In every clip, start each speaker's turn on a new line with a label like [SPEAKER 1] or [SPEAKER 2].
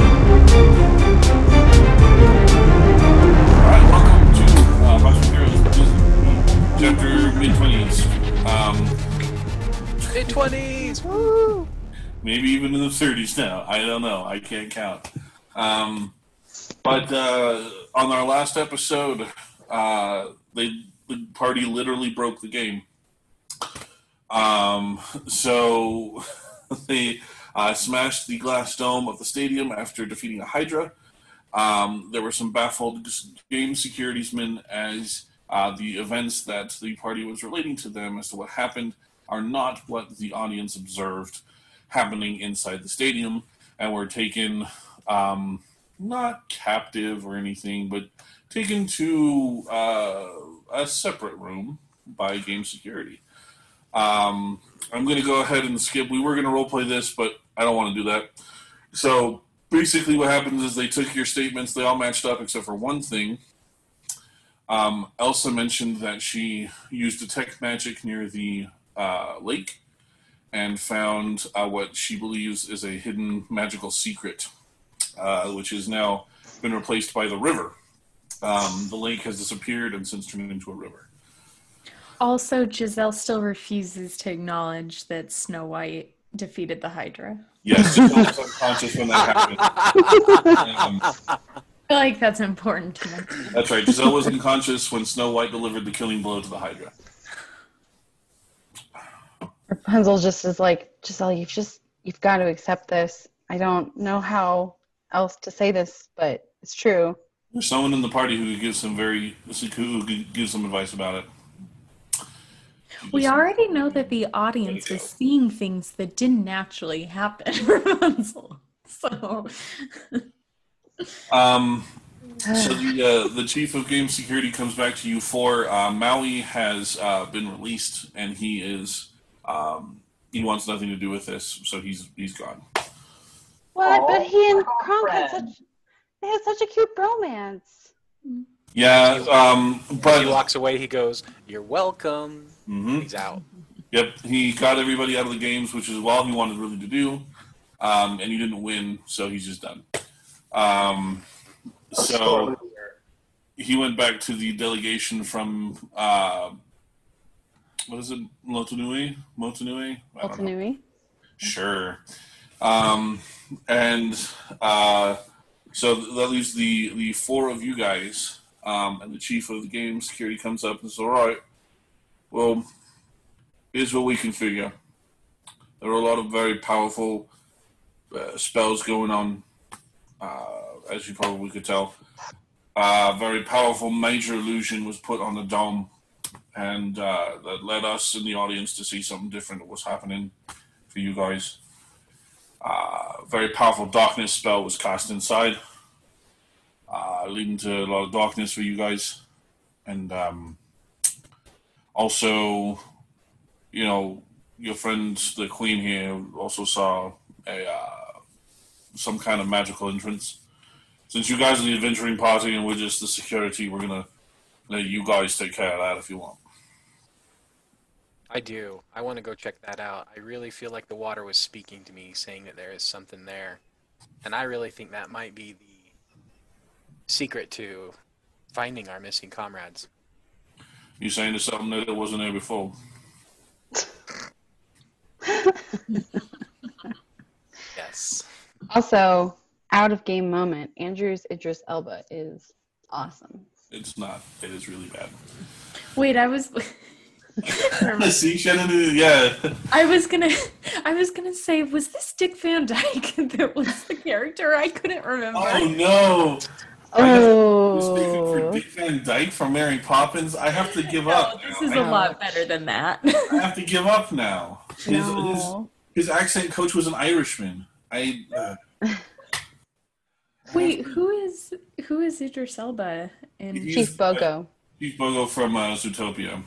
[SPEAKER 1] uh, Um, maybe even in the 30s now. I don't know. I can't count. Um, but uh, on our last episode, uh, they, the party literally broke the game. Um, so they uh, smashed the glass dome of the stadium after defeating a Hydra. Um, there were some baffled game securitymen as uh, the events that the party was relating to them as to what happened are not what the audience observed happening inside the stadium and were taken um, not captive or anything, but taken to uh, a separate room by game security. Um, I'm going to go ahead and skip. We were going to roleplay this, but I don't want to do that. So basically, what happens is they took your statements, they all matched up except for one thing. Um, Elsa mentioned that she used detect magic near the uh, lake and found uh, what she believes is a hidden magical secret, uh, which has now been replaced by the river. Um, the lake has disappeared and since turned into a river.
[SPEAKER 2] Also, Giselle still refuses to acknowledge that Snow White defeated the Hydra.
[SPEAKER 1] Yes, she was unconscious when that happened. Um,
[SPEAKER 2] I feel like that's important to mention.
[SPEAKER 1] That's right. Giselle was unconscious when Snow White delivered the killing blow to the Hydra.
[SPEAKER 3] Rapunzel just is like, Giselle, you've just you've got to accept this. I don't know how else to say this, but it's true.
[SPEAKER 1] There's someone in the party who could give some very who could give some advice about it.
[SPEAKER 2] We already know that the audience was seeing things that didn't actually happen, Rapunzel. So,
[SPEAKER 1] Um, so the uh, the chief of game security comes back to you for uh, Maui has uh, been released and he is um, he wants nothing to do with this, so he's he's gone.
[SPEAKER 3] What?
[SPEAKER 4] Aw,
[SPEAKER 3] but he and
[SPEAKER 4] we're all
[SPEAKER 3] Kronk had such
[SPEAKER 4] friends.
[SPEAKER 3] they had such a cute bromance.
[SPEAKER 1] Yeah, um,
[SPEAKER 5] But he
[SPEAKER 1] but
[SPEAKER 5] walks away. He goes, "You're welcome."
[SPEAKER 1] Mhm.
[SPEAKER 5] He's out.
[SPEAKER 1] yep, he got everybody out of the games, which is all he wanted really to do, um, and he didn't win, so he's just done. Um, so he went back to the delegation from uh, what is it, Motunui? Motunui? I don't know.
[SPEAKER 3] Altanui.
[SPEAKER 1] Sure. Um, and uh, so that leaves the, the four of you guys. Um, and the chief of the game security comes up and says, All right, well, here's what we can figure. There are a lot of very powerful uh, spells going on, uh, as you probably could tell. A very powerful major illusion was put on the dome, and uh, that led us in the audience to see something different that was happening for you guys. Uh, very powerful darkness spell was cast inside, uh, leading to a lot of darkness for you guys. And um, also, you know, your friend, the queen here, also saw a uh, some kind of magical entrance. Since you guys are the adventuring party and we're just the security, we're gonna let you guys take care of that if you want.
[SPEAKER 5] I do. I want to go check that out. I really feel like the water was speaking to me, saying that there is something there. And I really think that might be the secret to finding our missing comrades.
[SPEAKER 1] You saying there's something that wasn't there before?
[SPEAKER 5] Yes.
[SPEAKER 3] Also, out of game moment, Andrew's Idris Elba is awesome.
[SPEAKER 1] It's not. It is really bad.
[SPEAKER 2] wait, I was. Never mind.
[SPEAKER 1] See, Shannon, is- yeah.
[SPEAKER 2] I was gonna, I was gonna say, was this Dick Van Dyke that was the character? I couldn't remember.
[SPEAKER 1] Oh no! You're speaking for
[SPEAKER 3] Oh,
[SPEAKER 1] Dick Van Dyke from Mary Poppins. I have to give up.
[SPEAKER 2] No, this
[SPEAKER 1] now.
[SPEAKER 2] is
[SPEAKER 1] I
[SPEAKER 2] a lot better than that.
[SPEAKER 1] I have to give up now. His,
[SPEAKER 3] no.
[SPEAKER 1] his, his accent coach was an Irishman. I uh,
[SPEAKER 2] Wait, who is who is Idris Elba in?
[SPEAKER 1] He-
[SPEAKER 3] Chief Bogo.
[SPEAKER 1] Steve Bogo from uh, Zootopia.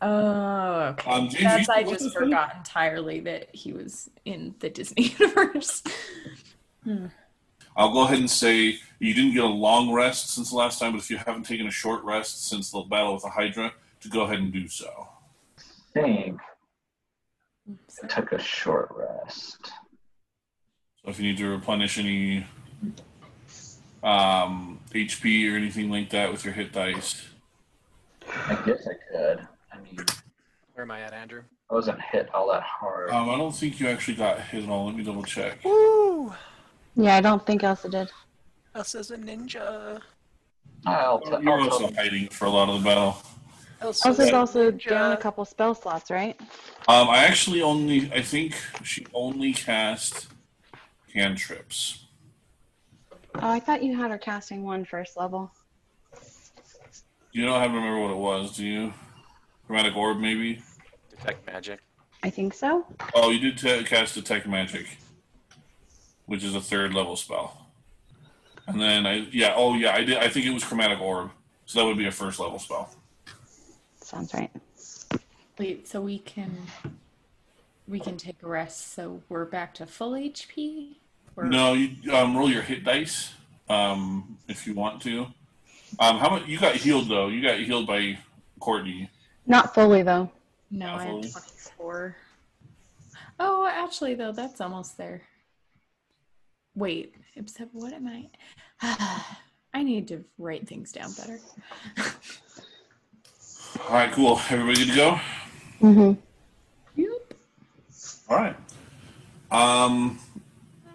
[SPEAKER 2] Oh, okay.
[SPEAKER 1] Um, James,
[SPEAKER 2] That's
[SPEAKER 1] you-
[SPEAKER 2] I
[SPEAKER 1] what's
[SPEAKER 2] just
[SPEAKER 1] his name?
[SPEAKER 2] forgot entirely that he was in the Disney universe.
[SPEAKER 1] I'll go ahead and say you didn't get a long rest since the last time, but if you haven't taken a short rest since the battle with the Hydra, to go ahead and do so.
[SPEAKER 4] think I
[SPEAKER 2] So-
[SPEAKER 4] took a short rest.
[SPEAKER 1] So if you need to replenish any um, HP or anything like that with your hit dice.
[SPEAKER 4] I guess I could. I mean,
[SPEAKER 5] Where am I at, Andrew?
[SPEAKER 4] I wasn't hit all that hard.
[SPEAKER 1] Um, I don't think you actually got hit at all. Let me double check.
[SPEAKER 5] Woo!
[SPEAKER 3] Yeah, I don't think Elsa did.
[SPEAKER 5] Elsa's a ninja.
[SPEAKER 4] I'll t-
[SPEAKER 1] You're
[SPEAKER 4] I'll
[SPEAKER 1] also
[SPEAKER 4] tell
[SPEAKER 1] hiding for a lot of the battle.
[SPEAKER 3] Elsa's
[SPEAKER 1] Yeah.
[SPEAKER 3] also down a couple spell slots, right?
[SPEAKER 1] Um, I actually only, I think she only cast cantrips.
[SPEAKER 3] Oh, I thought you had her casting one first level.
[SPEAKER 1] You don't have to remember what it was, do you? Chromatic orb, maybe.
[SPEAKER 5] Detect magic.
[SPEAKER 3] I think so.
[SPEAKER 1] Oh, you did t- cast detect magic, which is a third level spell. And then I, yeah, oh yeah, I did. I think it was chromatic orb, so that would be a first level spell.
[SPEAKER 3] Sounds right.
[SPEAKER 2] Wait, so we can we can take a rest. So we're back to full HP. Or-
[SPEAKER 1] No, you um, roll your hit dice um, if you want to. Um, how much? You got healed though. You got healed by Courtney.
[SPEAKER 3] Not fully though.
[SPEAKER 2] no, I have
[SPEAKER 1] Awful.
[SPEAKER 2] twenty-four. Oh, actually, though, that's almost there. Wait, except what am I? I need to write things down better.
[SPEAKER 1] All right, cool. Everybody good to go?
[SPEAKER 3] Mm-hmm.
[SPEAKER 2] Yep.
[SPEAKER 1] All right. Um,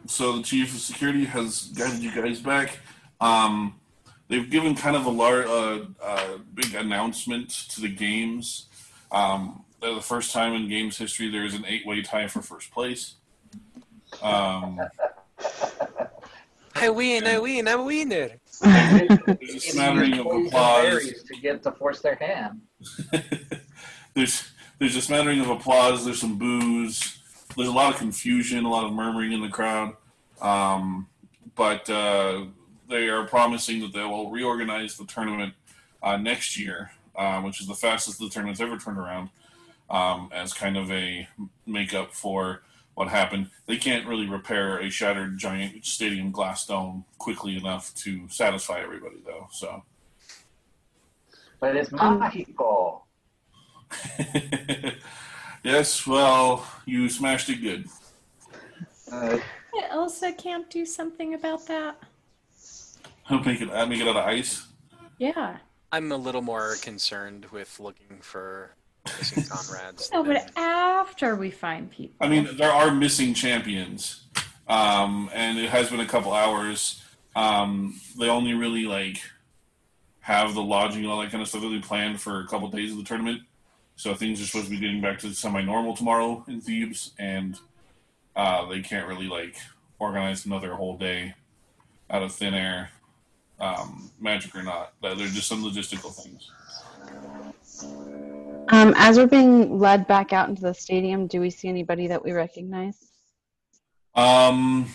[SPEAKER 1] so the chief of security has guided you guys back. Um, they've given kind of a large, uh, uh, big announcement to the games. Um, they're the first time in games history there is an eight-way tie for first place. Um,
[SPEAKER 5] I win, I win, I winner.
[SPEAKER 4] them.
[SPEAKER 1] There's a smattering of
[SPEAKER 4] Poison
[SPEAKER 1] applause.
[SPEAKER 4] berries To get to force their hand.
[SPEAKER 1] there's there's a smattering of applause. There's some boos. There's a lot of confusion, a lot of murmuring in the crowd. Um, but uh, they are promising that they will reorganize the tournament uh, next year, uh, which is the fastest the tournament's ever turned around, um, as kind of a makeup for what happened. They can't really repair a shattered giant stadium glass dome quickly enough to satisfy everybody, though. So.
[SPEAKER 4] But it's
[SPEAKER 3] Um,
[SPEAKER 4] Mexico.
[SPEAKER 1] yes, well, you smashed it good.
[SPEAKER 4] Uh,
[SPEAKER 2] Yeah, Elsa can't do something about that.
[SPEAKER 1] Make it, I make it out of ice.
[SPEAKER 2] Yeah.
[SPEAKER 5] I'm a little more concerned with looking for missing comrades.
[SPEAKER 2] No, but
[SPEAKER 5] than-
[SPEAKER 2] after we find people.
[SPEAKER 1] I mean, there are missing champions, um, and it has been a couple hours. Um, they only really like have the lodging and all that kind of stuff that they planned for a couple days of the tournament. So things are supposed to be getting back to semi-normal tomorrow in Thebes, and uh, they can't really like organize another whole day out of thin air, um, magic or not. They're just some logistical things.
[SPEAKER 3] Um, as we're being led back out into the stadium, do we see anybody that we recognize?
[SPEAKER 1] Um,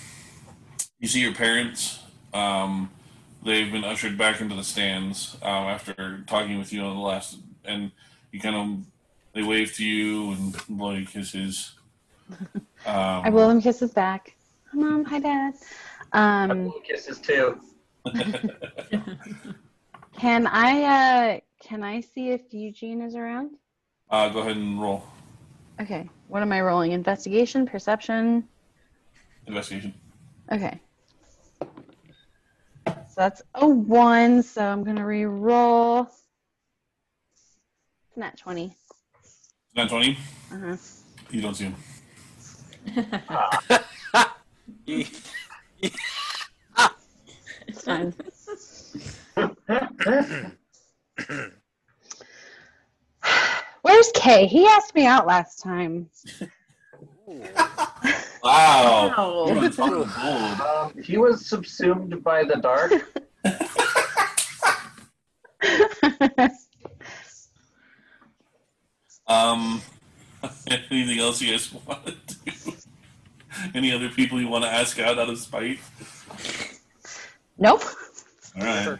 [SPEAKER 1] you see your parents. Um, they've been ushered back into the stands um, after talking with you on the last, and you kind of they wave to you and blow you kisses. Um,
[SPEAKER 3] I blow them kisses back. Hi, Mom. Hi, Dad. Um,
[SPEAKER 4] kisses too.
[SPEAKER 3] can I uh, can I see if Eugene is around?
[SPEAKER 1] Uh, go ahead and roll
[SPEAKER 3] Okay. What am I rolling? Investigation, perception.
[SPEAKER 1] investigation.
[SPEAKER 3] Okay. So that's a one. So I'm gonna re-roll. It's not twenty.
[SPEAKER 1] Not twenty.
[SPEAKER 3] Uh-huh.
[SPEAKER 1] You don't see him.
[SPEAKER 3] It's fine. Where's Kay? He asked me out last time.
[SPEAKER 1] Wow.
[SPEAKER 2] Ow.
[SPEAKER 1] You're on top of the bowl.
[SPEAKER 4] Um, he was subsumed by the dark.
[SPEAKER 1] Um, anything else you guys want to do? Any other people you want to ask out out of spite?
[SPEAKER 3] nope.
[SPEAKER 1] All right.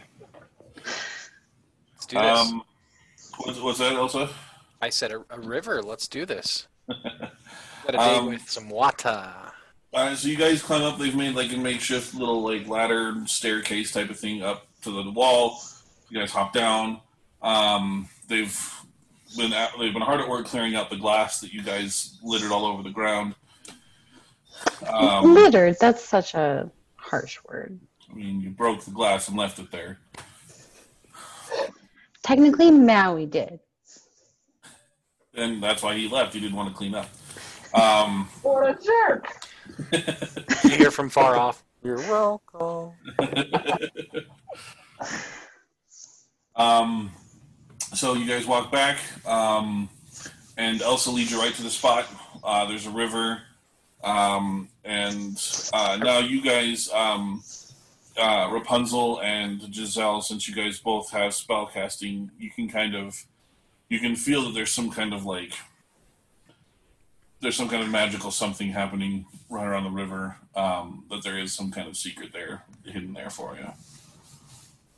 [SPEAKER 5] Let's do this.
[SPEAKER 1] Um, what's, what's that, Elsa?
[SPEAKER 5] I said a, a river. Let's do this. Let a day
[SPEAKER 1] Um,
[SPEAKER 5] with some water.
[SPEAKER 1] Uh, so you guys climb up. They've made like a makeshift little like ladder staircase type of thing up to the wall. You guys hop down. Um, they've been at, they've been hard at work clearing out the glass that you guys littered all over the ground. Um,
[SPEAKER 3] Littered. That's such a harsh word.
[SPEAKER 1] I mean, you broke the glass and left it there.
[SPEAKER 3] Technically, Maui did.
[SPEAKER 1] and that's why he left. He didn't want to clean up. Um,
[SPEAKER 4] What a jerk!
[SPEAKER 5] You hear from far off. You're welcome.
[SPEAKER 1] Um, so you guys walk back, um, and Elsa leads you right to the spot. Uh, there's a river, um, and uh, now you guys, um, uh, Rapunzel and Giselle, since you guys both have spell casting, you can kind of, you can feel that there's some kind of like, there's some kind of magical something happening right around the river. Um, that there is some kind of secret there hidden there for you.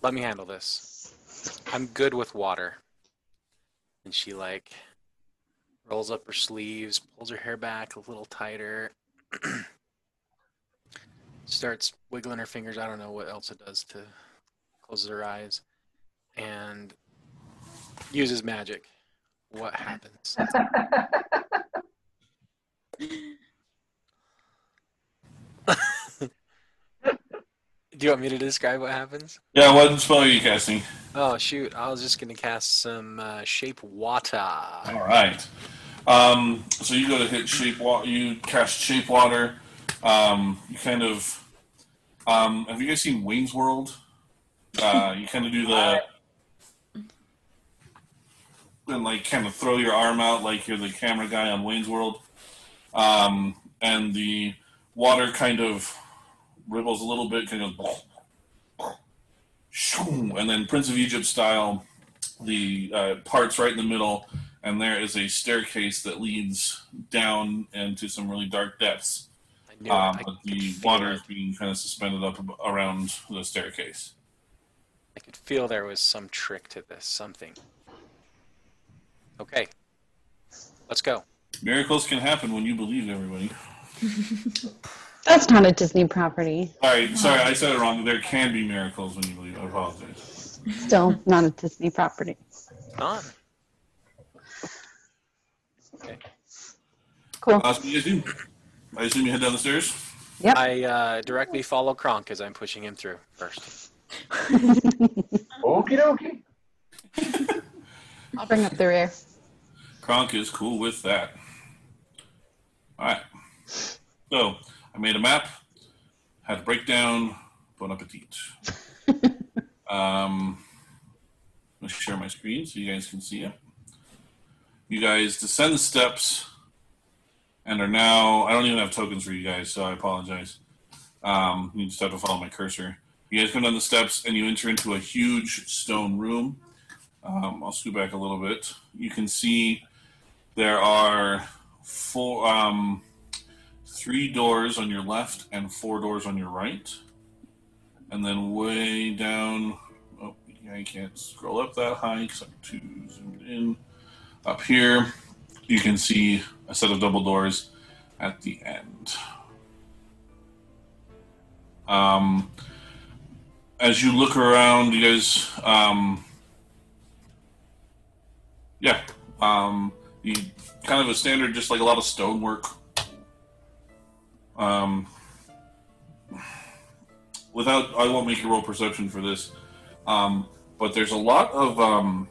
[SPEAKER 5] Let me handle this. I'm good with water. And she like rolls up her sleeves, pulls her hair back a little tighter, starts wiggling her fingers. I don't know what Elsa does to closes her eyes, and uses magic. What happens? Do you want me to describe what happens?
[SPEAKER 1] Yeah, what spell are you casting?
[SPEAKER 5] Oh shoot! I was just gonna cast some uh, shape water.
[SPEAKER 1] All right. Um, so you go to hit shape water. You cast shape water. Um, you kind of. Um, have you guys seen Wayne's World? Uh, you kind of do the. And like, kind of throw your arm out like you're the camera guy on Wayne's World, um, and the water kind of ripples a little bit, kind of, and then Prince of Egypt style, the uh, parts right in the middle, and there is a staircase that leads down into some really dark depths.
[SPEAKER 5] I knew
[SPEAKER 1] Um,
[SPEAKER 5] it. I
[SPEAKER 1] but
[SPEAKER 5] could
[SPEAKER 1] the
[SPEAKER 5] feel
[SPEAKER 1] water
[SPEAKER 5] it.
[SPEAKER 1] is being kind of suspended up ab- around the staircase.
[SPEAKER 5] I could feel there was some trick to this, something. Okay. Let's go.
[SPEAKER 1] Miracles can happen when you believe everybody.
[SPEAKER 3] That's not a Disney property.
[SPEAKER 1] Sorry, sorry, I said it wrong. There can be miracles when you believe. I apologize.
[SPEAKER 3] Still not a Disney property.
[SPEAKER 5] On.
[SPEAKER 3] Cool.
[SPEAKER 1] Uh, so you guys do. I assume you head down the stairs.
[SPEAKER 5] I uh, directly follow Kronk as I'm pushing him through first.
[SPEAKER 4] Okie dokie.
[SPEAKER 3] I'll bring up the rear.
[SPEAKER 1] Kronk is cool with that. All right. So I made a map, had a breakdown. Bon appetit. um, let me share my screen so you guys can see it. You guys descend the steps and are now. I don't even have tokens for you guys, so I apologize. Um, you just have to follow my cursor. You guys come down the steps and you enter into a huge stone room. Um, I'll scoot back a little bit. You can see there are four, um, three doors on your left and four doors on your right, and then way down. Oh, yeah, I can't scroll up that high because I'm too zoomed in. Up here, you can see a set of double doors at the end. Um, as you look around, you guys. Um, yeah. Um, you kind of a standard, just like a lot of stonework. Um, without, I won't make you roll perception for this, um, but there's a lot of um,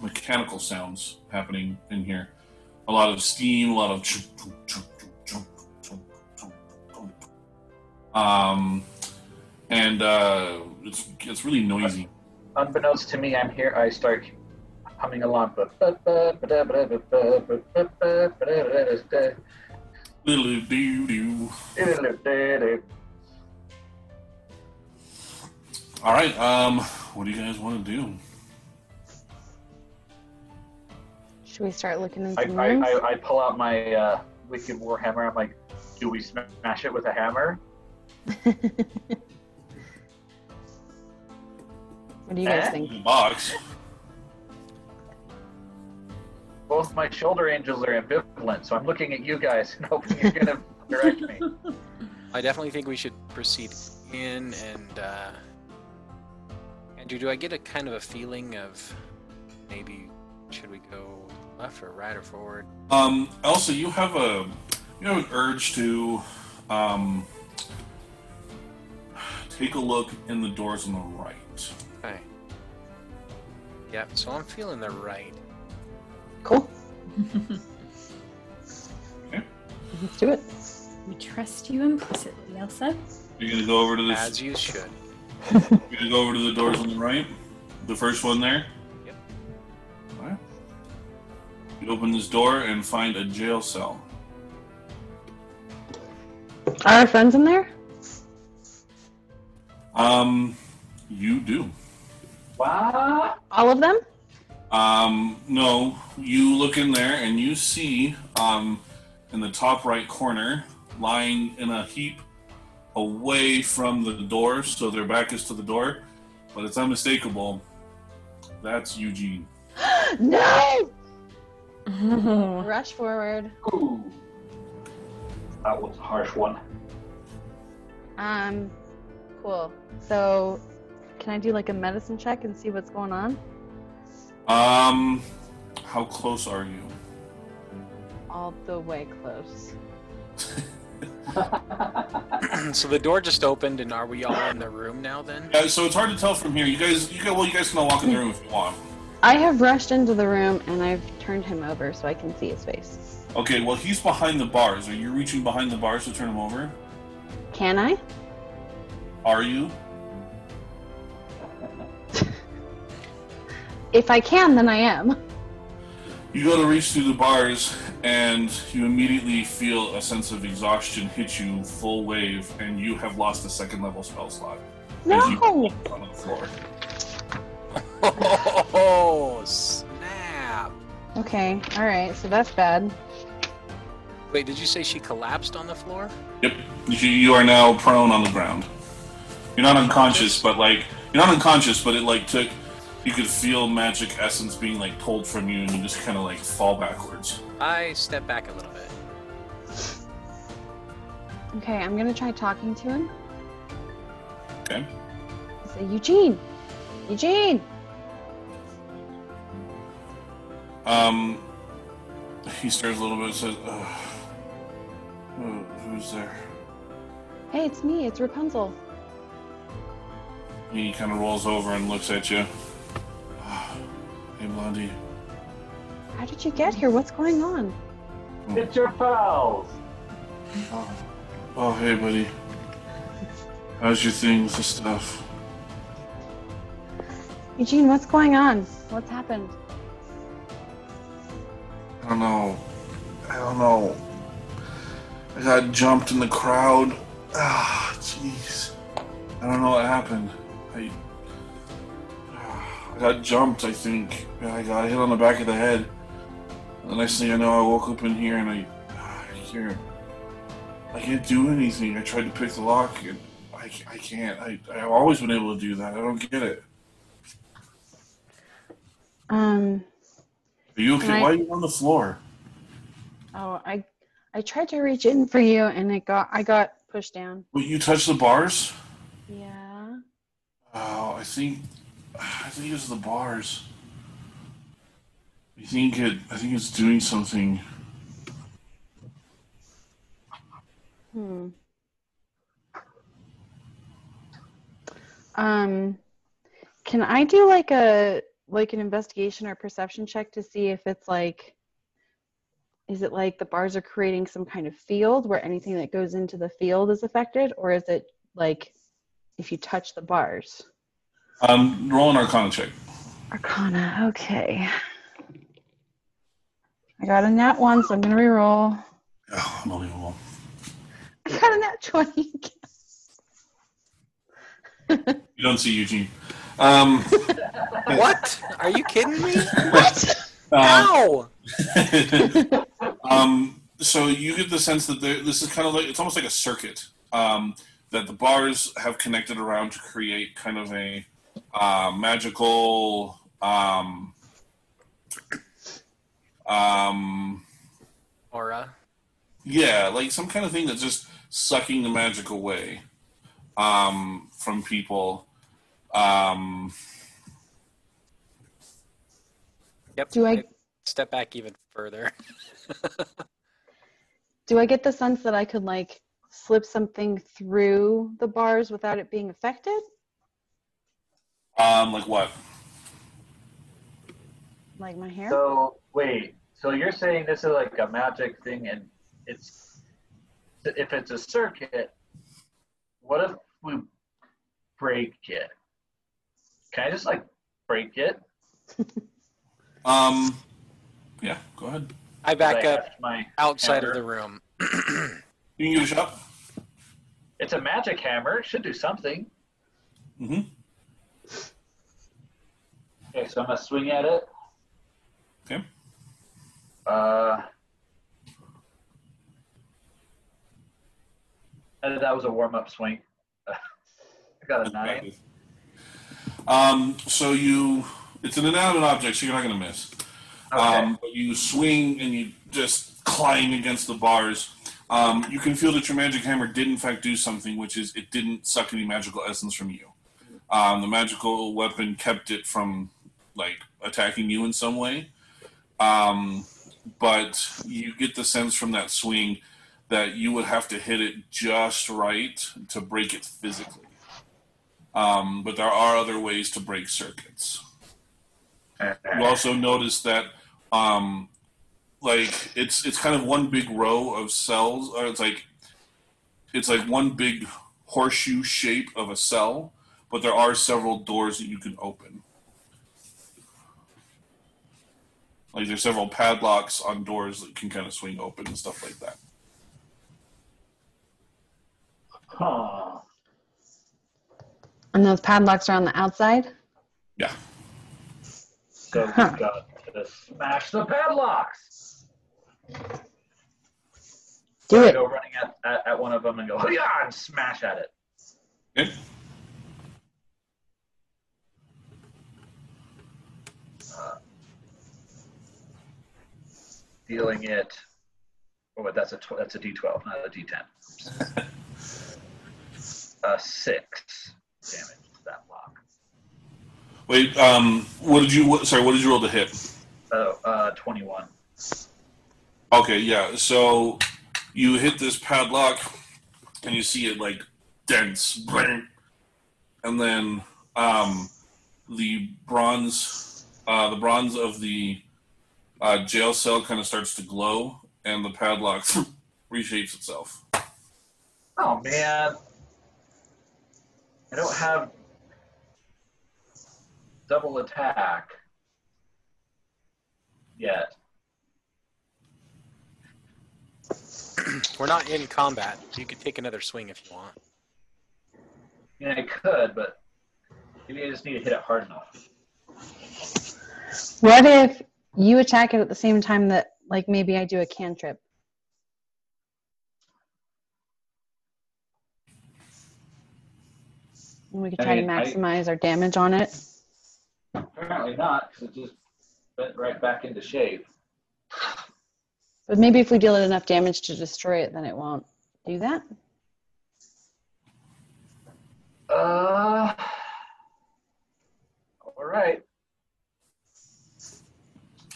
[SPEAKER 1] mechanical sounds happening in here. A lot of steam, a lot of. chunk, chunk, chunk, chunk, chunk, chunk, chunk, chunk. Um, and uh, it's it's really noisy.
[SPEAKER 4] Unbeknownst to me, I'm here. I start humming along. but- but- but- but- but- but- but- but- but- but- but- but- but-
[SPEAKER 1] Little doo doo.
[SPEAKER 4] but-
[SPEAKER 1] All right. Um, what do you guys want to do?
[SPEAKER 3] Should we start looking in
[SPEAKER 4] I,
[SPEAKER 3] some
[SPEAKER 4] I,
[SPEAKER 3] rooms?
[SPEAKER 4] I, I pull out my uh, wicked warhammer. I'm like, do we smash it with a hammer?
[SPEAKER 3] what do you guys
[SPEAKER 4] Eh?
[SPEAKER 3] think?
[SPEAKER 1] Box.
[SPEAKER 4] Both my shoulder angels are ambivalent, so I'm looking at you guys and hoping you're gonna direct me.
[SPEAKER 5] I definitely think we should proceed in and uh Andrew, do I get a kind of a feeling of maybe should we go left or right or forward?
[SPEAKER 1] Um, Elsa, you have a you have an urge to um, take a look in the doors on the right.
[SPEAKER 5] Okay. Yep, so I'm feeling the right.
[SPEAKER 3] Cool. Let's do it.
[SPEAKER 2] we trust you implicitly, Elsa.
[SPEAKER 1] You're gonna go over to this.
[SPEAKER 5] As you should.
[SPEAKER 1] You're gonna go over to the doors on the right. The first one there.
[SPEAKER 5] Yep.
[SPEAKER 1] Alright. You open this door and find a jail cell.
[SPEAKER 3] Are our friends in there?
[SPEAKER 1] Um, you do.
[SPEAKER 4] What?
[SPEAKER 3] All of them?
[SPEAKER 1] Um, no, you look in there and you see, um, in the top right corner, lying in a heap away from the door, so their back is to the door, but it's unmistakable. That's Eugene.
[SPEAKER 3] No!
[SPEAKER 2] Oh,
[SPEAKER 3] Rush forward.
[SPEAKER 4] Ooh. That was a harsh one.
[SPEAKER 3] Um, cool. So, can I do like a medicine check and see what's going on?
[SPEAKER 1] Um, how close are you?
[SPEAKER 3] All the way close.
[SPEAKER 5] so the door just opened, and are we all in the room now? Then
[SPEAKER 1] Yeah, so it's hard to tell from here. You guys, you can, well, you guys can all walk in the room if you want.
[SPEAKER 3] I have rushed into the room and I've turned him over so I can see his face.
[SPEAKER 1] Okay, well, he's behind the bars. Are you reaching behind the bars to turn him over?
[SPEAKER 3] Can I?
[SPEAKER 1] Are you?
[SPEAKER 3] If I can, then I am.
[SPEAKER 1] You go to reach through the bars, and you immediately feel a sense of exhaustion hit you full wave, and you have lost a second level spell slot. As you
[SPEAKER 3] No!
[SPEAKER 1] fall on the floor.
[SPEAKER 5] Oh snap!
[SPEAKER 3] Okay, alright, so that's bad.
[SPEAKER 5] Wait, did you say she collapsed on the floor?
[SPEAKER 1] Yep, you, you are now prone on the ground. You're not unconscious, but like you're not unconscious, but it like took. You could feel magic essence being like pulled from you, and you just kind of like fall backwards.
[SPEAKER 5] I step back a little bit.
[SPEAKER 3] Okay, I'm gonna try talking to him.
[SPEAKER 1] Okay.
[SPEAKER 3] I say, Eugene! Eugene!
[SPEAKER 1] Um, he stares a little bit and says, Ugh. Who- "Who's there?"
[SPEAKER 3] Hey, it's me, it's Rapunzel.
[SPEAKER 1] He kind of rolls over and looks at you. Hey, Blondie.
[SPEAKER 3] How did you get here? What's going on?
[SPEAKER 4] It's your pals.
[SPEAKER 1] Oh, hey, buddy. How's your things and stuff?
[SPEAKER 3] Eugene, what's going on? What's happened?
[SPEAKER 1] I don't know. I don't know. I got jumped in the crowd. Ah, jeez. I don't know what happened. I, ah, I got jumped, I think. Yeah, I got hit on the back of the head. The next thing I know, I woke up in here and I, ah, I can't. I can't do anything. I tried to pick the lock and I, I can't. I, I've always been able to do that. I don't get it.
[SPEAKER 3] Um,
[SPEAKER 1] Are you okay?
[SPEAKER 3] Can I-
[SPEAKER 1] Why are you on the floor?
[SPEAKER 3] oh, I, I tried to reach in for you and it got, I got pushed down.
[SPEAKER 1] Wait, you touched the bars?
[SPEAKER 3] Yeah.
[SPEAKER 1] Oh, I think I think it's the bars. I think it I think it's doing something.
[SPEAKER 3] Hmm. Um, can I do like a like an investigation or perception check to see if it's like is it like the bars are creating some kind of field where anything that goes into the field is affected or is it like if you touch the bars?
[SPEAKER 1] Um roll an arcana check.
[SPEAKER 3] Arcana, okay. I got a nat one, so I'm gonna re-roll.
[SPEAKER 1] Oh, unbelievable.
[SPEAKER 3] I got a nat twenty.
[SPEAKER 1] You don't see Eugene. Um,
[SPEAKER 5] What? Are you kidding me?
[SPEAKER 1] um,
[SPEAKER 5] Ow!
[SPEAKER 1] um, so you get the sense that there, this is kind of like it's almost like a circuit um, that the bars have connected around to create kind of a uh, magical um, um,
[SPEAKER 5] Aura.
[SPEAKER 1] Yeah, like some kind of thing that's just sucking the magic away um, from people. Um,
[SPEAKER 5] Yep.
[SPEAKER 3] Do I-
[SPEAKER 5] step back even further?
[SPEAKER 3] Do I get the sense that I could like slip something through the bars without it being affected?
[SPEAKER 1] um, like what?
[SPEAKER 3] Like my hair?
[SPEAKER 4] So wait, So you're saying this is like a magic thing, and it's if it's a circuit, what if we break it? Can I just like break it?
[SPEAKER 1] Um, yeah, go ahead.
[SPEAKER 5] I back
[SPEAKER 4] I
[SPEAKER 5] up
[SPEAKER 4] have My
[SPEAKER 5] outside of
[SPEAKER 4] hammer.
[SPEAKER 5] the room.
[SPEAKER 1] You can give it a shot.
[SPEAKER 4] It's a magic hammer. It should do something.
[SPEAKER 1] hmm
[SPEAKER 4] Okay, so I'm gonna swing at it.
[SPEAKER 1] Okay.
[SPEAKER 4] Uh, and that was a warm up swing. I got a nine.
[SPEAKER 1] Um, so you, it's an inanimate object, so you're not going to miss.
[SPEAKER 4] Okay.
[SPEAKER 1] Um, but you swing and you just clang against the bars. Um, you can feel that your magic hammer did in fact do something, which is it didn't suck any magical essence from you. Um, the magical weapon kept it from like attacking you in some way. Um, but you get the sense from that swing that you would have to hit it just right to break it physically. Um, but there are other ways to break circuits. You also notice that, um, like it's it's kind of one big row of cells, or it's like it's like one big horseshoe shape of a cell, but there are several doors that you can open. Like there's several padlocks on doors that can kind of swing open and stuff like that.
[SPEAKER 4] Huh.
[SPEAKER 3] And those padlocks are on the outside.
[SPEAKER 1] Yeah.
[SPEAKER 4] So we
[SPEAKER 3] Huh.
[SPEAKER 4] got to smash the padlocks.
[SPEAKER 3] Do
[SPEAKER 4] I
[SPEAKER 3] it.
[SPEAKER 4] go running at, at, at one of them and go, yeah, and smash at it.
[SPEAKER 1] Okay.
[SPEAKER 4] dealing it. Oh, wait, that's a tw- that's a D12, not a D10. uh, six damage to that block.
[SPEAKER 1] Wait. Um. What did you? What, sorry. What did you roll to hit?
[SPEAKER 4] So uh, 21.
[SPEAKER 1] Okay, yeah. So you hit this padlock and you see it like dense. blank. And then um, the bronze uh, the bronze of the uh, jail cell kind of starts to glow and the padlock reshapes itself.
[SPEAKER 4] Oh man, I don't have double attack yet.
[SPEAKER 5] We're not in combat. You could take another swing if you want.
[SPEAKER 4] Yeah, I could, but maybe I just need to hit it hard enough.
[SPEAKER 3] What if you attack it at the same time that, like, maybe I do a cantrip? And we could
[SPEAKER 4] I
[SPEAKER 3] try
[SPEAKER 4] mean,
[SPEAKER 3] to
[SPEAKER 4] I-
[SPEAKER 3] maximize our damage on it.
[SPEAKER 4] Apparently not, because it just went right back into shape.
[SPEAKER 3] But maybe if we deal it enough damage to destroy it, then it won't do that.
[SPEAKER 4] Uh, all right.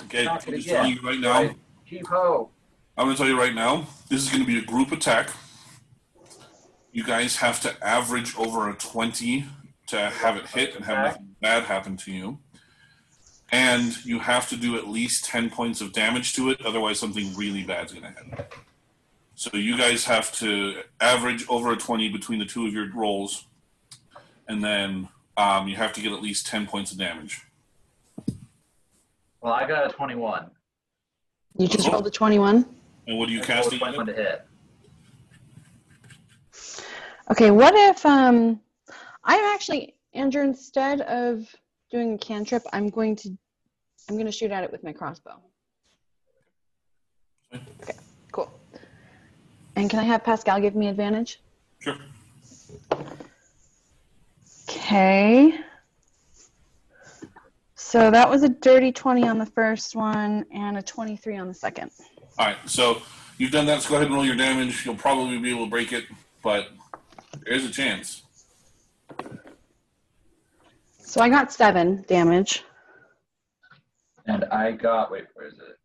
[SPEAKER 1] Okay, I'm
[SPEAKER 4] Knock it
[SPEAKER 1] just
[SPEAKER 4] again.
[SPEAKER 1] telling you right now.
[SPEAKER 4] Keep ho.
[SPEAKER 1] I'm gonna tell you right now, this is gonna be a group attack. You guys have to average over a 20 to have it hit and have nothing bad happen to you. And you have to do at least 10 points of damage to it, otherwise, something really bad's gonna happen. So you guys have to average over a 20 between the two of your rolls, and then um, you have to get at least 10 points of damage.
[SPEAKER 4] Well, I got a 21.
[SPEAKER 3] You just
[SPEAKER 1] Cool.
[SPEAKER 3] rolled a 21.
[SPEAKER 1] And what are you
[SPEAKER 4] I rolled
[SPEAKER 1] casting?
[SPEAKER 4] a 21 to hit.
[SPEAKER 3] Okay, what if um, I'm actually Andrew? Instead of doing a cantrip, I'm going to I'm going to shoot at it with my crossbow. Okay, cool. And can I have Pascal give me advantage?
[SPEAKER 1] Sure.
[SPEAKER 3] Okay. So that was a dirty 20 on the first one and a 23 on the second.
[SPEAKER 1] All right, so you've done that. So go ahead and roll your damage. You'll probably be able to break it, but there's a chance.
[SPEAKER 3] So I got seven damage.
[SPEAKER 4] And I got, wait, where is it?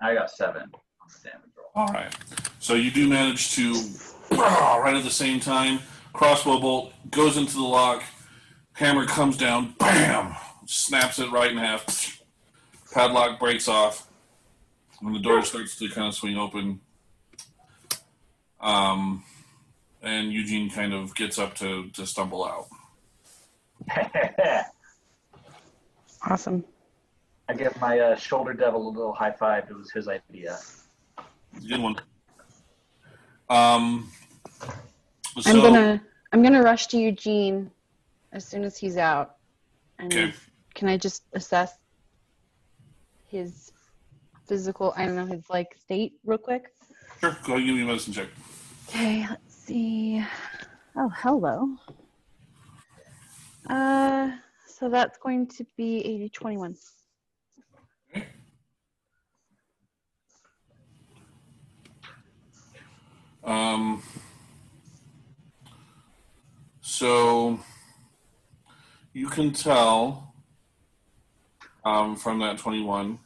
[SPEAKER 4] I got seven on the damage roll.
[SPEAKER 1] All right, so you do manage to right at the same time. Crossbow bolt goes into the lock. Hammer comes down. Bam! Snaps it right in half. Padlock breaks off. When the door starts to kind of swing open, um, and Eugene kind of gets up to, to stumble out.
[SPEAKER 4] I
[SPEAKER 3] Awesome.
[SPEAKER 4] give my uh, shoulder devil a little high five. It was his idea.
[SPEAKER 1] It's a good one. Um, so,
[SPEAKER 3] I'm gonna I'm gonna rush to Eugene as soon as he's out. And
[SPEAKER 1] Okay.
[SPEAKER 3] can I just assess his physical I don't know, his like state real quick?
[SPEAKER 1] sure, go ahead, give me a medicine check.
[SPEAKER 3] Okay, let's see. Oh, hello. Uh so that's going to be 80 21.
[SPEAKER 1] Um, so you can tell um, from that 21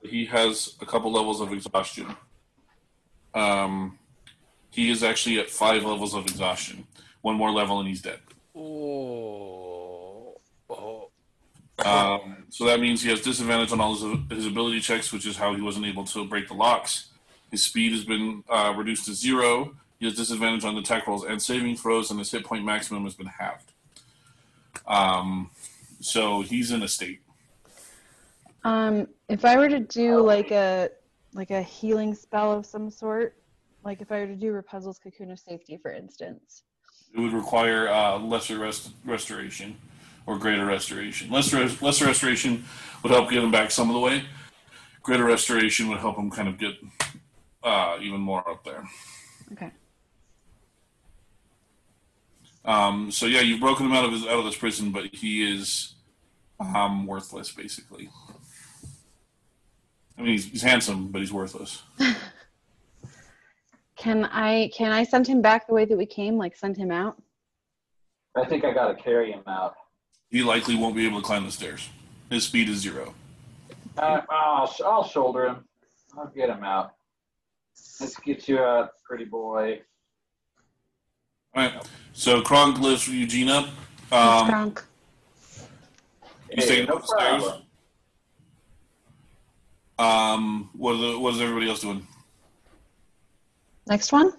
[SPEAKER 1] that he has a couple levels of exhaustion. Um, he is actually at five levels of exhaustion. One more level and he's dead.
[SPEAKER 5] Oh, oh.
[SPEAKER 1] Um, so that means he has disadvantage on all his, his ability checks, which is how he wasn't able to break the locks. His speed has been uh, reduced to zero. He has disadvantage on attack rolls and saving throws, and his hit point maximum has been halved. Um, so he's in a state.
[SPEAKER 3] Um if I were to do like a like a healing spell of some sort, like if I were to do Rapunzel's cocoon of safety for instance,
[SPEAKER 1] It would require uh, lesser rest- restoration or greater restoration. Lesser, res- lesser restoration would help get him back some of the way. Greater restoration would help him kind of get uh, even more up there.
[SPEAKER 3] Okay.
[SPEAKER 1] Um, so yeah, you've broken him out of his out of this prison, but he is um, worthless basically. I mean, he's, he's handsome, but he's worthless.
[SPEAKER 3] Can I can I send him back the way that we came? Like send him out?
[SPEAKER 4] I think I gotta carry him out.
[SPEAKER 1] He likely won't be able to climb the stairs. His speed is zero.
[SPEAKER 4] Uh, I'll, sh- I'll shoulder him. I'll get him out. Let's get you out, pretty boy.
[SPEAKER 1] All right. So Kronk lifts Eugene up. Um,
[SPEAKER 3] Drunk.
[SPEAKER 1] he's taking up the stairs. Um, what, are the, what is everybody else doing?
[SPEAKER 3] Next one.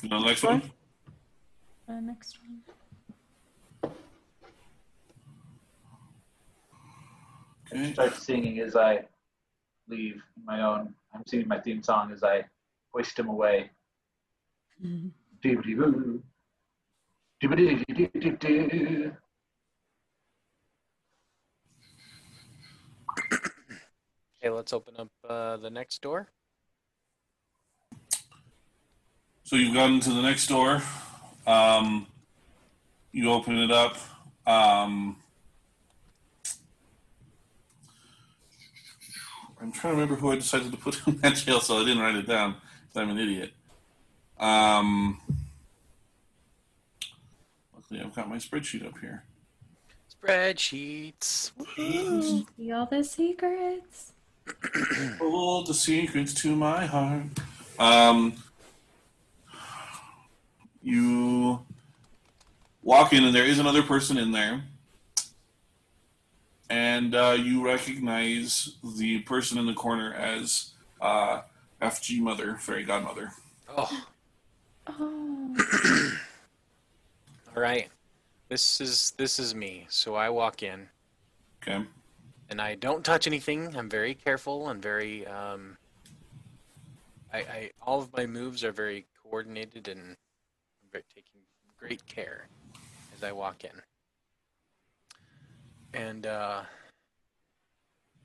[SPEAKER 1] You know, the next one.
[SPEAKER 2] The next one.
[SPEAKER 1] Okay.
[SPEAKER 4] Start singing as I leave my own. I'm singing my theme song as I whisk him away.
[SPEAKER 2] Mhm.
[SPEAKER 4] Doobity-boo. Doobity-doo-doo-doo-doo.
[SPEAKER 5] Okay, let's open up uh, the next door.
[SPEAKER 1] So you've gone to the next door. Um, you open it up. Um, I'm trying to remember who I decided to put in that jail, so I didn't write it down. 'cause I'm an idiot. Um, luckily, I've got my spreadsheet up here.
[SPEAKER 5] Spreadsheets.
[SPEAKER 2] Ooh, see all the secrets.
[SPEAKER 1] All the secrets to my heart. Um, you walk in, and there is another person in there, and uh, you recognize the person in the corner as uh, FG Mother, Fairy Godmother.
[SPEAKER 5] Oh,
[SPEAKER 2] Oh,
[SPEAKER 5] all right. This is this is me. So I walk in.
[SPEAKER 1] Okay,
[SPEAKER 5] and I don't touch anything. I'm very careful and very. Um, I, I all of my moves are very coordinated and I'm very- taking great care as I walk in. And uh,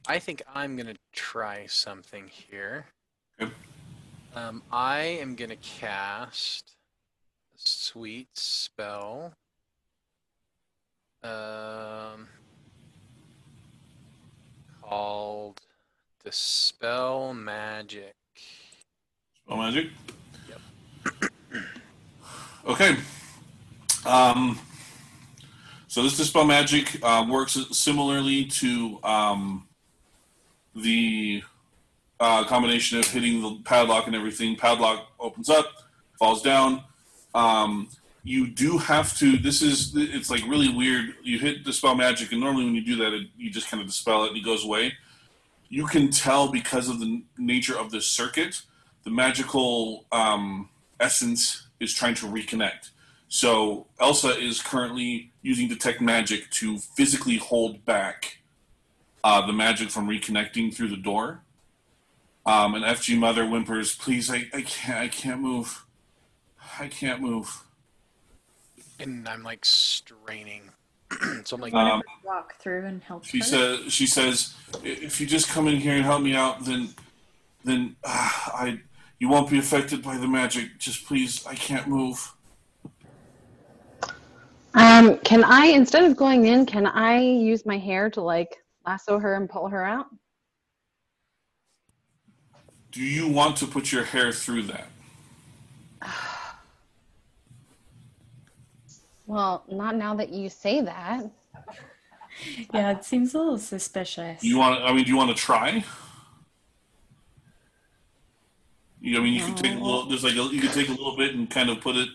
[SPEAKER 5] I think I'm gonna try something here.
[SPEAKER 1] Yep.
[SPEAKER 5] Um, I am gonna cast a sweet spell. Um called Dispel Magic.
[SPEAKER 1] spell magic. Okay. Um, so this dispel magic uh, works similarly to um, the uh, combination of hitting the padlock and everything. Padlock opens up, falls down. Um, you do have to. This is it's like really weird. You hit dispel magic, and normally when you do that, it, you just kind of dispel it and it goes away. You can tell because of the n- nature of this circuit, the magical um, essence is trying to reconnect. So Elsa is currently using detect magic to physically hold back uh, the magic from reconnecting through the door. Um, and FG Mother whimpers, "Please, I, I can't, I can't move, I can't move."
[SPEAKER 5] And I'm like straining. so I'm like,
[SPEAKER 1] Um,
[SPEAKER 2] walk through and help
[SPEAKER 1] She
[SPEAKER 2] her.
[SPEAKER 1] says, "She says, "I- if you just come in here and help me out, then, then ah, I, you won't be affected by the magic. Just please, I can't move."
[SPEAKER 3] Um, can I instead of going in, can I use my hair to like lasso her and pull her out?
[SPEAKER 1] Do you want to put your hair through that?
[SPEAKER 3] Well, not now that you say that.
[SPEAKER 2] yeah, it seems a little suspicious.
[SPEAKER 1] Do you want? I mean, do you want to try? You, I mean, you can take a little. There's like a, you can take a little bit and kind of put it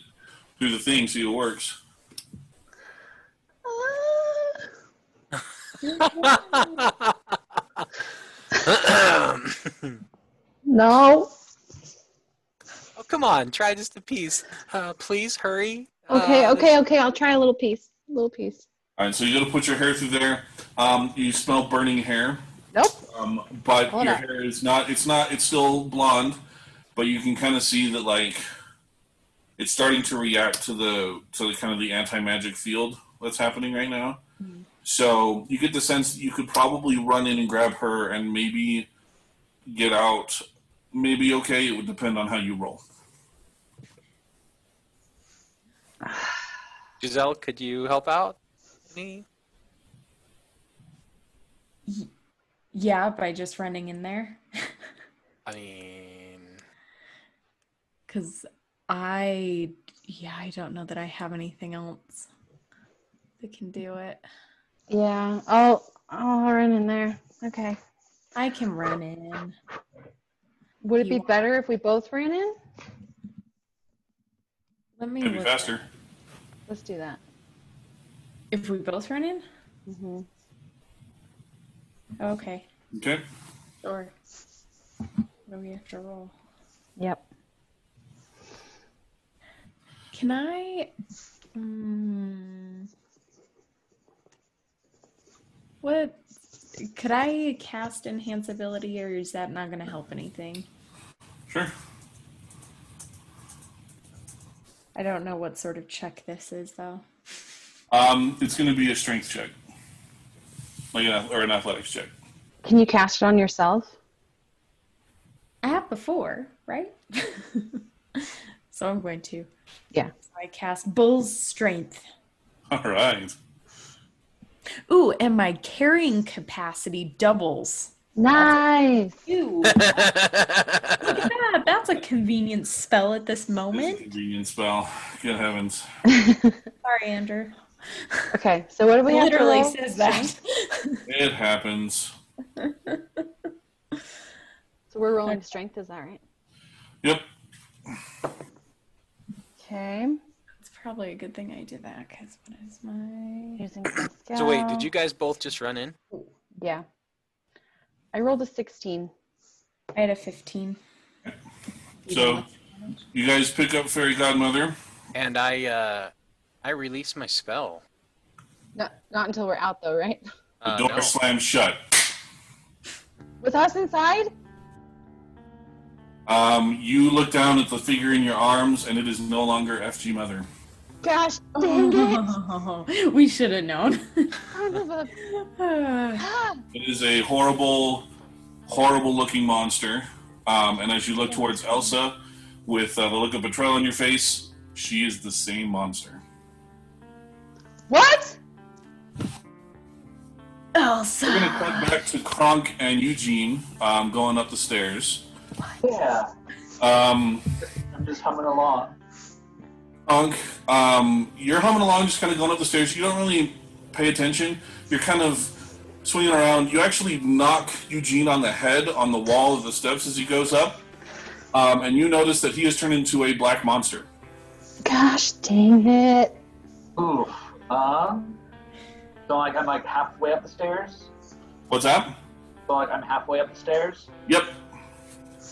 [SPEAKER 1] through the thing, see if it works.
[SPEAKER 3] No.
[SPEAKER 5] oh come on, try just a piece. Uh, please hurry.
[SPEAKER 3] Okay,
[SPEAKER 5] Uh,
[SPEAKER 3] okay, okay. I'll try a little piece. Little piece.
[SPEAKER 1] All right, so you got to put your hair through there. Um, you smell burning hair,
[SPEAKER 3] Nope.
[SPEAKER 1] um, but
[SPEAKER 3] Hold
[SPEAKER 1] your
[SPEAKER 3] on.
[SPEAKER 1] hair is not. It's not. It's still blonde, but you can kind of see that like it's starting to react to the to the kind of the anti magic field that's happening right now.
[SPEAKER 3] Mm-hmm.
[SPEAKER 1] So you get the sense that you could probably run in and grab her and maybe get out. Maybe okay. It would depend on how you roll.
[SPEAKER 5] Giselle, could you help out? Me?
[SPEAKER 2] yeah, by just running in there.
[SPEAKER 5] I mean,
[SPEAKER 2] Because I, yeah, I don't know that I have anything else that can do it.
[SPEAKER 3] Yeah. I'll I'll run in there. Okay.
[SPEAKER 2] I can run in.
[SPEAKER 3] Would it
[SPEAKER 2] You
[SPEAKER 3] be
[SPEAKER 2] want-
[SPEAKER 3] better if we both ran in?
[SPEAKER 2] Let me
[SPEAKER 1] Could be
[SPEAKER 2] look
[SPEAKER 1] faster.
[SPEAKER 3] Let's do that.
[SPEAKER 2] If we both run in?
[SPEAKER 3] hmm
[SPEAKER 2] Okay.
[SPEAKER 1] Okay.
[SPEAKER 2] Sure. What do we have to roll?
[SPEAKER 3] Yep.
[SPEAKER 2] Can I? Um, what? Could I cast enhance ability, or is that not going to help anything?
[SPEAKER 1] Sure.
[SPEAKER 2] I don't know what sort of check this is, though.
[SPEAKER 1] Um, it's going to be a strength check, like an, or an athletics check.
[SPEAKER 3] Can you cast it on yourself?
[SPEAKER 2] I have before, right? so I'm going to.
[SPEAKER 3] Yeah.
[SPEAKER 2] So I cast Bull's Strength.
[SPEAKER 1] All right.
[SPEAKER 2] Ooh, and my carrying capacity doubles.
[SPEAKER 3] Nice.
[SPEAKER 2] Ooh, yeah, that's a convenient spell at this
[SPEAKER 1] It's a
[SPEAKER 2] moment.
[SPEAKER 1] convenient spell. Good heavens.
[SPEAKER 2] Sorry, Andrew.
[SPEAKER 3] Okay. So what do we have to
[SPEAKER 2] literally
[SPEAKER 3] roll?
[SPEAKER 2] says that.
[SPEAKER 1] It happens.
[SPEAKER 3] So we're rolling strength. Is that right?
[SPEAKER 1] Yep.
[SPEAKER 3] Okay.
[SPEAKER 2] it's probably a good thing I did that because what is my?
[SPEAKER 3] Using
[SPEAKER 5] so wait, did you guys both just run in?
[SPEAKER 3] Yeah. I rolled a 16.
[SPEAKER 2] I had a fifteen.
[SPEAKER 1] So you guys pick up Fairy Godmother.
[SPEAKER 5] And I, uh, I release my spell.
[SPEAKER 3] Not, not until we're out, though, right?
[SPEAKER 1] The
[SPEAKER 5] Uh,
[SPEAKER 1] door
[SPEAKER 5] no.
[SPEAKER 1] slams shut.
[SPEAKER 3] With us inside?
[SPEAKER 1] Um, you look down at the figure in your arms, and it is no longer FG Mother.
[SPEAKER 3] Gosh, dang it.
[SPEAKER 2] we should have known.
[SPEAKER 3] Son of a- Ah.
[SPEAKER 1] It is a horrible, horrible looking monster. Um, and as you look towards Elsa, with uh, the look of betrayal on your face, she is the same monster.
[SPEAKER 3] What?
[SPEAKER 1] We're going to cut back to Kronk and Eugene um, going up the stairs.
[SPEAKER 4] Yeah,
[SPEAKER 1] Um,
[SPEAKER 4] I'm just humming along.
[SPEAKER 1] Unk, um, you're humming along, just kind of going up the stairs. You don't really pay attention. You're kind of swinging around. You actually knock Eugene on the head on the wall of the steps as he goes up, um, and you notice that he has turned into a black monster.
[SPEAKER 3] Gosh dang it.
[SPEAKER 4] Oof. Um. So like I'm like halfway up the stairs.
[SPEAKER 1] What's that?
[SPEAKER 4] So like I'm halfway up the stairs.
[SPEAKER 1] Yep.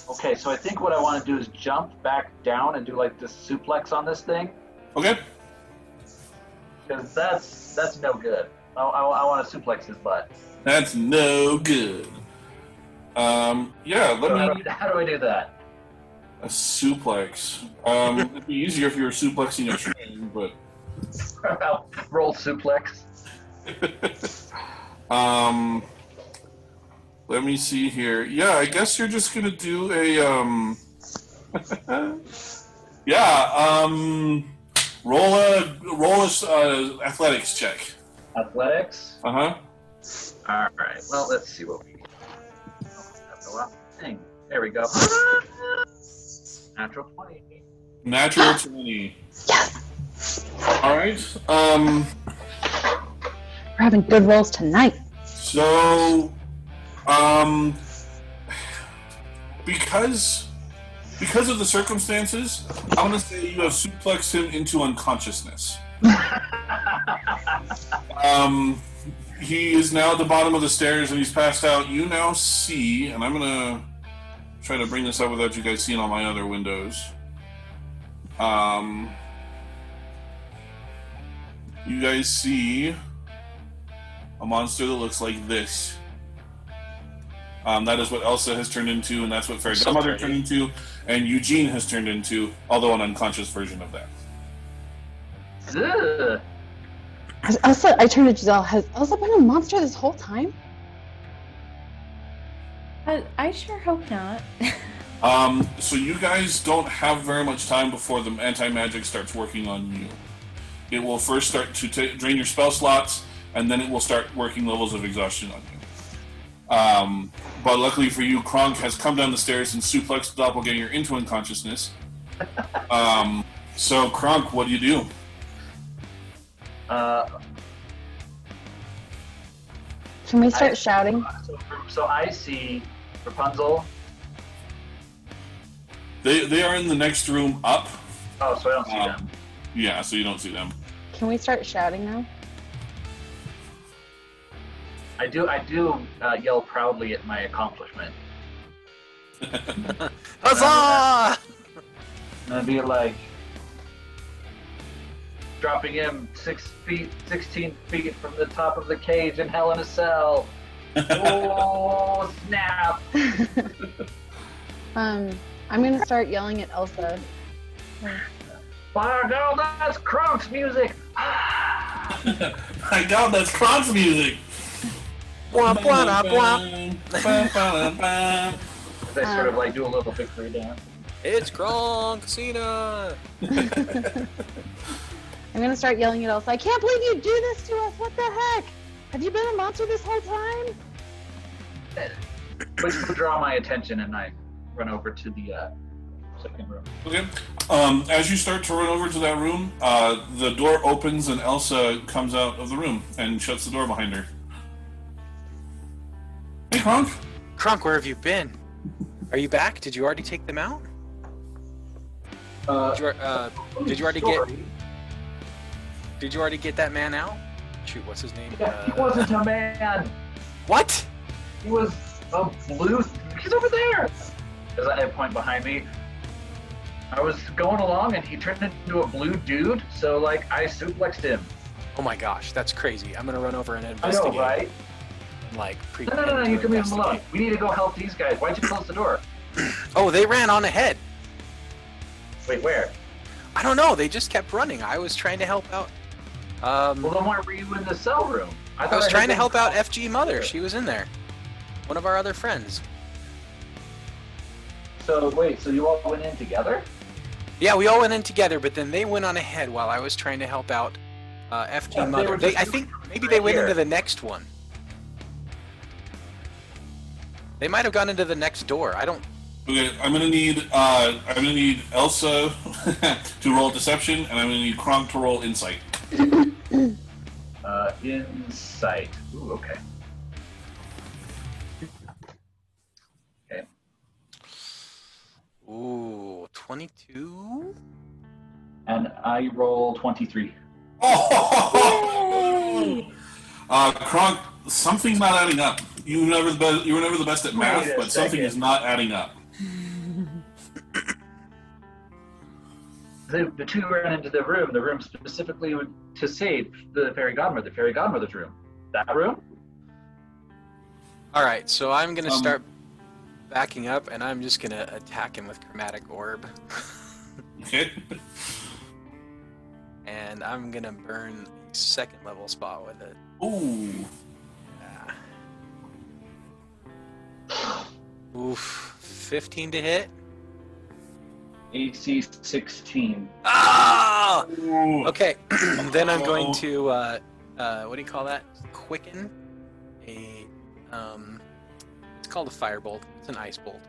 [SPEAKER 4] Okay, so I think what I want to do is jump back down and do like this suplex on this thing
[SPEAKER 1] Okay.
[SPEAKER 4] because that's that's no good. I, I, I want to suplex his butt.
[SPEAKER 1] That's no good. Um, yeah,
[SPEAKER 4] So how,
[SPEAKER 1] let me
[SPEAKER 4] do, how do I do that?
[SPEAKER 1] a suplex. Um, it'd be easier if you were suplexing a train, but
[SPEAKER 4] Roll suplex.
[SPEAKER 1] Um, let me see here. Yeah, I guess you're just gonna do a um. yeah. Um. Roll a roll a uh, athletics check.
[SPEAKER 4] Athletics.
[SPEAKER 1] Uh huh.
[SPEAKER 4] All right. Well, let's see what we. That's a lot of thing. There we go. Natural twenty.
[SPEAKER 1] Natural twenty. All right. Um.
[SPEAKER 3] We're having good rolls tonight.
[SPEAKER 1] So, um, because because of the circumstances, I'm gonna say you have suplexed him into unconsciousness. um, he is now at the bottom of the stairs and he's passed out. You now see, and I'm gonna try to bring this up without you guys seeing all my other windows. Um, you guys see a monster that looks like this. Um, that is what Elsa has turned into, and that's what Fairy
[SPEAKER 5] So
[SPEAKER 1] Godmother
[SPEAKER 5] pretty.
[SPEAKER 1] turned into, and Eugene has turned into, although an unconscious version of that.
[SPEAKER 4] Ugh.
[SPEAKER 3] Has Elsa, I turned to Giselle. Has Elsa been a monster this whole time?
[SPEAKER 2] I, I sure hope not.
[SPEAKER 1] Um, so you guys don't have very much time before the anti magic starts working on you. It will first start to ta drain your spell slots, and then it will start working levels of exhaustion on you. Um, but luckily for you, Kronk has come down the stairs and suplexed the doppelganger into unconsciousness. um, so Kronk, what do you do?
[SPEAKER 4] Uh,
[SPEAKER 3] Can we start
[SPEAKER 4] I-
[SPEAKER 3] shouting?
[SPEAKER 4] so, so I see Rapunzel.
[SPEAKER 1] They they are in the next room up.
[SPEAKER 4] Oh, so I don't see
[SPEAKER 1] Um,
[SPEAKER 4] them.
[SPEAKER 1] Yeah, so you don't see them.
[SPEAKER 3] Can we start shouting now?
[SPEAKER 4] I do. I do uh, yell proudly at my accomplishment.
[SPEAKER 5] Huzzah!
[SPEAKER 4] And I'd be like dropping him six feet, sixteen feet from the top of the cage in Hell in a Cell. oh snap!
[SPEAKER 3] Um, I'm gonna start yelling at Elsa.
[SPEAKER 4] Fire girl, that's Kronk's music.
[SPEAKER 1] My God, that's Kronk's music.
[SPEAKER 5] Blah, blah, blah, blah.
[SPEAKER 4] They sort of
[SPEAKER 3] Um.
[SPEAKER 4] like do a little victory dance.
[SPEAKER 5] It's Gronk Cena!
[SPEAKER 3] I'm gonna start yelling at Elsa. I can't believe you do this to us. What the heck? Have you been a monster this whole time?
[SPEAKER 4] But you draw my attention, and I run over to the uh, second room.
[SPEAKER 1] Okay. Um, as you start to run over to that room, uh, the door opens and Elsa comes out of the room and shuts the door behind her. Hey, Kronk.
[SPEAKER 5] Kronk, where have you been? Are you back? Did you already take them out?
[SPEAKER 4] Uh,
[SPEAKER 5] Did you, uh, did you already get Did you already get that man out? Shoot, what's his name?
[SPEAKER 4] Yeah, he
[SPEAKER 5] Uh,
[SPEAKER 4] wasn't a man.
[SPEAKER 5] What?
[SPEAKER 4] He was a blue. He's over there. There's a point behind me. I was going along and he turned into a blue dude, so like I suplexed him.
[SPEAKER 5] Oh my gosh, that's crazy. I'm gonna run over and
[SPEAKER 4] I know,
[SPEAKER 5] investigate.
[SPEAKER 4] right?
[SPEAKER 5] and, Like pre-
[SPEAKER 4] No, no, no, no!
[SPEAKER 5] and
[SPEAKER 4] You can leave him
[SPEAKER 5] investigate.
[SPEAKER 4] alone. We need to go help these guys. Why'd you close the door?
[SPEAKER 5] Oh, they ran on ahead.
[SPEAKER 4] Wait, where?
[SPEAKER 5] I don't know. They just kept running. I was trying to help out. Um,
[SPEAKER 4] Well, then why were you in the cell room? thought
[SPEAKER 5] I was
[SPEAKER 4] heard
[SPEAKER 5] trying to
[SPEAKER 4] them-
[SPEAKER 5] help out FG Mother. She was in there. One of our other friends.
[SPEAKER 4] So wait, so you all went in together?
[SPEAKER 5] Yeah, we all went in together, but then they went on ahead while I was trying to help out uh, FG
[SPEAKER 4] Yeah, they
[SPEAKER 5] Mother.
[SPEAKER 4] were
[SPEAKER 5] They,
[SPEAKER 4] just
[SPEAKER 5] I think maybe
[SPEAKER 4] right
[SPEAKER 5] they went
[SPEAKER 4] here.
[SPEAKER 5] into the next one. They might have gone into the next door. I don't.
[SPEAKER 1] Okay, I'm gonna need uh, I'm gonna need Elsa to roll deception, and I'm gonna need Kronk to roll insight.
[SPEAKER 4] Uh, insight. Ooh, okay.
[SPEAKER 5] Ooh, 22?
[SPEAKER 4] and I roll 23.
[SPEAKER 1] Oh! Uh, Kronk, something's not adding up. You were never the best. You were never the best at math,
[SPEAKER 4] Wait a
[SPEAKER 1] but something
[SPEAKER 4] second.
[SPEAKER 1] is not adding up.
[SPEAKER 4] The, the two ran into the room, the room specifically would- to save the fairy godmother, the fairy godmother's room. That room?
[SPEAKER 5] All right, so I'm gonna
[SPEAKER 1] Um,
[SPEAKER 5] start backing up, and I'm just gonna attack him with chromatic orb,
[SPEAKER 1] Okay.
[SPEAKER 5] and I'm gonna burn a second level spot with it.
[SPEAKER 1] Ooh.
[SPEAKER 5] Yeah. Oof, 15 to hit.
[SPEAKER 4] AC 16.
[SPEAKER 5] Ah!
[SPEAKER 1] Ooh.
[SPEAKER 5] Okay, then I'm
[SPEAKER 1] Uh-oh.
[SPEAKER 5] going to uh, uh, what do you call that? Quicken a um, it's called a firebolt. It's an ice bolt.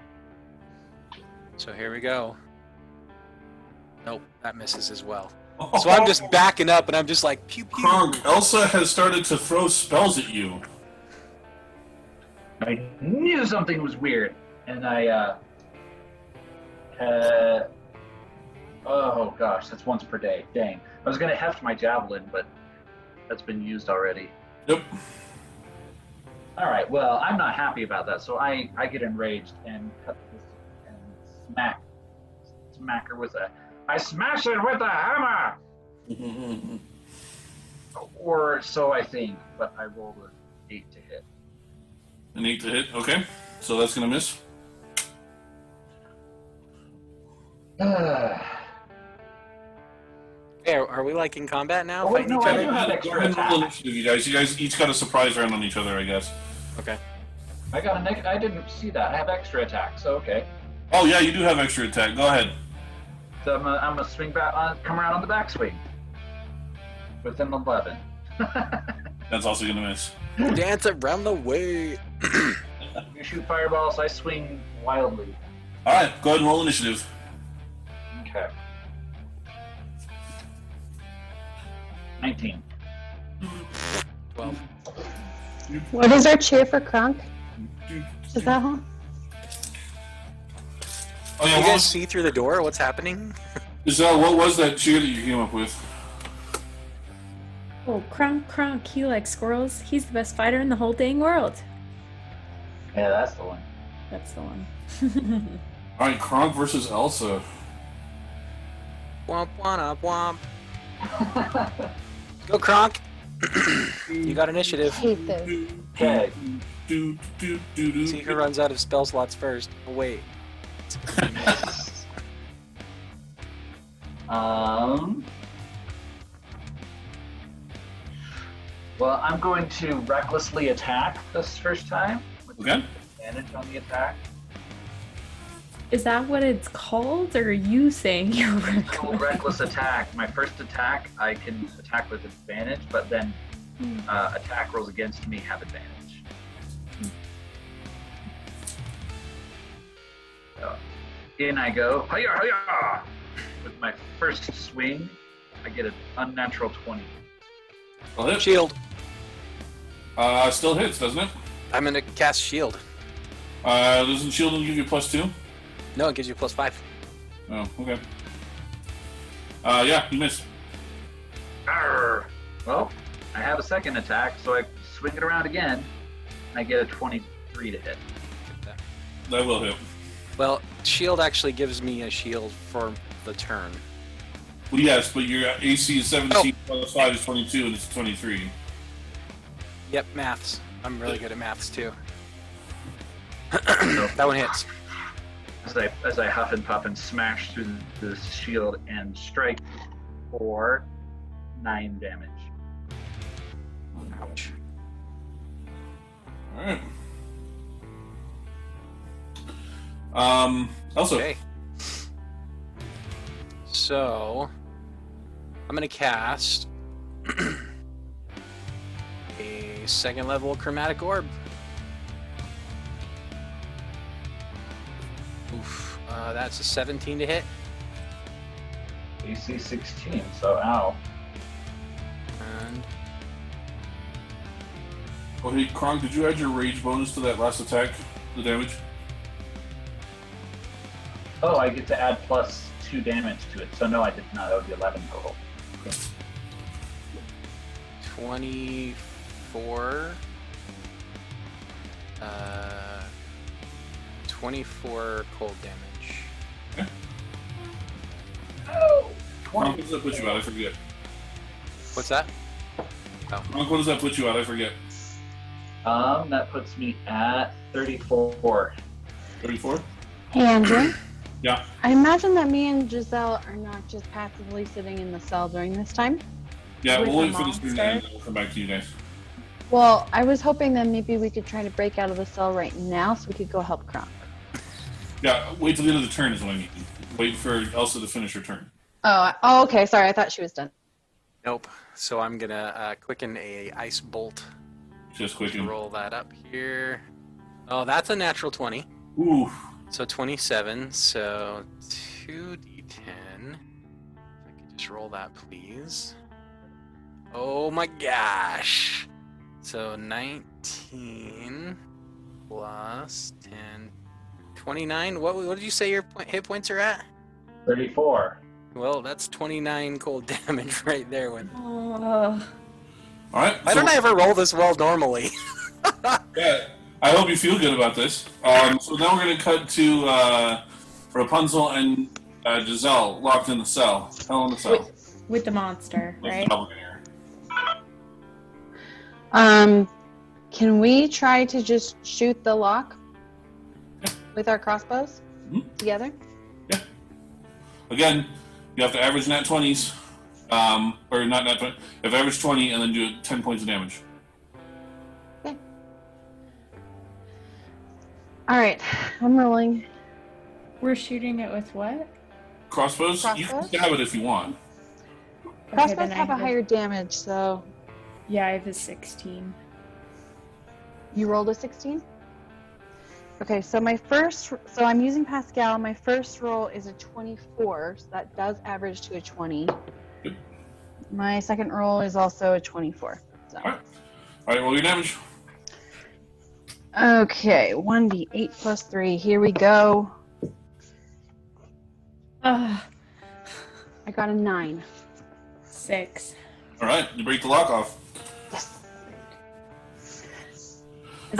[SPEAKER 5] So here we go. Nope, that misses as well. So I'm just backing up, and I'm just like pew pew.
[SPEAKER 1] Kronk, Elsa has started to throw spells at you.
[SPEAKER 4] I knew something was weird, and I, uh, uh, oh gosh, that's once per day. Dang. I was gonna heft my javelin, but that's been used already.
[SPEAKER 1] Yep.
[SPEAKER 4] All right. Well, I'm not happy about that, so I I get enraged and cut this and smack smack her with a I smash it with a hammer, or so I think. But I rolled an eight to hit.
[SPEAKER 1] An eight to hit. Okay. So that's gonna miss.
[SPEAKER 5] Hey, are, are we like in combat now?
[SPEAKER 4] Oh, wait,
[SPEAKER 5] Fighting
[SPEAKER 4] no,
[SPEAKER 5] each
[SPEAKER 4] I
[SPEAKER 5] other?
[SPEAKER 4] do have
[SPEAKER 1] Go
[SPEAKER 4] extra
[SPEAKER 1] ahead and roll
[SPEAKER 4] attack.
[SPEAKER 1] initiative, you guys. You guys each got a surprise round on each other, I guess.
[SPEAKER 5] Okay.
[SPEAKER 4] I got an. ex- I didn't see that. I have extra attack, so okay.
[SPEAKER 1] Oh yeah, you do have extra attack. Go ahead.
[SPEAKER 4] So I'm gonna, I'm gonna swing back, on, come around on the backswing with an 11.
[SPEAKER 1] That's also gonna miss.
[SPEAKER 5] Dance around the way.
[SPEAKER 4] you shoot fireballs, I swing wildly.
[SPEAKER 1] All right. Go ahead and roll initiative.
[SPEAKER 4] Okay. 19.
[SPEAKER 5] Twelve.
[SPEAKER 3] What is our cheer for Kronk? Is that one?
[SPEAKER 1] Oh yeah.
[SPEAKER 5] You
[SPEAKER 1] What
[SPEAKER 5] guys
[SPEAKER 1] was,
[SPEAKER 5] see through the door? What's happening?
[SPEAKER 1] is that? What was that cheer that you came up with?
[SPEAKER 2] Oh, Kronk, Kronk, he likes squirrels. He's the best fighter in the whole dang world.
[SPEAKER 4] Yeah, that's the one.
[SPEAKER 2] That's the one.
[SPEAKER 1] All right. Kronk versus Elsa.
[SPEAKER 5] Womp womp womp. Go Kronk. you got initiative.
[SPEAKER 3] Hate this.
[SPEAKER 4] Okay.
[SPEAKER 1] Do, do, do, do.
[SPEAKER 5] See who runs out of spell slots first. Oh, wait.
[SPEAKER 4] Um. Well, I'm going to recklessly attack this first time with
[SPEAKER 1] Okay.
[SPEAKER 4] advantage on the attack.
[SPEAKER 2] Is that what it's called, or are you saying you're
[SPEAKER 4] Cool
[SPEAKER 2] reckless?
[SPEAKER 4] reckless attack. My first attack, I can attack with advantage, but then uh, attack rolls against me have advantage. So, in I go, hiya, hiya! With my first swing, I get an unnatural 20.
[SPEAKER 1] Well, hit.
[SPEAKER 5] Shield.
[SPEAKER 1] Uh, still hits, doesn't it?
[SPEAKER 5] I'm gonna cast shield.
[SPEAKER 1] Uh, doesn't shield give you plus two?
[SPEAKER 5] No, it gives you plus five.
[SPEAKER 1] Oh, okay. Uh, yeah, you missed.
[SPEAKER 4] Arr! Well, I have a second attack, so I swing it around again, and I get a 23 to hit.
[SPEAKER 1] That will hit.
[SPEAKER 5] Well, shield actually gives me a shield for the turn.
[SPEAKER 1] Well, yes, but your AC is 17 plus 5 is 22, and it's 23.
[SPEAKER 5] Yep, maths. I'm really good at maths too. that one hits.
[SPEAKER 4] as I as I huff and puff and smash through the shield and strike for nine damage.
[SPEAKER 5] Ouch.
[SPEAKER 1] Alright. Um, also,
[SPEAKER 5] Okay. So, I'm gonna cast a second level chromatic orb. Oof, uh, that's a 17 to hit.
[SPEAKER 4] AC 16, so ow.
[SPEAKER 5] And
[SPEAKER 1] oh, hey, Kronk, did you add your rage bonus to that last attack? The damage?
[SPEAKER 4] Oh, I get to add plus two damage to it. So no, I did not. That would be eleven total.
[SPEAKER 5] 24 uh 24 cold damage
[SPEAKER 4] No.
[SPEAKER 1] Monk, what does that put you at? I forget.
[SPEAKER 5] what's that
[SPEAKER 1] Monk, what does that put you at? I forget.
[SPEAKER 4] Um, that puts me at thirty-four.
[SPEAKER 1] 34?
[SPEAKER 3] Hey, Andrew.
[SPEAKER 1] Yeah.
[SPEAKER 3] I imagine that me and Giselle are not just passively sitting in the cell during this time.
[SPEAKER 1] Yeah,
[SPEAKER 3] With
[SPEAKER 1] we'll
[SPEAKER 3] the
[SPEAKER 1] wait for this thing to end
[SPEAKER 3] monster?
[SPEAKER 1] and we'll come back to you guys.
[SPEAKER 3] Well, I was hoping that maybe we could try to break out of the cell right now so we could go help Kronk.
[SPEAKER 1] Yeah, wait till the end of the turn is what I mean. Wait for Elsa to finish her turn.
[SPEAKER 3] Oh, I- oh, okay. Sorry, I thought she was done.
[SPEAKER 5] nope so i'm gonna uh, quicken a ice bolt
[SPEAKER 1] Just quick and
[SPEAKER 5] roll that up here oh that's a natural 20
[SPEAKER 1] Ooh.
[SPEAKER 5] So 27, so 2d10. If I could just roll that, please. Oh my gosh! So 19 plus 10. 29? What, what did you say your point, hit points are at?
[SPEAKER 4] Thirty-four.
[SPEAKER 5] Well, that's 29 cold damage right there. When
[SPEAKER 1] All
[SPEAKER 2] Oh,
[SPEAKER 1] right.
[SPEAKER 5] Why don't I ever roll this well normally?
[SPEAKER 1] Yeah, I hope you feel good about this. Um, so now we're going to cut to uh, Rapunzel and uh, Giselle locked in the cell. Hell in the cell. With
[SPEAKER 2] with, with the monster,
[SPEAKER 1] the
[SPEAKER 2] right?
[SPEAKER 1] doppelganger.
[SPEAKER 3] Um, can we try to just shoot the lock with our crossbows
[SPEAKER 1] Mhm.
[SPEAKER 3] together?
[SPEAKER 1] Again, you have to average nat 20s. Um, or not nat 20. If average 20 and then do 10 points of damage.
[SPEAKER 3] All right, I'm rolling.
[SPEAKER 2] We're shooting it with what?
[SPEAKER 1] Crossbows? You can
[SPEAKER 3] Crossbows?
[SPEAKER 1] stab it if you want.
[SPEAKER 2] Okay,
[SPEAKER 3] Crossbows
[SPEAKER 2] then I
[SPEAKER 3] have a higher damage, so
[SPEAKER 2] Yeah, I have a 16.
[SPEAKER 3] you rolled a 16. Okay, so my first, so I'm using Pascal. My first roll is a 24, so that does average to a 20.
[SPEAKER 1] Good.
[SPEAKER 3] My second roll is also a 24. So.
[SPEAKER 1] Alright. All right, roll your damage.
[SPEAKER 3] Okay, 1d8 plus 3. Here we go.
[SPEAKER 2] Ugh,
[SPEAKER 3] Ah. I got a 9.
[SPEAKER 2] six.
[SPEAKER 1] All right, you break the lock off.
[SPEAKER 2] Is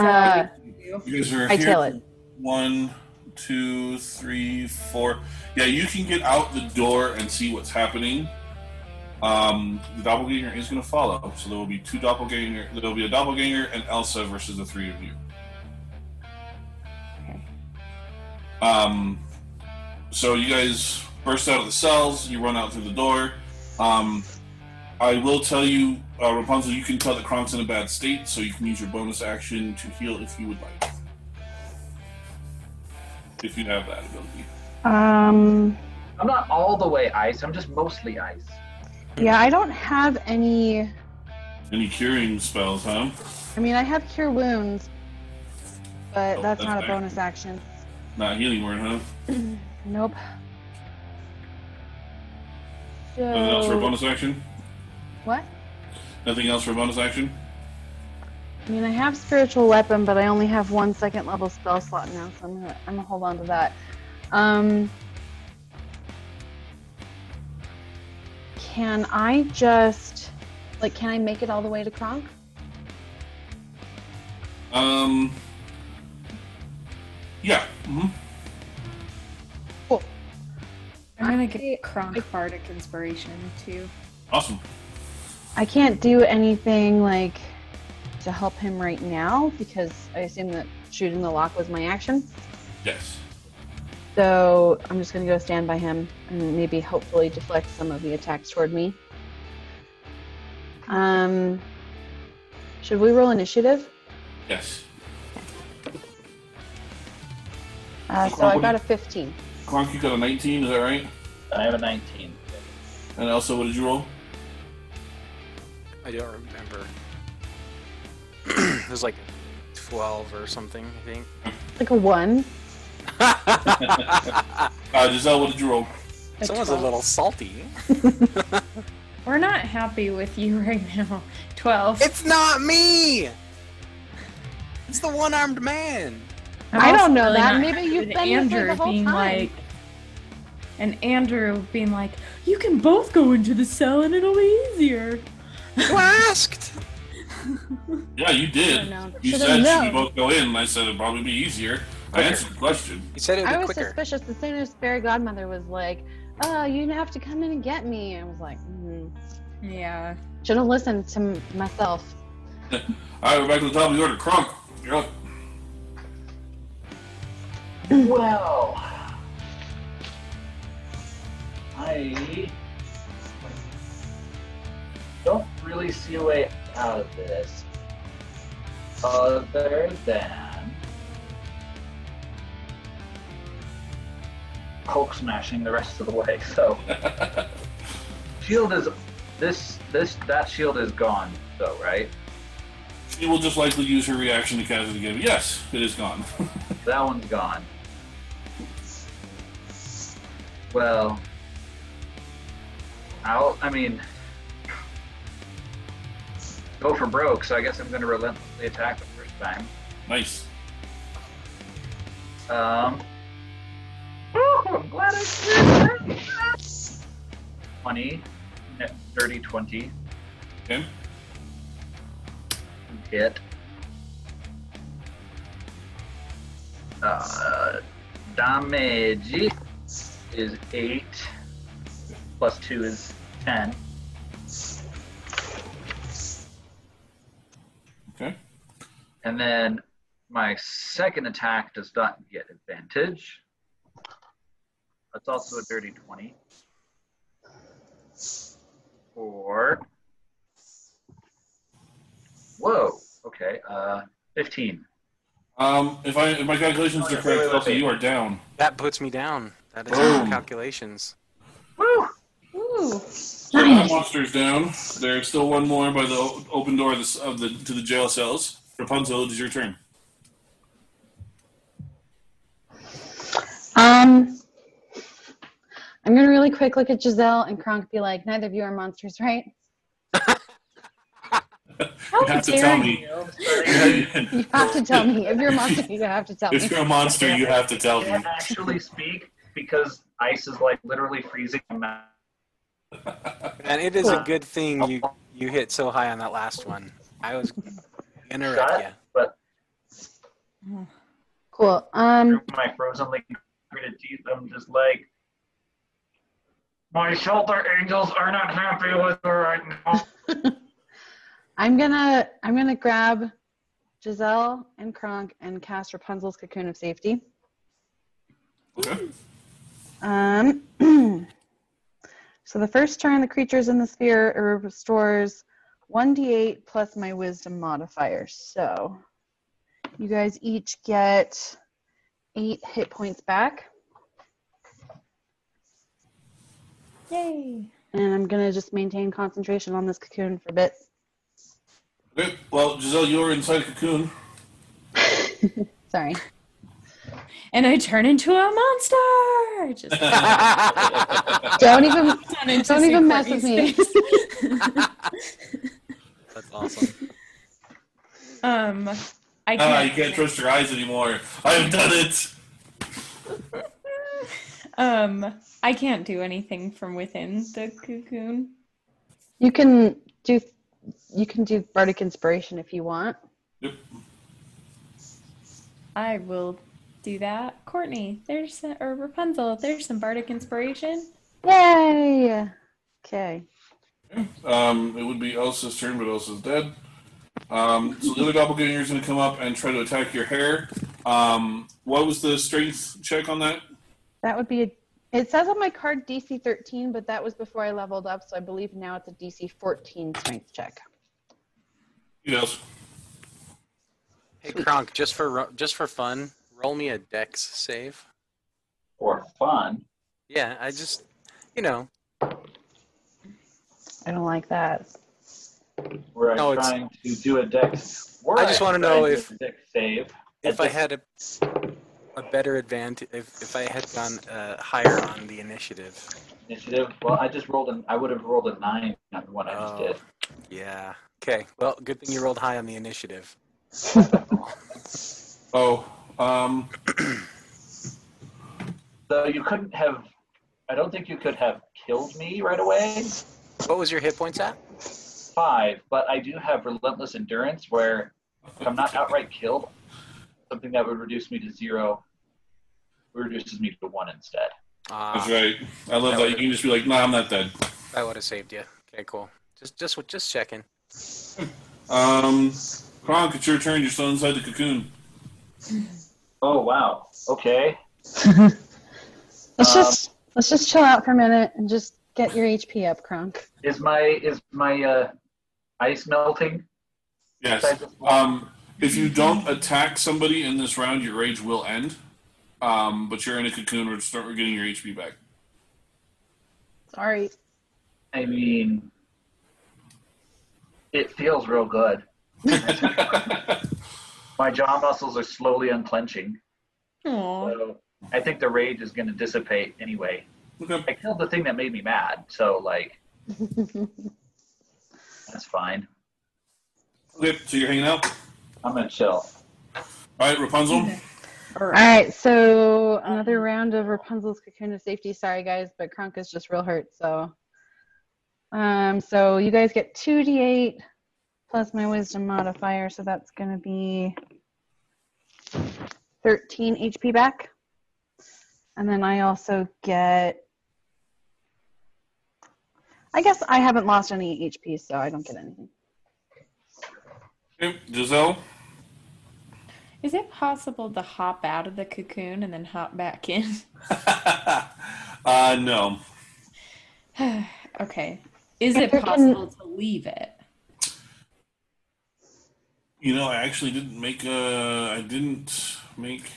[SPEAKER 2] that
[SPEAKER 3] Uh,
[SPEAKER 2] what you do?
[SPEAKER 1] You guys are
[SPEAKER 3] I
[SPEAKER 1] here.
[SPEAKER 3] kill it.
[SPEAKER 1] One, two, three, four. Yeah, you can get out the door and see what's happening. Um, the doppelganger is going to follow, so there will be two doppelganger. There will be a doppelganger and Elsa versus the three of you.
[SPEAKER 2] Okay.
[SPEAKER 1] Um, so you guys burst out of the cells. You run out through the door. Um, I will tell you, uh, Rapunzel, you can tell that Kronk's in a bad state, so you can use your bonus action to heal if you would like. If you have that ability.
[SPEAKER 3] Um,
[SPEAKER 4] I'm not all the way ice. I'm just mostly ice.
[SPEAKER 3] yeah, I don't have any.
[SPEAKER 1] Any curing spells, huh?
[SPEAKER 3] I mean, I have cure wounds, but
[SPEAKER 1] Oh,
[SPEAKER 3] that's
[SPEAKER 1] that's
[SPEAKER 3] not a
[SPEAKER 1] better.
[SPEAKER 3] bonus action.
[SPEAKER 1] Not healing word, huh?
[SPEAKER 3] Nope.
[SPEAKER 1] Nothing else for a
[SPEAKER 3] So,
[SPEAKER 1] bonus action?
[SPEAKER 3] what?
[SPEAKER 1] Nothing else for a bonus action?
[SPEAKER 3] I mean, I have spiritual weapon, but I only have one second level spell slot now, so I'm gonna, I'm gonna hold on to that. Um, can I just, like, can I make it all the way to Kronk?
[SPEAKER 1] Um. Yeah. hmm
[SPEAKER 3] Cool.
[SPEAKER 2] I'm going to
[SPEAKER 3] I-
[SPEAKER 2] give Kronk Bardic inspiration too.
[SPEAKER 1] Awesome.
[SPEAKER 3] I can't do anything like to help him right now because I assume that shooting the lock was my action.
[SPEAKER 1] Yes.
[SPEAKER 3] So I'm just gonna go stand by him and maybe hopefully deflect some of the attacks toward me. Um, should we roll initiative?
[SPEAKER 1] Yes.
[SPEAKER 3] Uh, so I got a 15.
[SPEAKER 1] Clonk, you got a 19, is that right?
[SPEAKER 4] I have a 19.
[SPEAKER 1] And Elsa, what did you roll?
[SPEAKER 5] I don't remember. it was like 12 or something, I think.
[SPEAKER 3] Like a one.
[SPEAKER 1] Uh, Giselle, what did you roll?
[SPEAKER 2] A
[SPEAKER 5] Someone's
[SPEAKER 2] 12.
[SPEAKER 5] a little salty.
[SPEAKER 2] We're not happy with you right now. 12.
[SPEAKER 5] It's not me! It's the one armed man!
[SPEAKER 2] I'm
[SPEAKER 3] I don't
[SPEAKER 2] also
[SPEAKER 3] know
[SPEAKER 2] really
[SPEAKER 3] that.
[SPEAKER 2] not
[SPEAKER 3] Maybe
[SPEAKER 2] happy
[SPEAKER 3] you've
[SPEAKER 2] with
[SPEAKER 3] been with her the whole
[SPEAKER 2] being
[SPEAKER 3] time.
[SPEAKER 2] like, and Andrew being like, "You can both go into the cell, and it'll be easier."
[SPEAKER 5] You asked.
[SPEAKER 1] Yeah, you did.
[SPEAKER 3] No, no.
[SPEAKER 1] You
[SPEAKER 3] Should've
[SPEAKER 1] said should
[SPEAKER 3] known.
[SPEAKER 1] we both go in? And I said it'd probably be easier. I
[SPEAKER 5] Quicker.
[SPEAKER 1] answered the question.
[SPEAKER 5] You said it would
[SPEAKER 3] I
[SPEAKER 5] be
[SPEAKER 3] was
[SPEAKER 5] quicker.
[SPEAKER 3] suspicious. The same as fairy godmother was like, "Oh, you didn't have to come in and get me." I was like, mm,
[SPEAKER 2] Yeah.
[SPEAKER 3] "Should have listened to m- myself."
[SPEAKER 1] All right, we're back to the top of the order. Kronk, you're up.
[SPEAKER 4] Well, I don't really see a way out of this other than Hulk smashing the rest of the way. So shield is this this that shield is gone though, right?
[SPEAKER 1] She will just likely use her reaction to cast it again. Yes, it is gone.
[SPEAKER 4] That one's gone. Well, I'll, I mean, go for broke, so I guess I'm going to relentlessly attack the first time.
[SPEAKER 1] nice.
[SPEAKER 4] Um, woo, I'm glad I did that. 20, net dirty 20
[SPEAKER 1] Okay.
[SPEAKER 4] hit. Uh, damage is 8, plus 2 is 10.
[SPEAKER 1] Okay.
[SPEAKER 4] And then my second attack does not get advantage. That's also a dirty 20. Or. Whoa. Okay. Uh, 15.
[SPEAKER 1] Um, if I if my calculations are
[SPEAKER 4] Wait, wait,
[SPEAKER 1] correct,
[SPEAKER 4] wait,
[SPEAKER 1] Elsa,
[SPEAKER 4] wait.
[SPEAKER 1] you are down.
[SPEAKER 5] That puts me down. That is
[SPEAKER 1] Boom.
[SPEAKER 5] my calculations.
[SPEAKER 4] Woo!
[SPEAKER 2] Ooh.
[SPEAKER 1] So that monster's down. There's still one more by the o- open door of the, of the to the jail cells. Rapunzel, it is your turn.
[SPEAKER 3] Um, I'm gonna really quick look at Giselle and Kronk and be like, "Neither of you are monsters, right?"
[SPEAKER 2] How
[SPEAKER 1] have to
[SPEAKER 2] dare
[SPEAKER 1] tell me.
[SPEAKER 2] you.
[SPEAKER 3] You have to tell me if you're a monster. You have to tell me.
[SPEAKER 1] if you're a monster, you have to tell me.
[SPEAKER 4] can't actually speak because ice is like literally freezing my mouth.
[SPEAKER 5] And it is a good thing you you hit so high on that last one. I was gonna wreck you.
[SPEAKER 4] But
[SPEAKER 3] Cool. Um,
[SPEAKER 4] through my frozenly gritted teeth, I'm just like, my shoulder angels are not happy with her right now.
[SPEAKER 3] I'm gonna I'm gonna grab Giselle and Kronk and cast Rapunzel's Cocoon of Safety.
[SPEAKER 1] Okay.
[SPEAKER 3] Um, so the first turn, the creatures in the sphere it restores 1d8 plus my wisdom modifier. So you guys each get eight hit points back.
[SPEAKER 2] Yay.
[SPEAKER 3] And I'm going to just maintain concentration on this cocoon for a bit.
[SPEAKER 1] Okay. Well, Giselle, you're inside a cocoon.
[SPEAKER 3] Sorry.
[SPEAKER 2] And I turn into a monster. Just
[SPEAKER 3] Don't even.
[SPEAKER 2] turn into
[SPEAKER 3] Don't even
[SPEAKER 2] Sue
[SPEAKER 3] mess with me.
[SPEAKER 2] Courtney's face.
[SPEAKER 5] That's awesome.
[SPEAKER 2] um, I can't.
[SPEAKER 1] Ah, you can't trust your eyes anymore. I have done it.
[SPEAKER 2] um, I can't do anything from within the cocoon.
[SPEAKER 3] You can do. You can do bardic inspiration if you want.
[SPEAKER 1] Yep.
[SPEAKER 2] I will do that. Courtney, there's a, or Rapunzel, there's some bardic inspiration.
[SPEAKER 3] Yay! Okay.
[SPEAKER 1] Um, it would be Elsa's turn, but Elsa's dead. Um, so the other doppelganger is going to come up and try to attack your hair. Um, what was the strength check on that?
[SPEAKER 3] That would be a. It says on my card DC 13, but that was before I leveled up, so I believe now it's a DC 14 strength check.
[SPEAKER 1] Yes.
[SPEAKER 5] Hey Kronk, just for ro- just for fun, roll me a Dex save.
[SPEAKER 4] For fun.
[SPEAKER 5] Yeah, I just you know
[SPEAKER 3] I don't like that.
[SPEAKER 4] We're
[SPEAKER 5] No, it's-
[SPEAKER 4] trying to do a dex. We're
[SPEAKER 5] I just wanna know
[SPEAKER 4] trying to
[SPEAKER 5] if-
[SPEAKER 4] do a dex save.
[SPEAKER 5] if I had a a better advantage if, if I had gone uh, higher on the initiative.
[SPEAKER 4] initiative. Well, I just rolled an. I would have rolled a nine on the one I just
[SPEAKER 5] Oh.
[SPEAKER 4] did.
[SPEAKER 5] Yeah. Okay. Well, good thing you rolled high on the initiative.
[SPEAKER 1] Oh, um,
[SPEAKER 4] So you couldn't have I don't think you could have killed me right away.
[SPEAKER 5] What was your hit points at?
[SPEAKER 4] Five, but I do have relentless endurance where if I'm not outright killed, something that would reduce me to zero reduces me to one instead.
[SPEAKER 5] Ah,
[SPEAKER 1] That's right. I love that. You can just be like, nah, I'm not dead.
[SPEAKER 5] that would have saved you. Okay, cool. Just just just checking.
[SPEAKER 1] Um, Kronk, it's your turn. You're still inside the cocoon.
[SPEAKER 4] Oh wow. Okay.
[SPEAKER 3] Let's
[SPEAKER 4] Um,
[SPEAKER 3] just let's just chill out for a minute and just get your HP up, Kronk.
[SPEAKER 4] Is my is my uh, ice melting?
[SPEAKER 1] Yes. Um, if you don't attack somebody in this round, your rage will end. Um, but you're in a cocoon or start getting your HP back.
[SPEAKER 3] Sorry.
[SPEAKER 4] I mean, it feels real good. My jaw muscles are slowly unclenching,
[SPEAKER 2] Aw.
[SPEAKER 4] so I think the rage is going to dissipate anyway.
[SPEAKER 1] okay.
[SPEAKER 4] I killed the thing that made me mad, so like, that's fine.
[SPEAKER 1] okay. So you're hanging out.
[SPEAKER 4] I'm gonna chill.
[SPEAKER 1] All right, Rapunzel.
[SPEAKER 3] All right, so another round of Rapunzel's cocoon of safety. Sorry guys, but Kronk is just real hurt. So, um, so you guys get two d8 plus my wisdom modifier, so that's gonna be 13 HP back, and then I also get. I guess I haven't lost any HP, so I don't get anything.
[SPEAKER 1] Okay. Giselle.
[SPEAKER 2] Is it possible to hop out of the cocoon and then hop back in?
[SPEAKER 1] uh, no.
[SPEAKER 2] okay. Is it
[SPEAKER 3] Freaking-
[SPEAKER 2] possible to leave it?
[SPEAKER 1] You know, I actually didn't make a. I didn't make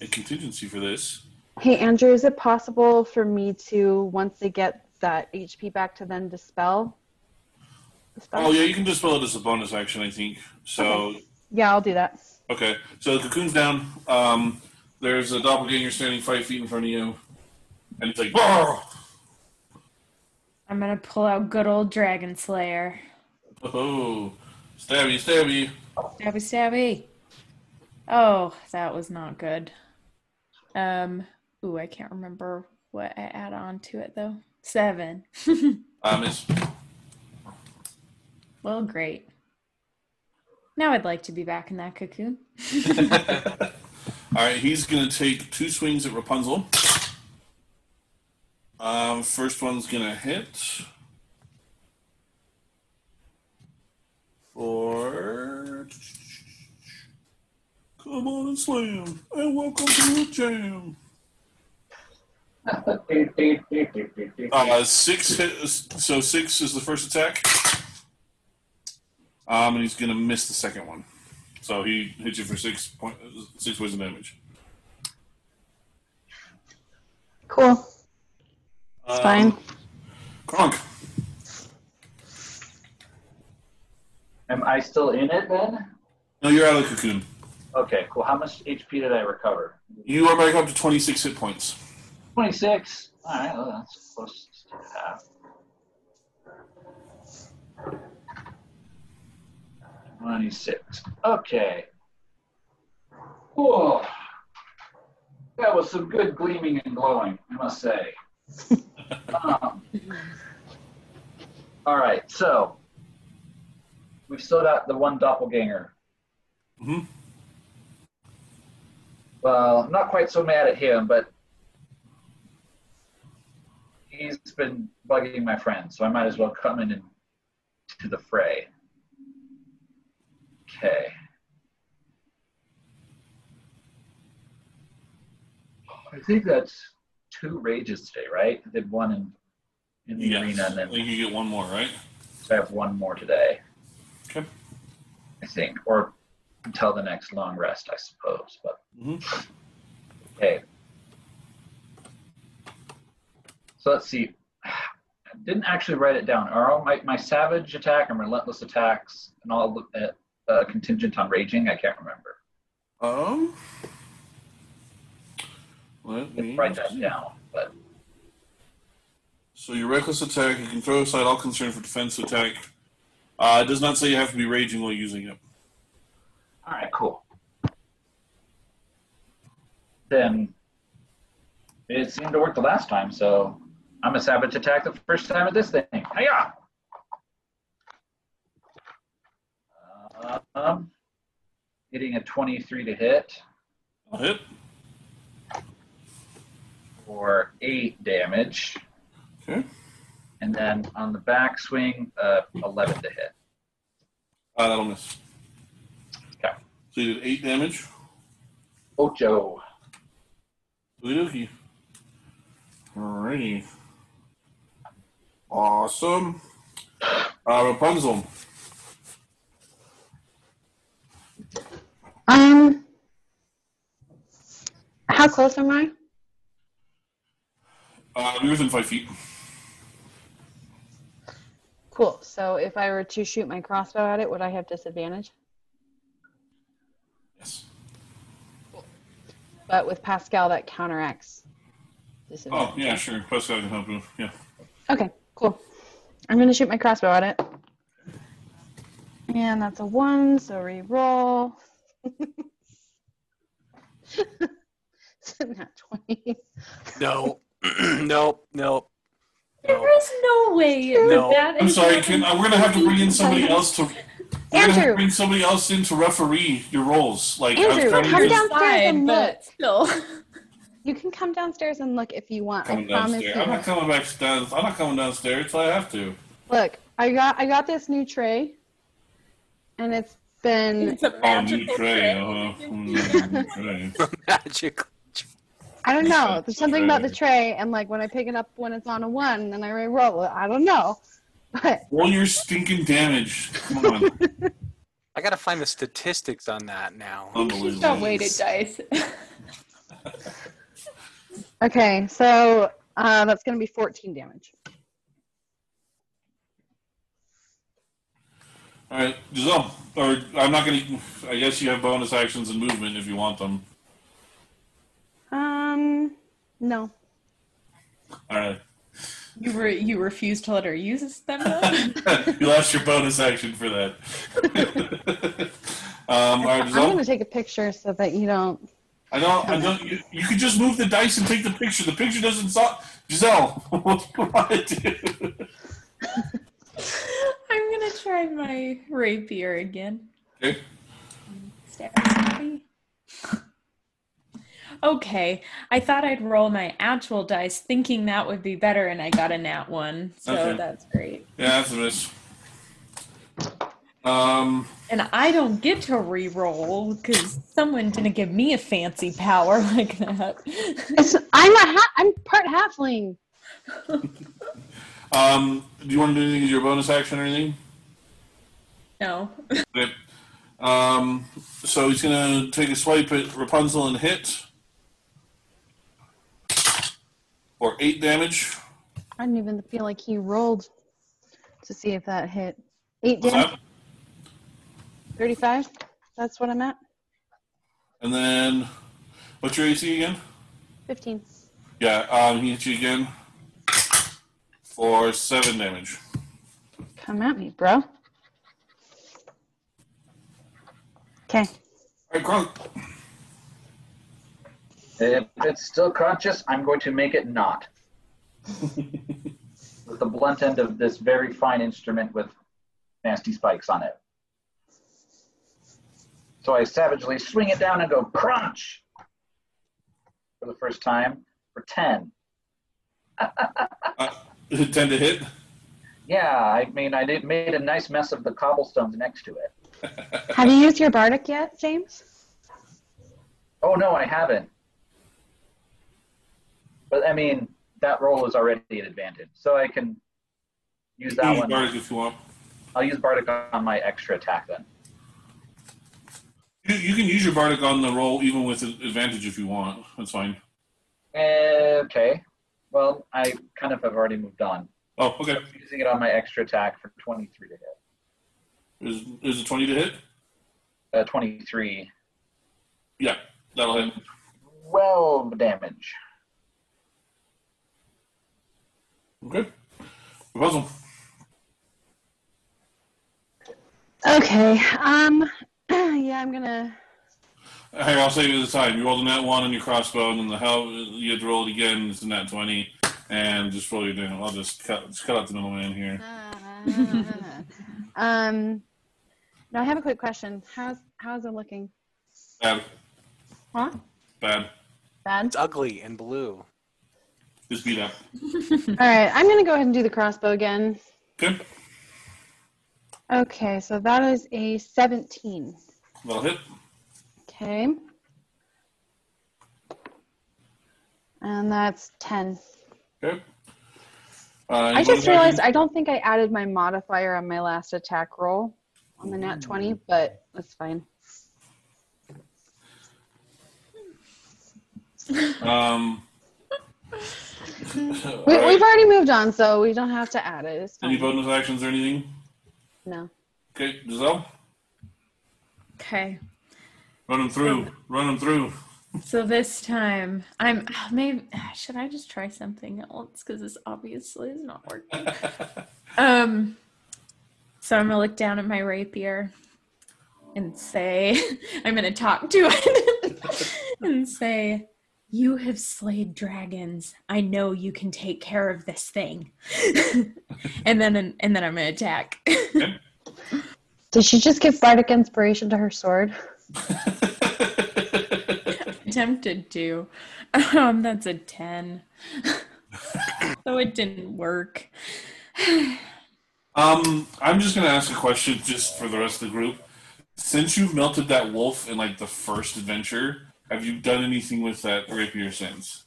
[SPEAKER 1] a contingency for this.
[SPEAKER 3] Hey, Andrew, is it possible for me to, once they get that HP back, to then dispel? the spell?
[SPEAKER 1] Oh yeah, you can dispel it as a bonus action, I think. So
[SPEAKER 3] Yeah, I'll do that.
[SPEAKER 1] okay, so the cocoon's down. Um, there's a doppelganger standing five feet in front of you, and it's like, "Brr!"
[SPEAKER 2] I'm gonna pull out good old Dragon Slayer.
[SPEAKER 1] oh, stabby, stabby.
[SPEAKER 2] Stabby stabby. Oh, that was not good. Um ooh, I can't remember what I add on to it though. Seven.
[SPEAKER 1] I Uh, miss.
[SPEAKER 2] well great. Now I'd like to be back in that cocoon.
[SPEAKER 1] All right, he's gonna take two swings at Rapunzel. Um, first one's gonna hit for. Come on and slam, and welcome to the jam. Uh, six hit, so six is the first attack. Um, and he's gonna miss the second one. So he hits you for six point six points of damage.
[SPEAKER 3] Cool. It's
[SPEAKER 1] Um,
[SPEAKER 3] fine.
[SPEAKER 1] Kronk.
[SPEAKER 4] Am I still in it then?
[SPEAKER 1] No, you're out of the cocoon.
[SPEAKER 4] Okay, cool. How much HP did I recover?
[SPEAKER 1] You are back up to twenty six hit points.
[SPEAKER 4] 26. All right, well, that's close to half. Twenty-six. Okay. Whoa. That was some good gleaming and glowing, I must say. um, all right, so we've still got the one doppelganger.
[SPEAKER 1] Mhm.
[SPEAKER 4] Well, I'm not quite so mad at him, but he's been bugging my friend, so I might as well come in and to the fray. Okay. I think that's two rages today, right? I did one in, in the
[SPEAKER 1] Yes.
[SPEAKER 4] arena, and
[SPEAKER 1] I
[SPEAKER 4] then
[SPEAKER 1] think you get one more, right?
[SPEAKER 4] so I have one more today.
[SPEAKER 1] Okay.
[SPEAKER 4] I think, or until the next long rest, I suppose. But
[SPEAKER 1] Mhm.
[SPEAKER 4] okay. So let's see. I didn't actually write it down. Are all my, my savage attack and relentless attacks and all the, uh, uh, contingent on raging? I can't remember.
[SPEAKER 1] Um. Let me
[SPEAKER 4] Write that down. But
[SPEAKER 1] So your reckless attack, you can throw aside all concern for defense attack. Uh, it does not say you have to be raging while using it.
[SPEAKER 4] all right, cool. Then it seemed to work the last time, so I'm gonna savage attack the first time at this thing. Hiya! Um, hitting a 23 to hit
[SPEAKER 1] I'll hit.
[SPEAKER 4] for eight damage,
[SPEAKER 1] Okay.
[SPEAKER 4] and then on the backswing, uh, 11 to hit.
[SPEAKER 1] Uh, that'll miss.
[SPEAKER 4] Okay.
[SPEAKER 1] So you did eight damage.
[SPEAKER 4] Ocho.
[SPEAKER 1] Okey-dokey. Alrighty. Awesome. Uh, Rapunzel.
[SPEAKER 3] Um, how close am I?
[SPEAKER 1] Uh, you're within five feet.
[SPEAKER 3] Cool. So if I were to shoot my crossbow at it, would I have disadvantage?
[SPEAKER 1] Yes.
[SPEAKER 3] But with Pascal, that counteracts
[SPEAKER 1] Oh,
[SPEAKER 3] disadvantage.
[SPEAKER 1] yeah, sure. Pascal can help you. Yeah.
[SPEAKER 3] Okay, cool. I'm gonna shoot my crossbow at it. And that's a one, so re-roll. Not twenty.
[SPEAKER 5] No, no, no.
[SPEAKER 2] There is no way
[SPEAKER 5] No.
[SPEAKER 2] that
[SPEAKER 1] I'm
[SPEAKER 2] is
[SPEAKER 1] sorry,
[SPEAKER 2] happening.
[SPEAKER 1] Ken. uh, We're going to have to bring in somebody else to. we're gonna have to
[SPEAKER 3] Andrew.
[SPEAKER 1] Bring somebody else in to referee your roles. Like I was
[SPEAKER 3] Andrew,
[SPEAKER 1] trying to
[SPEAKER 3] come
[SPEAKER 1] just-
[SPEAKER 3] down- downstairs and
[SPEAKER 2] but
[SPEAKER 3] look.
[SPEAKER 2] still.
[SPEAKER 3] You can come downstairs and look if you want. I
[SPEAKER 1] coming
[SPEAKER 3] promise
[SPEAKER 1] downstairs.
[SPEAKER 3] you.
[SPEAKER 1] I'm not coming back down. I'm not coming downstairs until I have to.
[SPEAKER 3] Look, I got I got this new tray, and it's been
[SPEAKER 2] It's a
[SPEAKER 1] Oh, new
[SPEAKER 2] magical
[SPEAKER 1] tray.
[SPEAKER 2] trick.
[SPEAKER 1] Uh, hmm, new tray.
[SPEAKER 5] Magic.
[SPEAKER 3] I don't know. There's
[SPEAKER 1] It's
[SPEAKER 3] something about the
[SPEAKER 1] tray.
[SPEAKER 3] tray, and like when I pick it up when it's on a one, then I re-roll it. I don't know, but
[SPEAKER 1] Roll your stinking damage. Come on.
[SPEAKER 5] I gotta find the statistics on that now.
[SPEAKER 1] Unbelievable.
[SPEAKER 2] The weighted dice.
[SPEAKER 3] okay. So uh, that's gonna be 14 damage.
[SPEAKER 1] All right, Giselle. Or I'm not going to. I guess you have bonus actions and movement if you want them.
[SPEAKER 3] Um, no.
[SPEAKER 1] All right.
[SPEAKER 2] You were you refused to let her use them. Though?
[SPEAKER 1] you lost your bonus action for that. um, all right,
[SPEAKER 3] I'm
[SPEAKER 1] Giselle.
[SPEAKER 3] going to take a picture so that you don't.
[SPEAKER 1] I don't. I don't. You, you could just move the dice and take the picture. The picture doesn't stop. Giselle, what do you want to do?
[SPEAKER 2] I'm gonna try my rapier again.
[SPEAKER 1] Okay.
[SPEAKER 2] Stab somebody. Okay, I thought I'd roll my actual dice, thinking that would be better, and I got a nat one, so
[SPEAKER 1] Okay.
[SPEAKER 2] that's great.
[SPEAKER 1] Yeah, that's a miss. Um.
[SPEAKER 2] And I don't get to re-roll because someone didn't give me a fancy power like that.
[SPEAKER 3] It's, I'm a ha- I'm part halfling.
[SPEAKER 1] Um. Do you want to do anything as your bonus action or anything?
[SPEAKER 2] no,
[SPEAKER 1] Okay. Um. So he's gonna take a swipe at Rapunzel and hit. Or eight damage.
[SPEAKER 3] I didn't even feel like he rolled to see if that hit. Eight
[SPEAKER 1] What's
[SPEAKER 3] damage,
[SPEAKER 1] that?
[SPEAKER 3] 35. That's what I'm at.
[SPEAKER 1] And then, what's your AC again?
[SPEAKER 3] 15.
[SPEAKER 1] Yeah, um, he hits you again for seven damage.
[SPEAKER 3] Come at me, bro. Okay.
[SPEAKER 1] All right, Gronk.
[SPEAKER 4] If it's still conscious, I'm going to make it not. with the blunt end of this very fine instrument with nasty spikes on it. So I savagely swing it down and go crunch for the first time for 10.
[SPEAKER 1] Uh, ten to hit.
[SPEAKER 4] Yeah, I mean, I did, made a nice mess of the cobblestones next to it.
[SPEAKER 3] Have you used your bardic yet, James?
[SPEAKER 4] Oh, no, I haven't. But I mean, that roll is already an advantage. So I can use that
[SPEAKER 1] Use
[SPEAKER 4] one.
[SPEAKER 1] bardic if you want.
[SPEAKER 4] I'll use Bardic on my extra attack then.
[SPEAKER 1] You, you can use your bardic on the roll even with ad- advantage if you want. That's fine.
[SPEAKER 4] Eh, Okay. Well, I kind of have already moved on.
[SPEAKER 1] Oh, okay.
[SPEAKER 4] I'm using it on my extra attack for 23 to hit.
[SPEAKER 1] Is is it twenty to hit?
[SPEAKER 4] Uh, 23.
[SPEAKER 1] Yeah, that'll hit.
[SPEAKER 4] 12 damage.
[SPEAKER 1] Okay. Puzzle.
[SPEAKER 3] Okay. Um, yeah, I'm going to.
[SPEAKER 1] Hey, I'll save you the time. You rolled a nat one on your crossbow, and then the hell you had to roll it again. It's a nat twenty. and just roll your damage. I'll just cut, just cut out the middleman here.
[SPEAKER 3] um, now I have a quick question. How's how's it looking?
[SPEAKER 1] Bad,
[SPEAKER 3] Huh?
[SPEAKER 1] bad.
[SPEAKER 3] Bad.
[SPEAKER 5] It's ugly and blue.
[SPEAKER 1] Just beat up.
[SPEAKER 3] All right, I'm gonna go ahead and do the crossbow again.
[SPEAKER 1] Okay,
[SPEAKER 3] Okay, so that is a 17.
[SPEAKER 1] that'll hit.
[SPEAKER 3] Okay. And that's 10.
[SPEAKER 1] Okay. Uh, you
[SPEAKER 3] I
[SPEAKER 1] wanna
[SPEAKER 3] just
[SPEAKER 1] try
[SPEAKER 3] realized
[SPEAKER 1] again?
[SPEAKER 3] I don't think I added my modifier on my last attack roll on the nat
[SPEAKER 1] Mm.
[SPEAKER 3] 20, but that's fine.
[SPEAKER 1] Um,
[SPEAKER 3] We,
[SPEAKER 1] alright.
[SPEAKER 3] We've already moved on, so we don't have to add it. It's
[SPEAKER 1] Any
[SPEAKER 3] fine.
[SPEAKER 1] bonus actions or anything?
[SPEAKER 3] No.
[SPEAKER 1] Okay, Giselle,
[SPEAKER 2] Okay.
[SPEAKER 1] run them through. Run them through.
[SPEAKER 2] So this time I'm maybe should I just try something else because this obviously is not working. um, so I'm gonna look down at my rapier and say I'm gonna talk to it and say, "You have slayed dragons. I know you can take care of this thing." and then and then I'm gonna attack.
[SPEAKER 3] Did she just give bardic inspiration to her sword?
[SPEAKER 2] Tempted to. Um, that's a 10. so it didn't work.
[SPEAKER 1] um, I'm just gonna ask a question just for the rest of the group. Since you've melted that wolf in like the first adventure, have you done anything with that rapier since?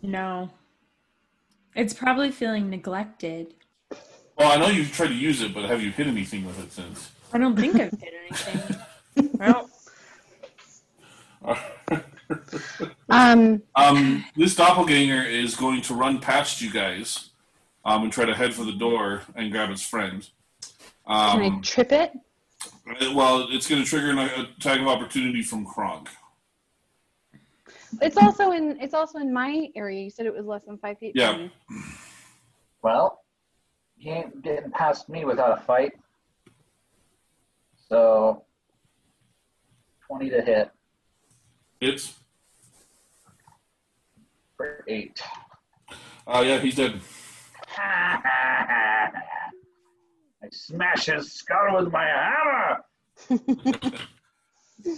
[SPEAKER 2] No. It's probably feeling neglected.
[SPEAKER 1] Well, I know you've tried to use it, but have you hit anything with it since?
[SPEAKER 2] I don't think I've hit anything. Well,
[SPEAKER 3] Um,
[SPEAKER 1] Um, this doppelganger is going to run past you guys um, and try to head for the door and grab its friend.
[SPEAKER 3] can
[SPEAKER 1] Um,
[SPEAKER 3] I trip it?
[SPEAKER 1] Well, it's going to trigger an attack of opportunity from Kronk.
[SPEAKER 3] It's also in it's also in my area. You said it was less than five feet.
[SPEAKER 1] Yeah.
[SPEAKER 3] from me.
[SPEAKER 4] Well, he ain't getting past me without a fight. So, 20 to hit
[SPEAKER 1] It's
[SPEAKER 4] for 8.
[SPEAKER 1] uh, yeah, he's dead.
[SPEAKER 4] I smash his skull with my hammer.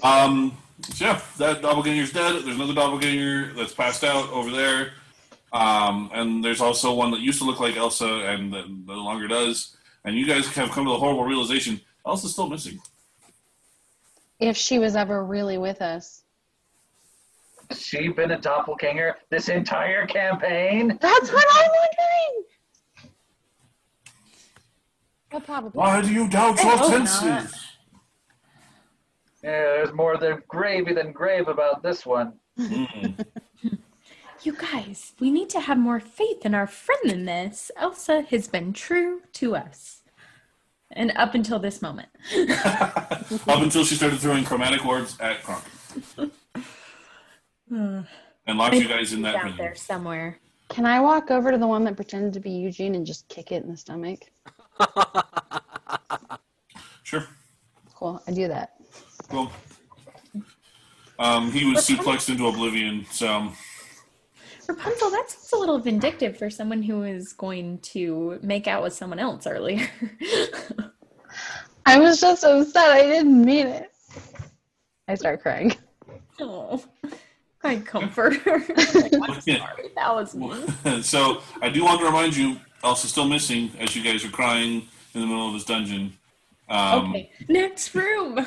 [SPEAKER 1] Um, so yeah, that doppelganger's dead. There's another doppelganger that's passed out over there, um, and there's also one that used to look like Elsa and that no longer does. And you guys have come to the horrible realization Elsa's still missing.
[SPEAKER 3] If she was ever really with us.
[SPEAKER 4] Has She been a doppelganger this entire campaign.
[SPEAKER 3] That's what I'm wondering. Well, probably.
[SPEAKER 1] Why do you doubt your
[SPEAKER 2] hope
[SPEAKER 1] senses?
[SPEAKER 2] not.
[SPEAKER 4] Yeah, there's more than gravy than grave about this one.
[SPEAKER 1] Mm.
[SPEAKER 2] you guys, we need to have more faith in our friend than this. Elsa has been true to us. And up until this moment.
[SPEAKER 1] Up until she started throwing chromatic orbs at Kronk
[SPEAKER 2] Hmm.
[SPEAKER 1] and locked you guys in that
[SPEAKER 2] Down
[SPEAKER 1] prison.
[SPEAKER 2] there somewhere.
[SPEAKER 3] Can I walk over to the one that pretended to be Eugene and just kick it in the stomach?
[SPEAKER 1] Sure.
[SPEAKER 3] Cool. I do that.
[SPEAKER 1] Well, um, he was suplexed into oblivion, so um,
[SPEAKER 2] Rapunzel, that sounds a little vindictive for someone who is going to make out with someone else earlier.
[SPEAKER 3] I was just upset. I didn't mean it. I start crying.
[SPEAKER 2] oh, my comfort. I'm sorry, that was me.
[SPEAKER 1] so I do want to remind you, Elsa's still missing as you guys are crying in the middle of this dungeon. Um,
[SPEAKER 2] Okay, next room.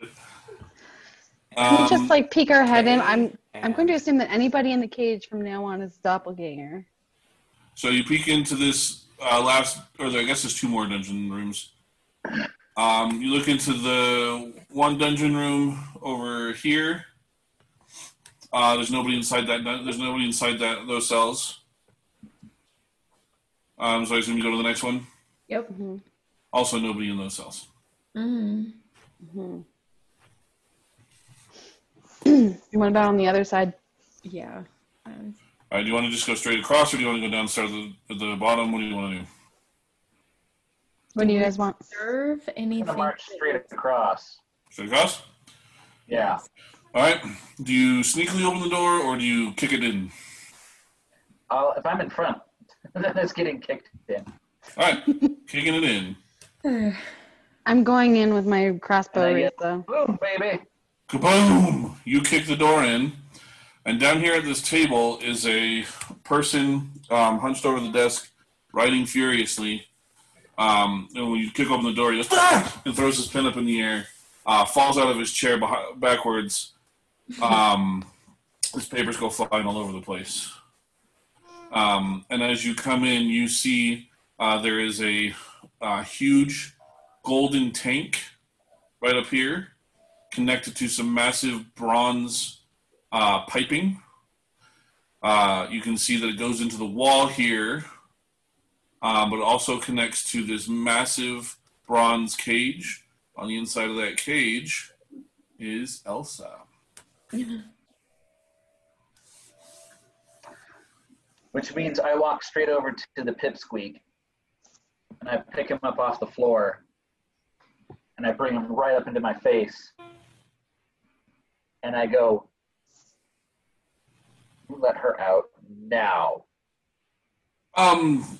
[SPEAKER 3] We
[SPEAKER 1] um,
[SPEAKER 3] just like peek our head in. I'm I'm
[SPEAKER 5] and-
[SPEAKER 3] going to assume that anybody in the cage from now on is a doppelganger.
[SPEAKER 1] so you peek into this uh, last, or there, I guess there's two more dungeon rooms. Um, you look into the one dungeon room over here. Uh, there's nobody inside that. dun- There's nobody inside that those cells. Um, so I assume you go to the next one.
[SPEAKER 2] Yep.
[SPEAKER 3] Mm-hmm.
[SPEAKER 1] Also, nobody in those cells.
[SPEAKER 2] Mm.
[SPEAKER 3] What about on the other side?
[SPEAKER 2] Yeah. Um,
[SPEAKER 1] All right, do you want to just go straight across, or do you want to go down, start at the, at the bottom? What do you want to do?
[SPEAKER 3] What do you guys want?
[SPEAKER 2] Observe
[SPEAKER 4] I'm
[SPEAKER 2] anything.
[SPEAKER 4] gonna march
[SPEAKER 2] that-
[SPEAKER 4] straight across.
[SPEAKER 1] Straight across.
[SPEAKER 4] Yeah.
[SPEAKER 1] All right. Do you sneakily open the door, or do you kick it in?
[SPEAKER 4] I'll, if I'm in front, then it's getting kicked in.
[SPEAKER 1] All right, kicking it in.
[SPEAKER 3] I'm going in with my
[SPEAKER 4] And
[SPEAKER 3] crossbow
[SPEAKER 4] I
[SPEAKER 3] raise,
[SPEAKER 4] get-
[SPEAKER 3] though.
[SPEAKER 4] Boom, baby.
[SPEAKER 1] Kaboom! You kick the door in, and down here at this table is a person um, hunched over the desk, writing furiously. Um, and when you kick open the door, he goes "Ah!" and throws his pen up in the air, uh, falls out of his chair behi- backwards. Um, his papers go flying all over the place. Um, and as you come in, you see uh, there is a uh, huge golden tank right up here connected to some massive bronze uh, piping. Uh, you can see that it goes into the wall here, uh, but it also connects to this massive bronze cage. On the inside of that cage is Elsa.
[SPEAKER 4] Which means I walk straight over to the pipsqueak and I pick him up off the floor and I bring him right up into my face. And I go, "You let her out now.
[SPEAKER 1] Um,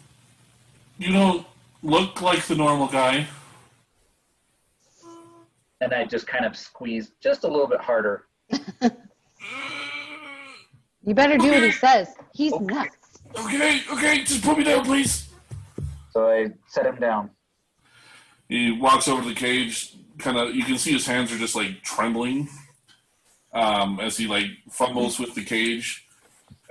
[SPEAKER 1] you don't look like the normal guy.
[SPEAKER 4] And I just kind of squeeze just a little bit harder.
[SPEAKER 3] You better do what he
[SPEAKER 1] Okay.
[SPEAKER 3] says. He's
[SPEAKER 4] Okay.
[SPEAKER 3] nuts.
[SPEAKER 1] Okay, okay, just put me down, please.
[SPEAKER 4] So I set him down.
[SPEAKER 1] He walks over to the cage. Kind of, you can see his hands are just like trembling um, as he like fumbles with the cage,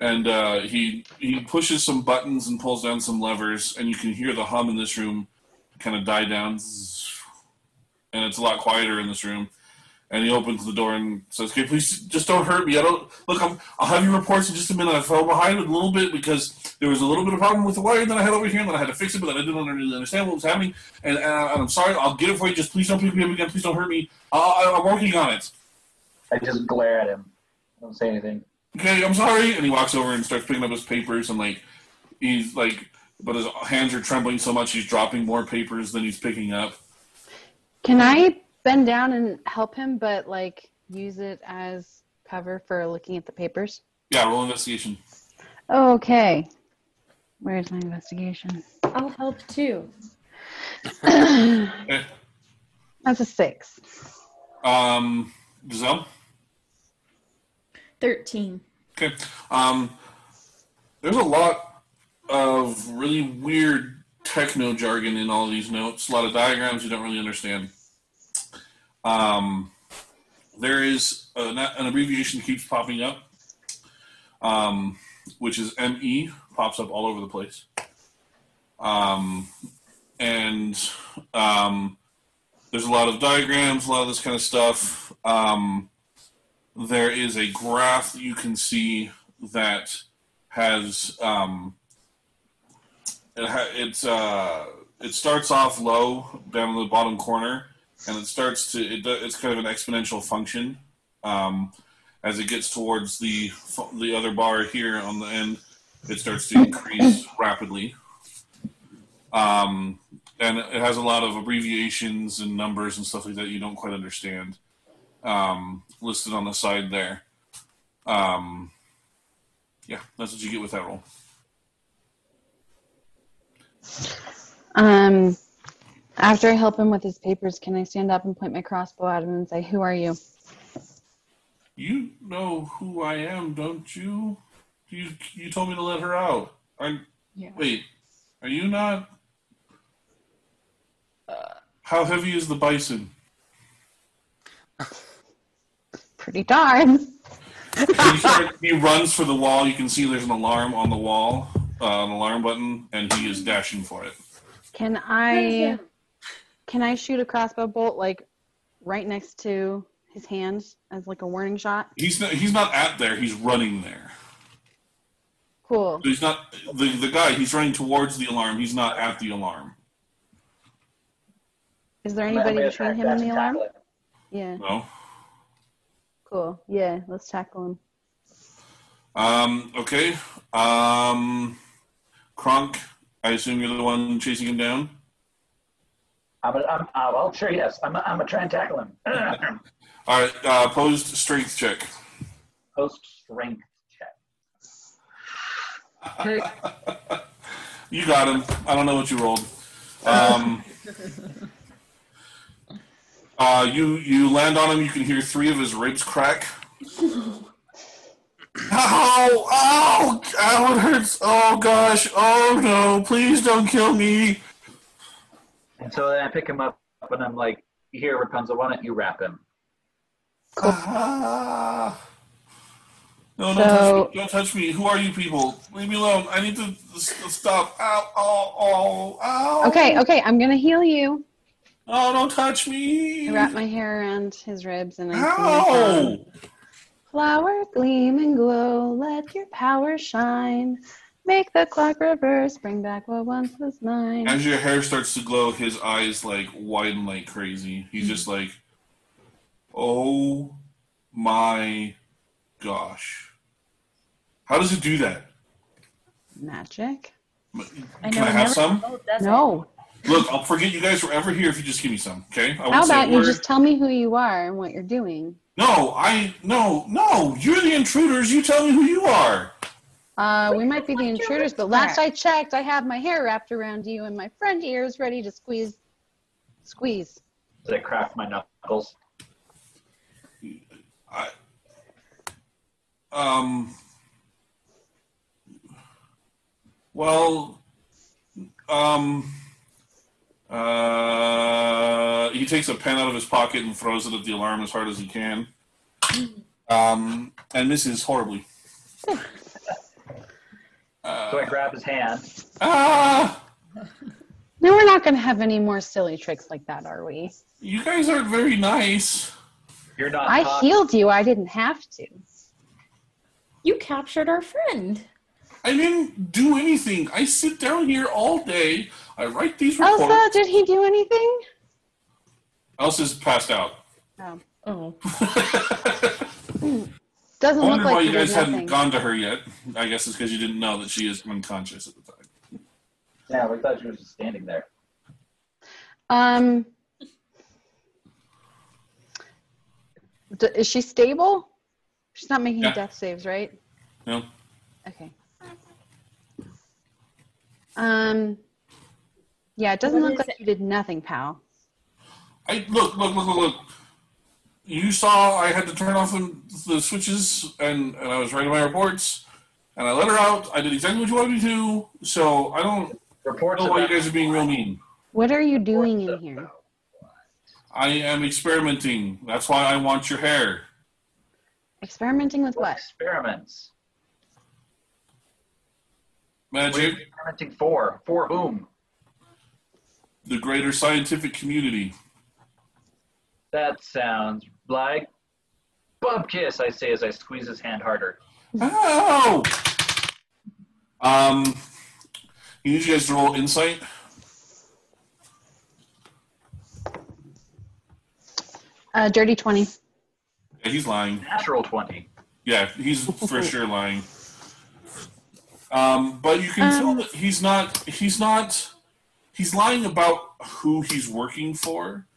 [SPEAKER 1] and uh, he he pushes some buttons and pulls down some levers, and you can hear the hum in this room kind of die down, Zzz. and it's a lot quieter in this room. And he opens the door and says, "Okay, please just don't hurt me. I don't look. I'm, I'll have your reports in just a minute. I fell behind a little bit because there was a little bit of problem with the wire that I had over here, and then I had to fix it, but then I didn't really understand what was happening. And, and, I, and I'm sorry. I'll get it for you. Just please don't pick me up again. Please don't hurt me. I, I, I'm working on it.
[SPEAKER 4] I just glare at him. I don't say anything.
[SPEAKER 1] okay, I'm sorry. And he walks over and starts picking up his papers and like he's like, but his hands are trembling so much he's dropping more papers than he's picking up.
[SPEAKER 3] Can I bend down and help him, but like use it as cover for looking at the papers?
[SPEAKER 1] Yeah, roll investigation.
[SPEAKER 3] Okay. Where's my investigation?
[SPEAKER 2] I'll help too.
[SPEAKER 1] Okay.
[SPEAKER 3] That's a six.
[SPEAKER 1] Um, Giselle.
[SPEAKER 2] 13.
[SPEAKER 1] Okay. Um, there's a lot of really weird techno jargon in all these notes. A lot of diagrams you don't really understand. Um, there is an, an abbreviation that keeps popping up, um, which is ME. Pops up all over the place. Um, and um, there's a lot of diagrams, a lot of this kind of stuff. Um, there is a graph that you can see that has um, it ha- it's uh, it starts off low down in the bottom corner and it starts to it, do- it's kind of an exponential function um, as it gets towards the fu- the other bar here on the end it starts to increase rapidly um, and it has a lot of abbreviations and numbers and stuff like that you don't quite understand um, listed on the side there. Um, yeah, that's what you get with that roll.
[SPEAKER 3] Um, after I help him with his papers, can I stand up and point my crossbow at him and say, "Who are you?"
[SPEAKER 1] You know who I am, don't you? You you told me to let her out. Are
[SPEAKER 2] Yeah.
[SPEAKER 1] wait, are you not? How heavy is the bison?
[SPEAKER 3] Pretty darn.
[SPEAKER 1] he, start- he runs for the wall. You can see there's an alarm on the wall, uh, an alarm button, and he is dashing for it.
[SPEAKER 3] Can
[SPEAKER 2] uh,
[SPEAKER 3] I can I shoot a crossbow bolt like right next to his hand as like a warning shot?
[SPEAKER 1] He's not, he's not at there. He's running there.
[SPEAKER 3] Cool.
[SPEAKER 1] He's not the the guy. He's running towards the alarm. He's not at the alarm.
[SPEAKER 3] Is there
[SPEAKER 4] I'm gonna- I'm
[SPEAKER 3] anybody between
[SPEAKER 4] gonna try
[SPEAKER 3] him and
[SPEAKER 4] to
[SPEAKER 3] the
[SPEAKER 4] tackle
[SPEAKER 3] alarm?
[SPEAKER 4] it.
[SPEAKER 3] Yeah.
[SPEAKER 1] No.
[SPEAKER 3] Cool. Yeah. Let's tackle him.
[SPEAKER 1] Um. Okay. Um. Kronk. I assume you're the one chasing him down.
[SPEAKER 4] I'm, gonna- I'm, i well, sure, yes. I'm, I'm going to try and tackle him.
[SPEAKER 1] All right. Uh, posed strength check.
[SPEAKER 4] Post strength check.
[SPEAKER 1] you got him. I don't know what you rolled. Um, uh, you you land on him. You can hear three of his ribs crack. Ow! Ow! Ow! It hurts. Oh gosh! Oh no! Please don't kill me.
[SPEAKER 4] And so then I pick him up and I'm like, here, Rapunzel, why don't you wrap him?
[SPEAKER 1] Ah. No, don't,
[SPEAKER 3] So-
[SPEAKER 1] touch me. don't touch me. Who are you people? Leave me alone. I need to s- stop. Ow, ow, ow, ow.
[SPEAKER 3] Okay, okay, I'm gonna heal you.
[SPEAKER 1] Oh, don't touch me.
[SPEAKER 3] I wrap my hair around his ribs and I sing a song.
[SPEAKER 1] Ow.
[SPEAKER 3] Flower gleam and glow, let your power shine. Make the clock reverse, bring back what once was mine.
[SPEAKER 1] As your hair starts to glow, his eyes like widen like crazy. He's just like, oh my gosh. How does it do that?
[SPEAKER 3] Magic?
[SPEAKER 2] I
[SPEAKER 1] Can
[SPEAKER 2] know.
[SPEAKER 1] I have
[SPEAKER 2] never
[SPEAKER 1] some?
[SPEAKER 2] told, does it?
[SPEAKER 3] No.
[SPEAKER 1] Look, I'll forget you guys were ever here if you just give me some, okay? I won't
[SPEAKER 3] How
[SPEAKER 1] say a
[SPEAKER 3] about you
[SPEAKER 1] word.
[SPEAKER 3] just tell me who you are and what you're doing?
[SPEAKER 1] No, I no no. You're the intruders. You tell me who you are.
[SPEAKER 3] Uh, we might be the
[SPEAKER 2] fuck your
[SPEAKER 3] intruders, but
[SPEAKER 2] ribs
[SPEAKER 3] last
[SPEAKER 2] crack?
[SPEAKER 3] I checked, I have my hair wrapped around you and my friend here is ready to squeeze. Squeeze.
[SPEAKER 4] As I crack my knuckles.
[SPEAKER 1] I um. Well, um. Uh, he takes a pen out of his pocket and throws it at the alarm as hard as he can. Um, and misses horribly.
[SPEAKER 4] So I grab his hand.
[SPEAKER 1] Ah!
[SPEAKER 3] No, we're not going to have any more silly tricks like that, are we?
[SPEAKER 1] You guys aren't very nice.
[SPEAKER 4] You're not.
[SPEAKER 3] I
[SPEAKER 4] hot.
[SPEAKER 3] healed you. I didn't have to.
[SPEAKER 2] You captured our friend.
[SPEAKER 1] I didn't do anything. I sit down here all day. I write these reports.
[SPEAKER 3] Elsa, did he do anything?
[SPEAKER 1] Elsa's passed out.
[SPEAKER 3] No.
[SPEAKER 2] Oh.
[SPEAKER 1] I
[SPEAKER 3] Doesn't look
[SPEAKER 1] wonder why
[SPEAKER 3] like he
[SPEAKER 1] you
[SPEAKER 3] did
[SPEAKER 1] guys hadn't
[SPEAKER 3] nothing.
[SPEAKER 1] gone to her yet. I guess it's because you didn't know that she is unconscious at the time.
[SPEAKER 4] Yeah, we thought you were just standing there.
[SPEAKER 3] Um, d- is she stable? She's not making
[SPEAKER 1] Yeah.
[SPEAKER 3] death saves, right?
[SPEAKER 1] No.
[SPEAKER 3] Okay. Um, yeah, it doesn't
[SPEAKER 2] What
[SPEAKER 3] look
[SPEAKER 2] is
[SPEAKER 3] like you did nothing, pal.
[SPEAKER 1] I look, look, look, look, look. You saw I had to turn off the, the switches, and, and I was writing my reports, and I let her out. I did exactly what you wanted me to. So I don't
[SPEAKER 4] Reports
[SPEAKER 1] know why Oh, you
[SPEAKER 4] about
[SPEAKER 1] guys are being real mean.
[SPEAKER 3] What are you doing in
[SPEAKER 4] about-
[SPEAKER 3] here?
[SPEAKER 1] I am experimenting. That's why I want your hair.
[SPEAKER 3] Experimenting with what?
[SPEAKER 4] Experiments. What are
[SPEAKER 1] Magic.
[SPEAKER 4] you experimenting for? For whom?
[SPEAKER 1] the greater scientific community.
[SPEAKER 4] That sounds like bub kiss. I say as I squeeze his hand harder.
[SPEAKER 1] Ow! Um, you need you guys to roll insight.
[SPEAKER 3] Uh, dirty 20.
[SPEAKER 1] Yeah, he's lying.
[SPEAKER 4] Natural twenty.
[SPEAKER 1] Yeah, he's for sure lying. Um, but you can tell that he's not. He's not. He's lying about who he's working for.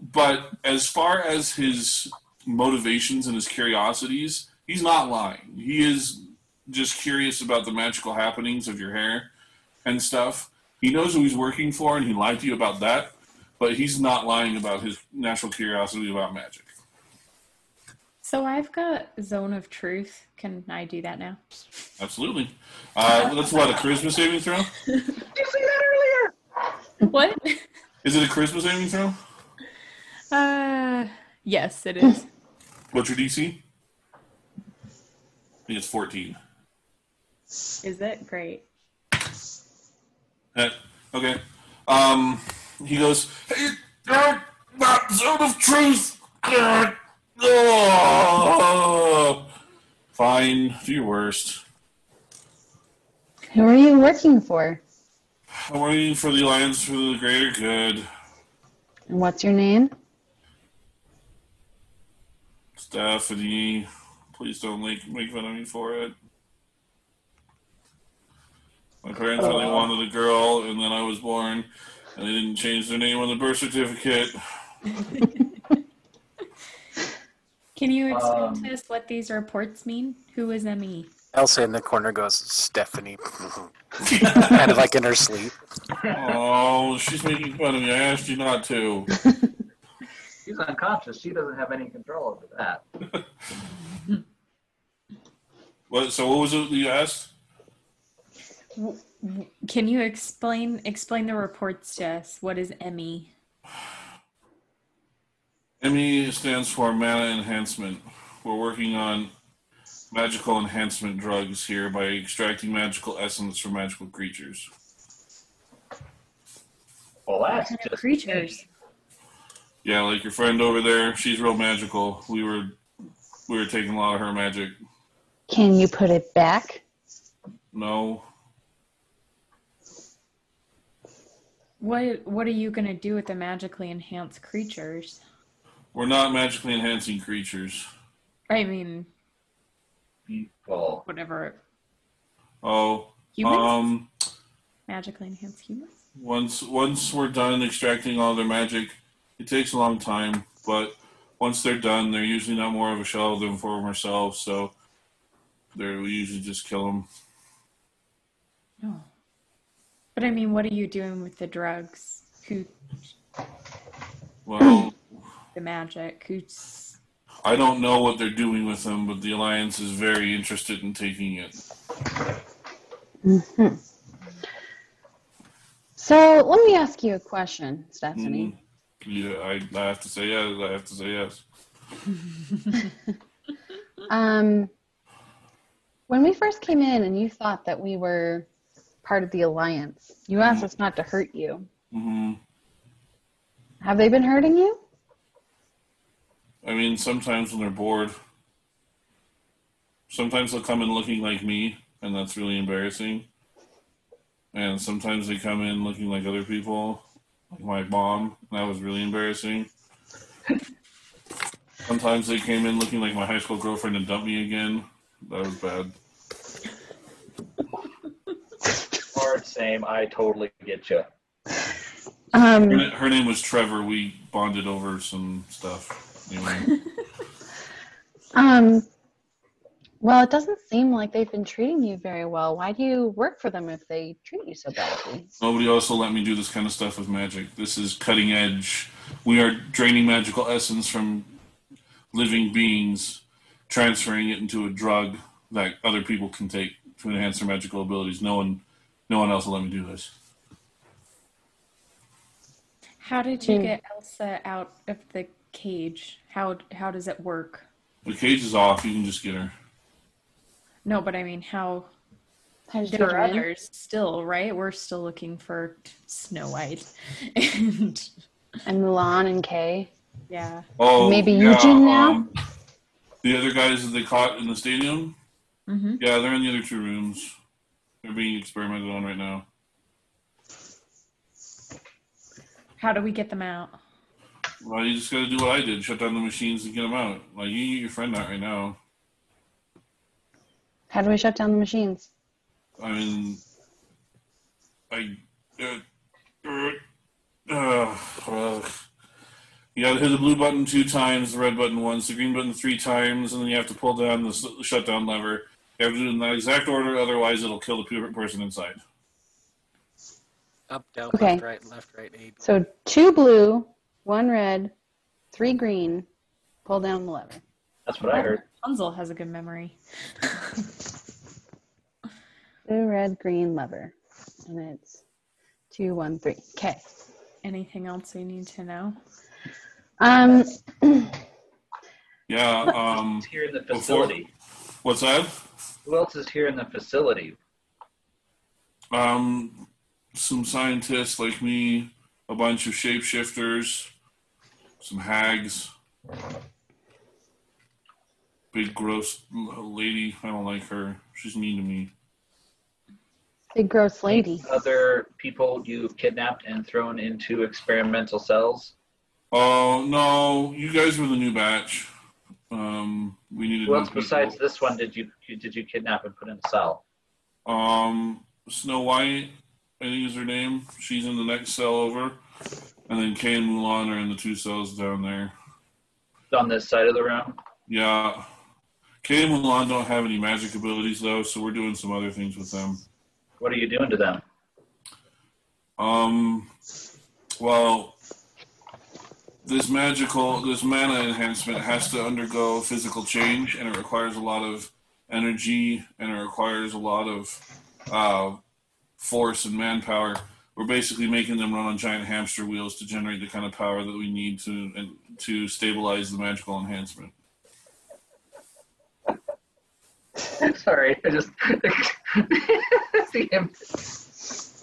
[SPEAKER 1] But as far as his motivations and his curiosities, he's not lying. He is just curious about the magical happenings of your hair and stuff. He knows who he's working for, and he lied to you about that. But he's not lying about his natural curiosity about magic.
[SPEAKER 2] So I've got zone of truth. Can I do that now?
[SPEAKER 1] Absolutely. Uh, that's what a charisma saving throw.
[SPEAKER 2] What?
[SPEAKER 1] Is it a charisma saving throw?
[SPEAKER 2] Uh, yes, it is.
[SPEAKER 1] What's your DC? I think it's 14.
[SPEAKER 2] Is that great?
[SPEAKER 1] Eh, Okay. Um, he goes, hey, uh, that zone of truth. Uh, oh." Fine, do your worst.
[SPEAKER 3] Who are you working for?
[SPEAKER 1] I'm waiting for the alliance for the greater good.
[SPEAKER 3] And what's your name?
[SPEAKER 1] Stephanie, please don't make, make fun of me for it. My parents really wanted a girl, and then I was born, and they didn't change their name on the birth certificate.
[SPEAKER 2] Can you explain
[SPEAKER 4] Um,
[SPEAKER 1] Um,
[SPEAKER 2] to us what these reports mean? Who is E? ME?
[SPEAKER 5] Elsa in the corner goes, Stephanie, kind of like in her sleep.
[SPEAKER 1] oh, she's making fun of me. I asked you not to.
[SPEAKER 4] She's unconscious. She doesn't have any control over that.
[SPEAKER 1] What, so what was it you asked?
[SPEAKER 2] Can you explain explain the reports to us? What is E? Emmy?
[SPEAKER 1] ME E stands for mana enhancement. We're working on magical enhancement drugs here by extracting magical essence from magical creatures.
[SPEAKER 4] Well, that's
[SPEAKER 2] Kind of
[SPEAKER 4] just
[SPEAKER 2] creatures.
[SPEAKER 1] Yeah, like your friend over there, she's real magical. We were we were taking a lot of her magic.
[SPEAKER 3] Can you put it back?
[SPEAKER 1] No.
[SPEAKER 2] What what are you gonna do with the magically enhanced creatures?
[SPEAKER 1] We're not magically enhancing creatures.
[SPEAKER 2] I mean,
[SPEAKER 4] people.
[SPEAKER 2] whatever
[SPEAKER 1] Oh,
[SPEAKER 2] humans
[SPEAKER 1] um,
[SPEAKER 2] magically enhanced humans.
[SPEAKER 1] once once we're done extracting all their magic, it takes a long time. But once they're done, they're usually not more of a shell than former self. So they're we usually just kill them.
[SPEAKER 2] No. Oh. But I mean, what are you doing with the drugs? Who
[SPEAKER 1] Well,
[SPEAKER 2] the magic? Who's
[SPEAKER 1] I don't know what they're doing with them, but the alliance is very interested in taking it.
[SPEAKER 3] So let me ask you a question,
[SPEAKER 1] Mm-hmm.
[SPEAKER 3] Stephanie.
[SPEAKER 1] Yeah, I, I have to say yes. I have to say yes.
[SPEAKER 3] Um, when we first came in and you thought that we were part of the alliance, you asked us not to hurt you.
[SPEAKER 1] hmm
[SPEAKER 3] Have they been hurting you?
[SPEAKER 1] I mean, sometimes when they're bored, sometimes they'll come in looking like me, and that's really embarrassing. And sometimes they come in looking like other people, like my mom. and That was really embarrassing. sometimes they came in looking like my high school girlfriend and dumped me again. That was bad.
[SPEAKER 4] Hard, same. I totally get you.
[SPEAKER 1] Her,
[SPEAKER 3] Um,
[SPEAKER 1] her name was Trevor. We bonded over some stuff. Anyway,
[SPEAKER 3] um, well, it doesn't seem like they've been treating you very well. Why do you work for them if they treat you so badly?
[SPEAKER 1] nobody else will let me do this kind of stuff with magic. This is cutting edge. We are draining magical essence from living beings, transferring it into a drug that other people can take to enhance their magical abilities. No one, no one else will let me do this.
[SPEAKER 2] how did you
[SPEAKER 3] Hmm.
[SPEAKER 2] get Elsa out of the cage? How how does it work?
[SPEAKER 1] The cage is off. You can just get her.
[SPEAKER 2] No, but I mean, how
[SPEAKER 3] How did you
[SPEAKER 2] there are
[SPEAKER 3] get them in?
[SPEAKER 2] others still, right? We're still looking for Snow White, and
[SPEAKER 3] And Mulan and Kay.
[SPEAKER 2] yeah,
[SPEAKER 1] Oh,
[SPEAKER 3] Maybe
[SPEAKER 1] yeah,
[SPEAKER 3] Eugene now?
[SPEAKER 1] um, the other guys that they caught in the stadium.
[SPEAKER 2] hmm
[SPEAKER 3] Mm-hmm.
[SPEAKER 1] Yeah, they're in the other two rooms. They're being experimented on right now.
[SPEAKER 2] how do we get them out?
[SPEAKER 1] Well, you just got to do what I did: shut down the machines and get them out. Like you get your friend out right now.
[SPEAKER 3] How do we shut down the machines?
[SPEAKER 1] I mean, I, uh, uh, uh, uh, you got to hit the blue button two times, the red button once, the green button three times, and then you have to pull down the s- shutdown lever. You have to do it in that exact order, otherwise it'll kill the pe- person inside.
[SPEAKER 5] Up, down,
[SPEAKER 3] Okay.
[SPEAKER 5] left, right, left, right, A, B.
[SPEAKER 3] So two blue, one red, three green. Pull down the lever.
[SPEAKER 4] That's what I heard.
[SPEAKER 2] Hansel has a good memory.
[SPEAKER 3] Blue, red, green lever. And it's two, one, three. Okay.
[SPEAKER 2] Anything else we need to know?
[SPEAKER 3] Um,
[SPEAKER 1] Yeah.
[SPEAKER 4] Who's
[SPEAKER 1] Um.
[SPEAKER 4] here in the
[SPEAKER 1] before-
[SPEAKER 4] facility?
[SPEAKER 1] What's that?
[SPEAKER 4] Who else is here in the facility?
[SPEAKER 1] Um. Some scientists like me, a bunch of shapeshifters, some hags, big gross l- lady. I don't like her. She's mean to me.
[SPEAKER 3] big gross lady.
[SPEAKER 4] Other people you've kidnapped and thrown into experimental cells?
[SPEAKER 1] Oh no! You guys were the new batch. Um. We needed.
[SPEAKER 4] Who
[SPEAKER 1] new
[SPEAKER 4] else besides
[SPEAKER 1] people.
[SPEAKER 4] this one did you did you kidnap and put in a cell?
[SPEAKER 1] Um, Snow White, I think is her name. She's in the next cell over. And then Kay and Mulan are in the two cells down there.
[SPEAKER 4] On this side of the room?
[SPEAKER 1] Yeah. Kay and Mulan don't have any magic abilities though, so we're doing some other things with them.
[SPEAKER 4] What are you doing to them?
[SPEAKER 1] Um, well, this magical, this mana enhancement has to undergo physical change, and it requires a lot of energy, and it requires a lot of uh, force and manpower. We're basically making them run on giant hamster wheels to generate the kind of power that we need to and to stabilize the magical enhancement.
[SPEAKER 4] Sorry, I just see him.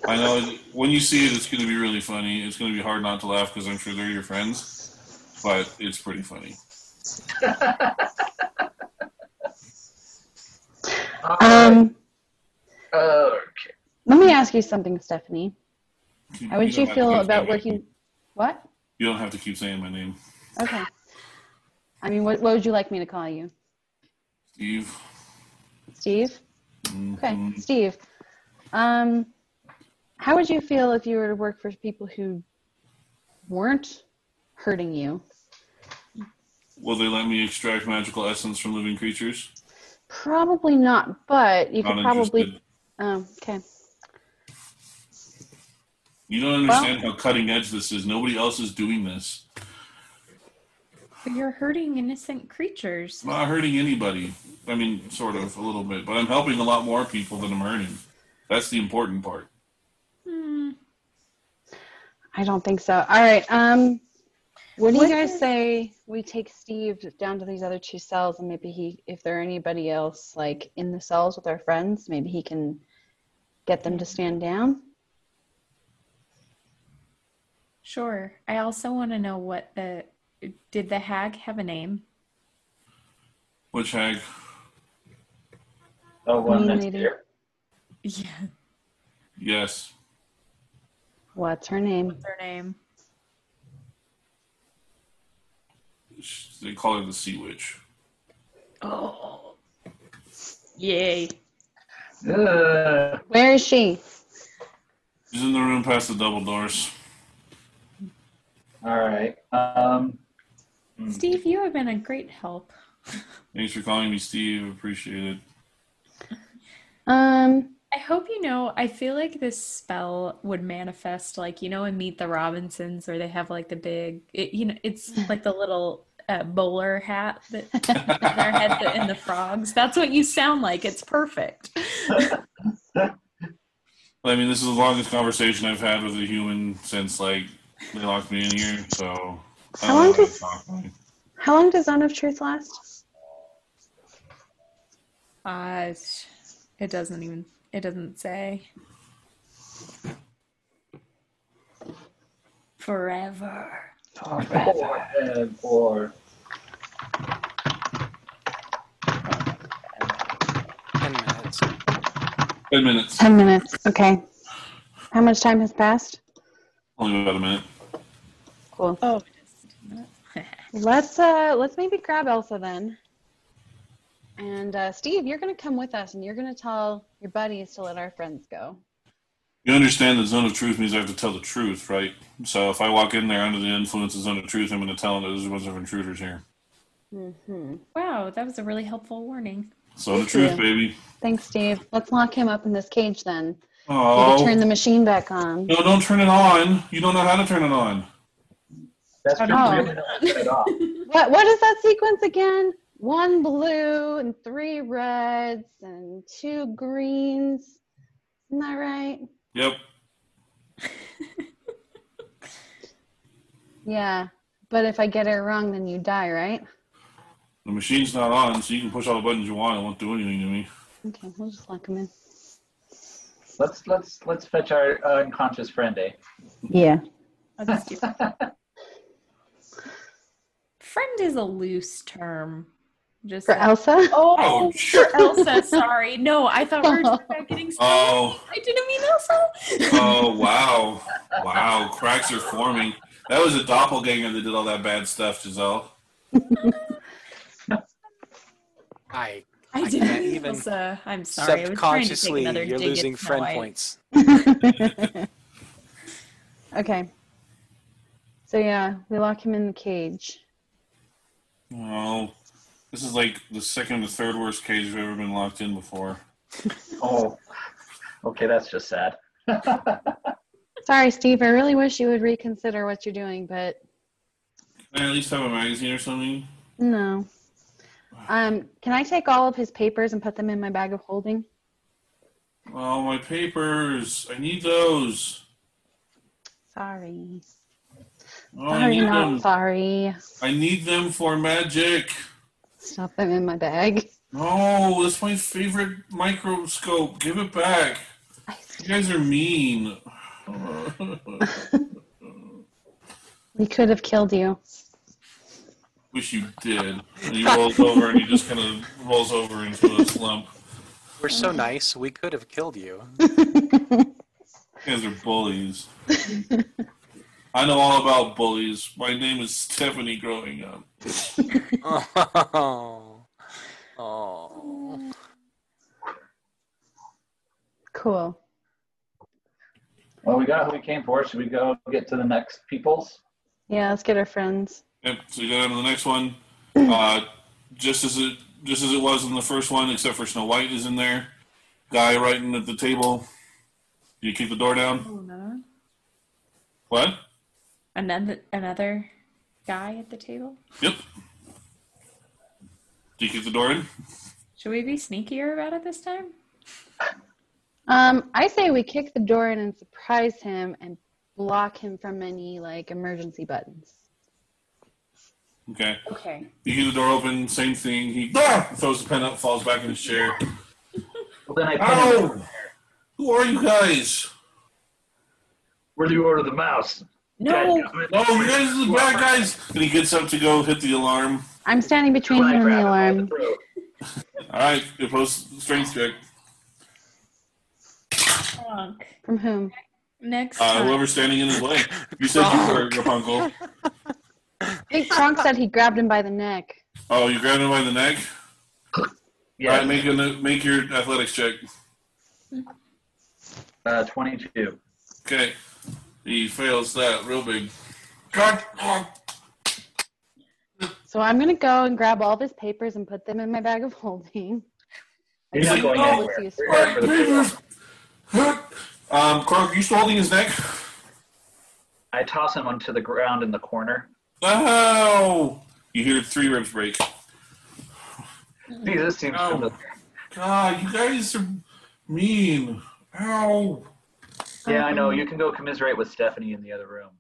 [SPEAKER 1] I know it- when you see it, it's going to be really funny. It's going to be hard not to laugh because I'm sure they're your friends, but it's pretty funny.
[SPEAKER 3] Um,
[SPEAKER 4] okay.
[SPEAKER 3] let me ask you something, Stephanie. How would
[SPEAKER 1] don't
[SPEAKER 3] you
[SPEAKER 1] have to
[SPEAKER 3] feel
[SPEAKER 1] keep
[SPEAKER 3] about
[SPEAKER 1] saying my
[SPEAKER 3] looking?
[SPEAKER 1] name.
[SPEAKER 3] What?
[SPEAKER 1] You don't have to keep saying my name,
[SPEAKER 3] Okay. I mean, what, what would you like me to call you?
[SPEAKER 1] Steve.
[SPEAKER 3] Steve? Okay,
[SPEAKER 1] Mhm.
[SPEAKER 3] Steve. Um, how would you feel if you were to work for people who weren't hurting you?
[SPEAKER 1] Will they let me extract magical essence from living creatures?
[SPEAKER 3] Probably not, but you
[SPEAKER 1] Not
[SPEAKER 3] could probably.
[SPEAKER 1] interested.
[SPEAKER 3] Um, okay.
[SPEAKER 1] You don't understand how cutting edge this is. Nobody else is doing this.
[SPEAKER 2] But you're hurting innocent creatures.
[SPEAKER 1] I'm not hurting anybody. I mean, sort of, a little bit, but I'm helping a lot more people than I'm hurting. That's the important part.
[SPEAKER 2] Hmm.
[SPEAKER 3] I don't think so. All right. Um, what do
[SPEAKER 2] What
[SPEAKER 3] you guys
[SPEAKER 2] is-
[SPEAKER 3] say we take Steve down to these other two cells, and maybe he, if there are anybody else like in the cells with our friends, maybe he can get them to stand down.
[SPEAKER 2] Sure. I also want to know what the did the hag have a name?
[SPEAKER 1] Which hag?
[SPEAKER 4] Oh, one
[SPEAKER 3] Mean
[SPEAKER 4] that's
[SPEAKER 3] lady.
[SPEAKER 4] here.
[SPEAKER 2] Yeah,
[SPEAKER 1] Yes.
[SPEAKER 3] What's her name?
[SPEAKER 2] what's her name?
[SPEAKER 1] Sh- They call her the Sea Witch.
[SPEAKER 2] Oh, yay!
[SPEAKER 4] Uh,
[SPEAKER 3] Where is she?
[SPEAKER 1] She's in the room past the double doors.
[SPEAKER 4] all right. Um, hmm.
[SPEAKER 2] Steve, you have been a great help.
[SPEAKER 1] Thanks for calling me, Steve. Appreciate it.
[SPEAKER 3] Um,
[SPEAKER 2] I hope you know. I feel like this spell would manifest, like you know, in Meet the Robinsons, where they have like the big, it, you know, it's like the little uh, bowler hat that in their head that- and the frogs. That's what you sound like. It's perfect.
[SPEAKER 1] I mean, this is the longest conversation I've had with a human since like they locked me in here. So I
[SPEAKER 3] How long
[SPEAKER 1] don't know
[SPEAKER 3] does-
[SPEAKER 1] how to talk.
[SPEAKER 3] how long does Zone of Truth last?
[SPEAKER 2] Uh, it's- it doesn't even. It doesn't say. Forever.
[SPEAKER 4] Four and four.
[SPEAKER 5] Ten minutes.
[SPEAKER 1] Ten minutes.
[SPEAKER 3] Ten minutes. Okay. How much time has passed?
[SPEAKER 1] Only about a minute.
[SPEAKER 3] Cool.
[SPEAKER 2] Oh.
[SPEAKER 3] Let's uh let's maybe grab Elsa then. And uh, Steve, you're gonna come with us, and you're gonna tell your buddies to let our friends go.
[SPEAKER 1] You understand the zone of truth means I have to tell the truth, right? So if I walk in there under the influence of zone of truth, I'm going to tell them that there's a bunch of intruders here.
[SPEAKER 3] Mm-hmm.
[SPEAKER 2] Wow, that was a really helpful warning.
[SPEAKER 1] So the
[SPEAKER 3] Thank
[SPEAKER 1] truth,
[SPEAKER 3] you.
[SPEAKER 1] baby.
[SPEAKER 3] Thanks, Steve. Let's lock him up in this cage then. Maybe
[SPEAKER 1] Oh
[SPEAKER 3] turn the machine back on.
[SPEAKER 1] no! Don't turn it on. You don't know how to turn it on.
[SPEAKER 4] That's
[SPEAKER 2] Oh,
[SPEAKER 4] true.
[SPEAKER 3] no.
[SPEAKER 4] We don't turn it off.
[SPEAKER 3] What what is that sequence again? One blue and three reds and two greens. Isn't that right?
[SPEAKER 1] Yep.
[SPEAKER 3] Yeah. But if I get it wrong, then you die, right?
[SPEAKER 1] The machine's not on, so you can push all the buttons you want. It won't do anything to me.
[SPEAKER 3] Okay, we'll just lock him in.
[SPEAKER 4] Let's let's let's fetch our unconscious friend, eh?
[SPEAKER 3] Yeah.
[SPEAKER 2] I'll just do Friend is a loose term. Just
[SPEAKER 3] For Elsa?
[SPEAKER 1] Oh,
[SPEAKER 2] Oh,
[SPEAKER 1] shit.
[SPEAKER 2] for Elsa. Sorry. No, I thought we were talking about getting spells.
[SPEAKER 1] Oh.
[SPEAKER 2] I didn't mean Elsa.
[SPEAKER 1] Oh wow, wow! Cracks are forming. That was a doppelganger that did all that bad stuff, Giselle.
[SPEAKER 5] I
[SPEAKER 2] I
[SPEAKER 5] I
[SPEAKER 2] didn't
[SPEAKER 5] can't
[SPEAKER 2] mean
[SPEAKER 5] even-
[SPEAKER 2] Elsa. I'm sorry. I was trying to take
[SPEAKER 5] subconsciously
[SPEAKER 2] another
[SPEAKER 5] you're
[SPEAKER 2] dig at
[SPEAKER 5] losing
[SPEAKER 2] Snow
[SPEAKER 5] friend
[SPEAKER 2] White.
[SPEAKER 5] points.
[SPEAKER 3] okay. So yeah, we lock him in the cage.
[SPEAKER 1] Oh, This is like the second or third worst cage I've ever been locked in before.
[SPEAKER 4] Oh, okay, that's just sad.
[SPEAKER 3] Sorry, Steve. I really wish you would reconsider what you're doing, but
[SPEAKER 1] Can I at least have a magazine or something?
[SPEAKER 3] no. Um, can I take all of his papers and put them in my bag of holding?
[SPEAKER 1] Oh, my papers. I need those.
[SPEAKER 3] Sorry.
[SPEAKER 1] Oh, I
[SPEAKER 3] Sorry,
[SPEAKER 1] need
[SPEAKER 3] not
[SPEAKER 1] them.
[SPEAKER 3] sorry.
[SPEAKER 1] I need them for magic.
[SPEAKER 3] Stuff them in my bag.
[SPEAKER 1] No, that's my favorite microscope. Give it back.
[SPEAKER 3] I
[SPEAKER 1] You guys are mean.
[SPEAKER 3] We could have killed you.
[SPEAKER 1] Wish you did. And he rolls over and he just kind of rolls over into a slump.
[SPEAKER 5] We're so
[SPEAKER 2] Mm.
[SPEAKER 5] nice, we could have killed you.
[SPEAKER 1] You guys are bullies. I know all about bullies. My name is Stephanie growing up.
[SPEAKER 5] oh. Oh.
[SPEAKER 3] Cool.
[SPEAKER 4] Well, we got who we came for. Should we go get to the next peoples?
[SPEAKER 3] Yeah, let's get our friends.
[SPEAKER 1] Yep, so you go down to the next one. Uh, just as it just as it was in the first one, except for Snow White is in there. Guy writing at the table. You keep the door down.
[SPEAKER 2] Oh, another one?
[SPEAKER 1] What?
[SPEAKER 2] Another another guy at the table.
[SPEAKER 1] Yep. Do you keep the door in?
[SPEAKER 2] Should we be sneakier about it this time?
[SPEAKER 3] Um, I say we kick the door in and surprise him and block him from any like emergency buttons.
[SPEAKER 1] Okay.
[SPEAKER 2] Okay.
[SPEAKER 1] You keep the door open. Same thing. He ah! throws the pen up, falls back in his chair.
[SPEAKER 4] Well, then I pin him.
[SPEAKER 1] Ow! Who are you guys?
[SPEAKER 4] Where do you order the mouse?
[SPEAKER 1] No,
[SPEAKER 2] No.
[SPEAKER 1] you guys are the bad guys. And he gets up to go hit the alarm.
[SPEAKER 3] I'm standing between him and the alarm.
[SPEAKER 1] All right, you post strength check.
[SPEAKER 2] Punk.
[SPEAKER 3] From whom?
[SPEAKER 2] Next
[SPEAKER 1] Uh,
[SPEAKER 2] time.
[SPEAKER 1] whoever's standing in his way. You said you were Rapunzel.
[SPEAKER 3] Big Trunk said he grabbed him by the neck.
[SPEAKER 1] Oh, you grabbed him by the neck. All right,
[SPEAKER 4] Yeah,
[SPEAKER 1] make a, make your athletics check.
[SPEAKER 4] uh, 22.
[SPEAKER 1] Okay, he fails that real big. God, oh,
[SPEAKER 3] So I'm gonna go and grab all of his papers and put them in my bag of holding.
[SPEAKER 4] He's not going
[SPEAKER 1] No.
[SPEAKER 4] anywhere.
[SPEAKER 2] oh,
[SPEAKER 3] It's
[SPEAKER 4] We're
[SPEAKER 3] useful.
[SPEAKER 4] here for the people.
[SPEAKER 1] um, Clark, are you still holding his neck?
[SPEAKER 4] I toss him onto the ground in the corner.
[SPEAKER 1] Oh! You hear three ribs break.
[SPEAKER 4] See, this seems
[SPEAKER 1] Oh.
[SPEAKER 4] familiar.
[SPEAKER 1] God, you guys are mean. Ow!
[SPEAKER 4] Yeah, I know. You can go commiserate with Stephanie in the other room.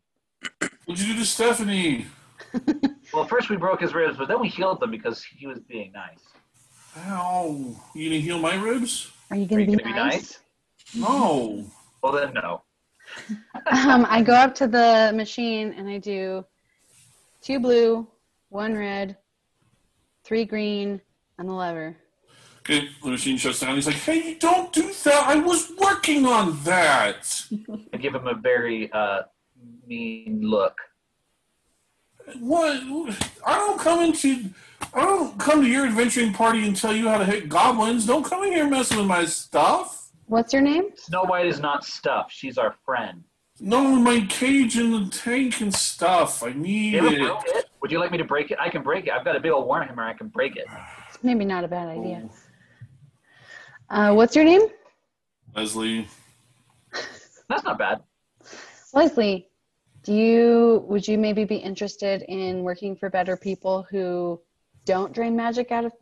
[SPEAKER 1] What'd you do to Stephanie?
[SPEAKER 4] Well, first we broke his ribs, but then we healed them because he was being nice.
[SPEAKER 1] Ow! You gonna heal my ribs?
[SPEAKER 3] Are you
[SPEAKER 4] Are
[SPEAKER 3] gonna
[SPEAKER 4] you
[SPEAKER 3] be
[SPEAKER 4] going to be
[SPEAKER 3] nice?
[SPEAKER 4] nice?
[SPEAKER 1] No.
[SPEAKER 4] Well, then no.
[SPEAKER 3] Um, I go up to the machine and I do two blue, one red, three green, and the lever.
[SPEAKER 1] Okay, the machine shuts down. He's like, "Hey, you don't do that. I was working on that.
[SPEAKER 4] I give him a very uh, mean look.
[SPEAKER 1] What? I don't come into, I don't come to your adventuring party and tell you how to hit goblins. Don't come in here messing with my stuff.
[SPEAKER 3] What's your name?
[SPEAKER 4] Snow White is not stuff. She's our friend.
[SPEAKER 1] No, my cage and the tank and stuff. I need
[SPEAKER 4] You ever
[SPEAKER 1] it.
[SPEAKER 4] broke it? Would you like me to break it? I can break it. I've got a big old warhammer. I can break it.
[SPEAKER 3] It's maybe not a bad idea. Uh, what's your name?
[SPEAKER 1] Leslie,
[SPEAKER 4] That's not bad.
[SPEAKER 3] Leslie. Do you would you maybe be interested in working for better people who don't drain magic out of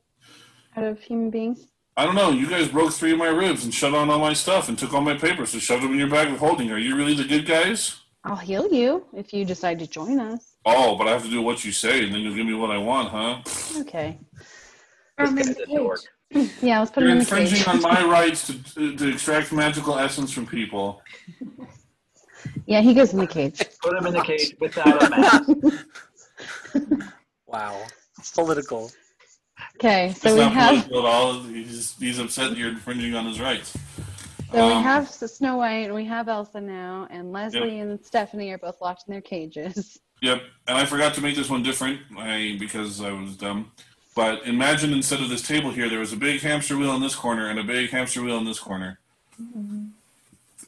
[SPEAKER 3] out of human beings?
[SPEAKER 1] I don't know. You guys broke three of my ribs and shut on all my stuff and took all my papers and shoved them in your bag of holding. Are you really the good guys?
[SPEAKER 3] I'll heal you if you decide to join us.
[SPEAKER 1] Oh, but I have to do what you say, and then you'll give me what I want, huh?
[SPEAKER 3] Okay.
[SPEAKER 4] This
[SPEAKER 2] From
[SPEAKER 4] guy's
[SPEAKER 2] in
[SPEAKER 4] a
[SPEAKER 2] the cage.
[SPEAKER 4] dork.
[SPEAKER 3] Yeah, let's put
[SPEAKER 1] You're
[SPEAKER 3] him in the
[SPEAKER 1] infringing
[SPEAKER 3] cage.
[SPEAKER 1] on my rights to, to, to extract magical essence from people.
[SPEAKER 3] Yeah, he goes in the cage.
[SPEAKER 4] Put him in the cage without a mask.
[SPEAKER 5] Wow. Political.
[SPEAKER 3] Okay, so
[SPEAKER 1] it's
[SPEAKER 3] we
[SPEAKER 1] not
[SPEAKER 3] have
[SPEAKER 1] political at all. He's, he's upset that you're infringing on his rights.
[SPEAKER 3] so we
[SPEAKER 1] Um,
[SPEAKER 3] have S- Snow White and we have Elsa now, and Leslie and Stephanie are both locked in their cages.
[SPEAKER 1] Yep, and I forgot to make this one different I, because I was dumb. But imagine instead of this table here, there was a big hamster wheel in this corner and a big hamster wheel in this corner.
[SPEAKER 3] Mm-hmm.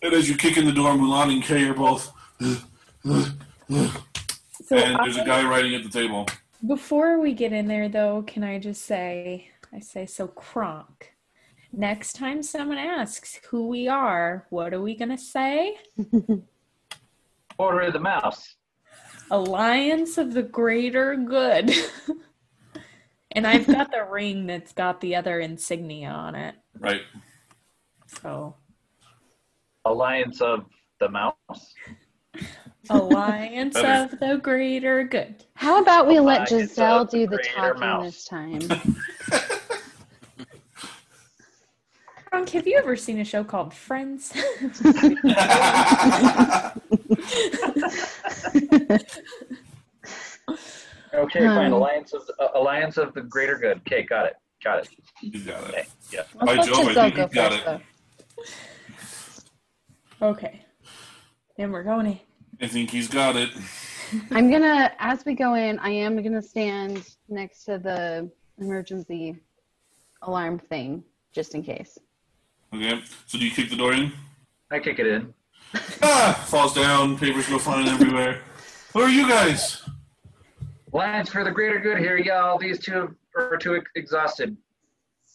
[SPEAKER 1] And as you kick in the door, Mulan and Kay are both.
[SPEAKER 2] So
[SPEAKER 1] and there's a
[SPEAKER 2] I-
[SPEAKER 1] guy writing at the table.
[SPEAKER 2] Before we get in there, though, can I just say, I say, so Kronk, next time someone asks who we are, what are we going to say?
[SPEAKER 4] Order of the Mouse.
[SPEAKER 2] Alliance of the Greater Good. and I've got the ring that's got the other insignia on it.
[SPEAKER 1] Right.
[SPEAKER 2] So,
[SPEAKER 4] Alliance of the Mouse.
[SPEAKER 2] Alliance
[SPEAKER 1] That
[SPEAKER 2] of the Greater Good.
[SPEAKER 3] How about
[SPEAKER 1] Oh,
[SPEAKER 3] we let
[SPEAKER 4] Alliance of
[SPEAKER 3] Giselle
[SPEAKER 4] the
[SPEAKER 3] do the
[SPEAKER 4] Greater
[SPEAKER 3] talking
[SPEAKER 4] Mouse.
[SPEAKER 3] this time?
[SPEAKER 2] Kronk, have you ever seen a show called Friends?
[SPEAKER 4] Okay,
[SPEAKER 3] Um.
[SPEAKER 4] fine. Alliance of the, uh, Alliance of the Greater Good. Okay, got it. Got it.
[SPEAKER 1] you got it.
[SPEAKER 4] Okay, yeah.
[SPEAKER 1] By
[SPEAKER 3] Let's let
[SPEAKER 1] Jove, I
[SPEAKER 3] Giselle
[SPEAKER 1] think
[SPEAKER 3] go
[SPEAKER 1] you got
[SPEAKER 3] first,
[SPEAKER 1] it.
[SPEAKER 3] though.
[SPEAKER 2] okay. And we're going in.
[SPEAKER 1] I think he's got it.
[SPEAKER 3] I'm gonna, as we go in, I am gonna stand next to the emergency alarm thing just in case.
[SPEAKER 1] Okay. So do you kick the door in?
[SPEAKER 4] I kick it in.
[SPEAKER 1] Ah! Falls down. Papers go flying everywhere. Who are you guys?
[SPEAKER 4] Alliance for the Greater Good here, y'all. These two are too ex- exhausted.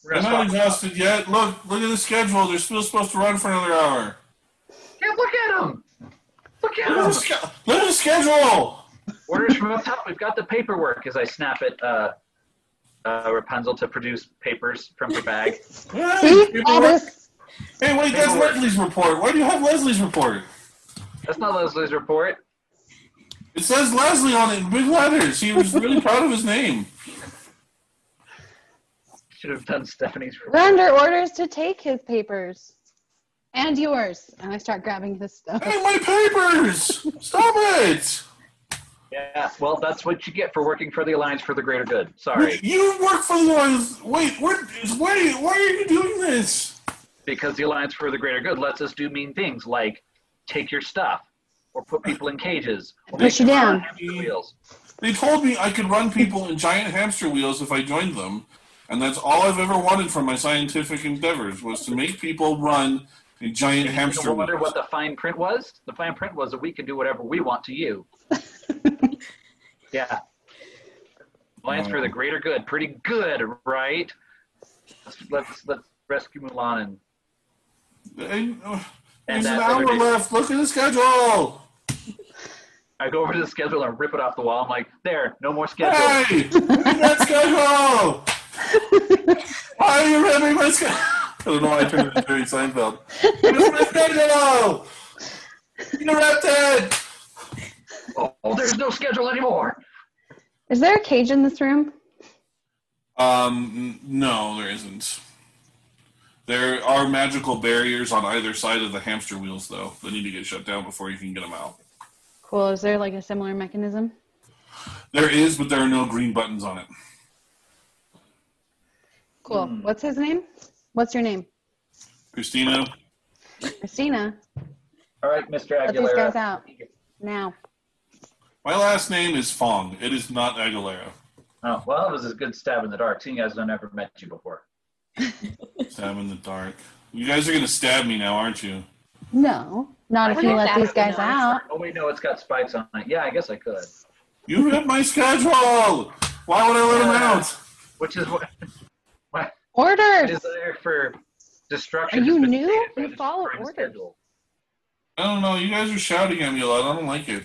[SPEAKER 4] We're
[SPEAKER 1] I'm
[SPEAKER 4] gonna
[SPEAKER 1] not
[SPEAKER 4] stop.
[SPEAKER 1] exhausted yet. Look, look at the schedule. They're still supposed to run for another hour.
[SPEAKER 4] Yeah, look at them. Look at
[SPEAKER 1] Look at the,
[SPEAKER 4] them.
[SPEAKER 1] sch- look at the schedule.
[SPEAKER 4] Orders from up top. We've got the paperwork. As I snap at uh, uh, Rapunzel to produce papers from her bag.
[SPEAKER 1] Ah,
[SPEAKER 3] See
[SPEAKER 1] paperwork.
[SPEAKER 3] all this?
[SPEAKER 1] Hey, wait, that's
[SPEAKER 4] Paperwork.
[SPEAKER 1] Leslie's report. Why do you have Leslie's report?
[SPEAKER 4] That's not Leslie's report.
[SPEAKER 1] It says Leslie on it in big letters. He was really proud of his name.
[SPEAKER 4] Should have done Stephanie's report.
[SPEAKER 3] We're under orders to take his papers and yours. And I start grabbing his stuff.
[SPEAKER 1] Hey, my papers! Stop it!
[SPEAKER 4] Yeah. Well, that's what you get for working for the Alliance for the Greater Good. Sorry,
[SPEAKER 1] You work for the ones. Wait, where, wait, why are you doing this?
[SPEAKER 4] because the Alliance for the Greater Good lets us do mean things like take your stuff, or put people in cages, or
[SPEAKER 3] Push
[SPEAKER 4] make
[SPEAKER 3] you
[SPEAKER 4] them run
[SPEAKER 3] down.
[SPEAKER 4] hamster wheels.
[SPEAKER 1] They told me I could run people in giant hamster wheels if I joined them, and that's all I've ever wanted from my scientific endeavors was to make people run in giant hamster
[SPEAKER 4] You wonder
[SPEAKER 1] wheels.
[SPEAKER 4] what the fine print was? The fine print was that we can do whatever we want to you. yeah. Alliance for the greater good. Pretty good, right? Let's let's, let's rescue Mulan and
[SPEAKER 1] Hey, uh,
[SPEAKER 4] And
[SPEAKER 1] There's an
[SPEAKER 4] that
[SPEAKER 1] hour
[SPEAKER 4] other-
[SPEAKER 1] left. Look at the schedule.
[SPEAKER 4] I go over to the schedule and rip it off the wall. I'm like, there, no more schedule.
[SPEAKER 1] Hey, look at that schedule. Why are you ripping my schedule? I don't know why I turned into Jerry Seinfeld. Where's my schedule? Interrupted.
[SPEAKER 4] Oh, there's no schedule anymore.
[SPEAKER 3] Is there a cage in this room?
[SPEAKER 1] Um, n- no, there isn't. There are magical barriers on either side of the hamster wheels, though. They need to get shut down before you can get them out.
[SPEAKER 3] Cool. Is there like a similar mechanism?
[SPEAKER 1] There is, but there are no green buttons on it.
[SPEAKER 3] Cool.
[SPEAKER 1] Hmm.
[SPEAKER 3] What's his name? What's your name?
[SPEAKER 1] Christina,
[SPEAKER 3] Christina.
[SPEAKER 4] All right, Mr.
[SPEAKER 3] Let these guys
[SPEAKER 4] Aguilera.
[SPEAKER 3] out now.
[SPEAKER 1] my last name is Fong. It is not Aguilera.
[SPEAKER 4] Oh, well, it was a good stab in the dark. Seeing as I've never met you before.
[SPEAKER 1] Stab in the dark. You guys are gonna stab me now, aren't you?
[SPEAKER 3] No, not if
[SPEAKER 2] We're
[SPEAKER 3] you
[SPEAKER 2] not
[SPEAKER 3] let
[SPEAKER 2] that
[SPEAKER 3] these guys
[SPEAKER 2] nice.
[SPEAKER 3] out.
[SPEAKER 4] Oh, wait, no, it's got spikes on it. Yeah, I guess I could.
[SPEAKER 1] You ripped my schedule. Why would I let him out?
[SPEAKER 4] Which is what. what
[SPEAKER 3] Orders.
[SPEAKER 4] desire for destruction.
[SPEAKER 3] Are
[SPEAKER 4] has
[SPEAKER 3] you
[SPEAKER 4] been
[SPEAKER 3] new?
[SPEAKER 4] stated by
[SPEAKER 3] You
[SPEAKER 4] the
[SPEAKER 3] follow
[SPEAKER 4] Supreme
[SPEAKER 3] orders.
[SPEAKER 4] Schedule.
[SPEAKER 1] I don't know. You guys are shouting at me a lot. I don't like it.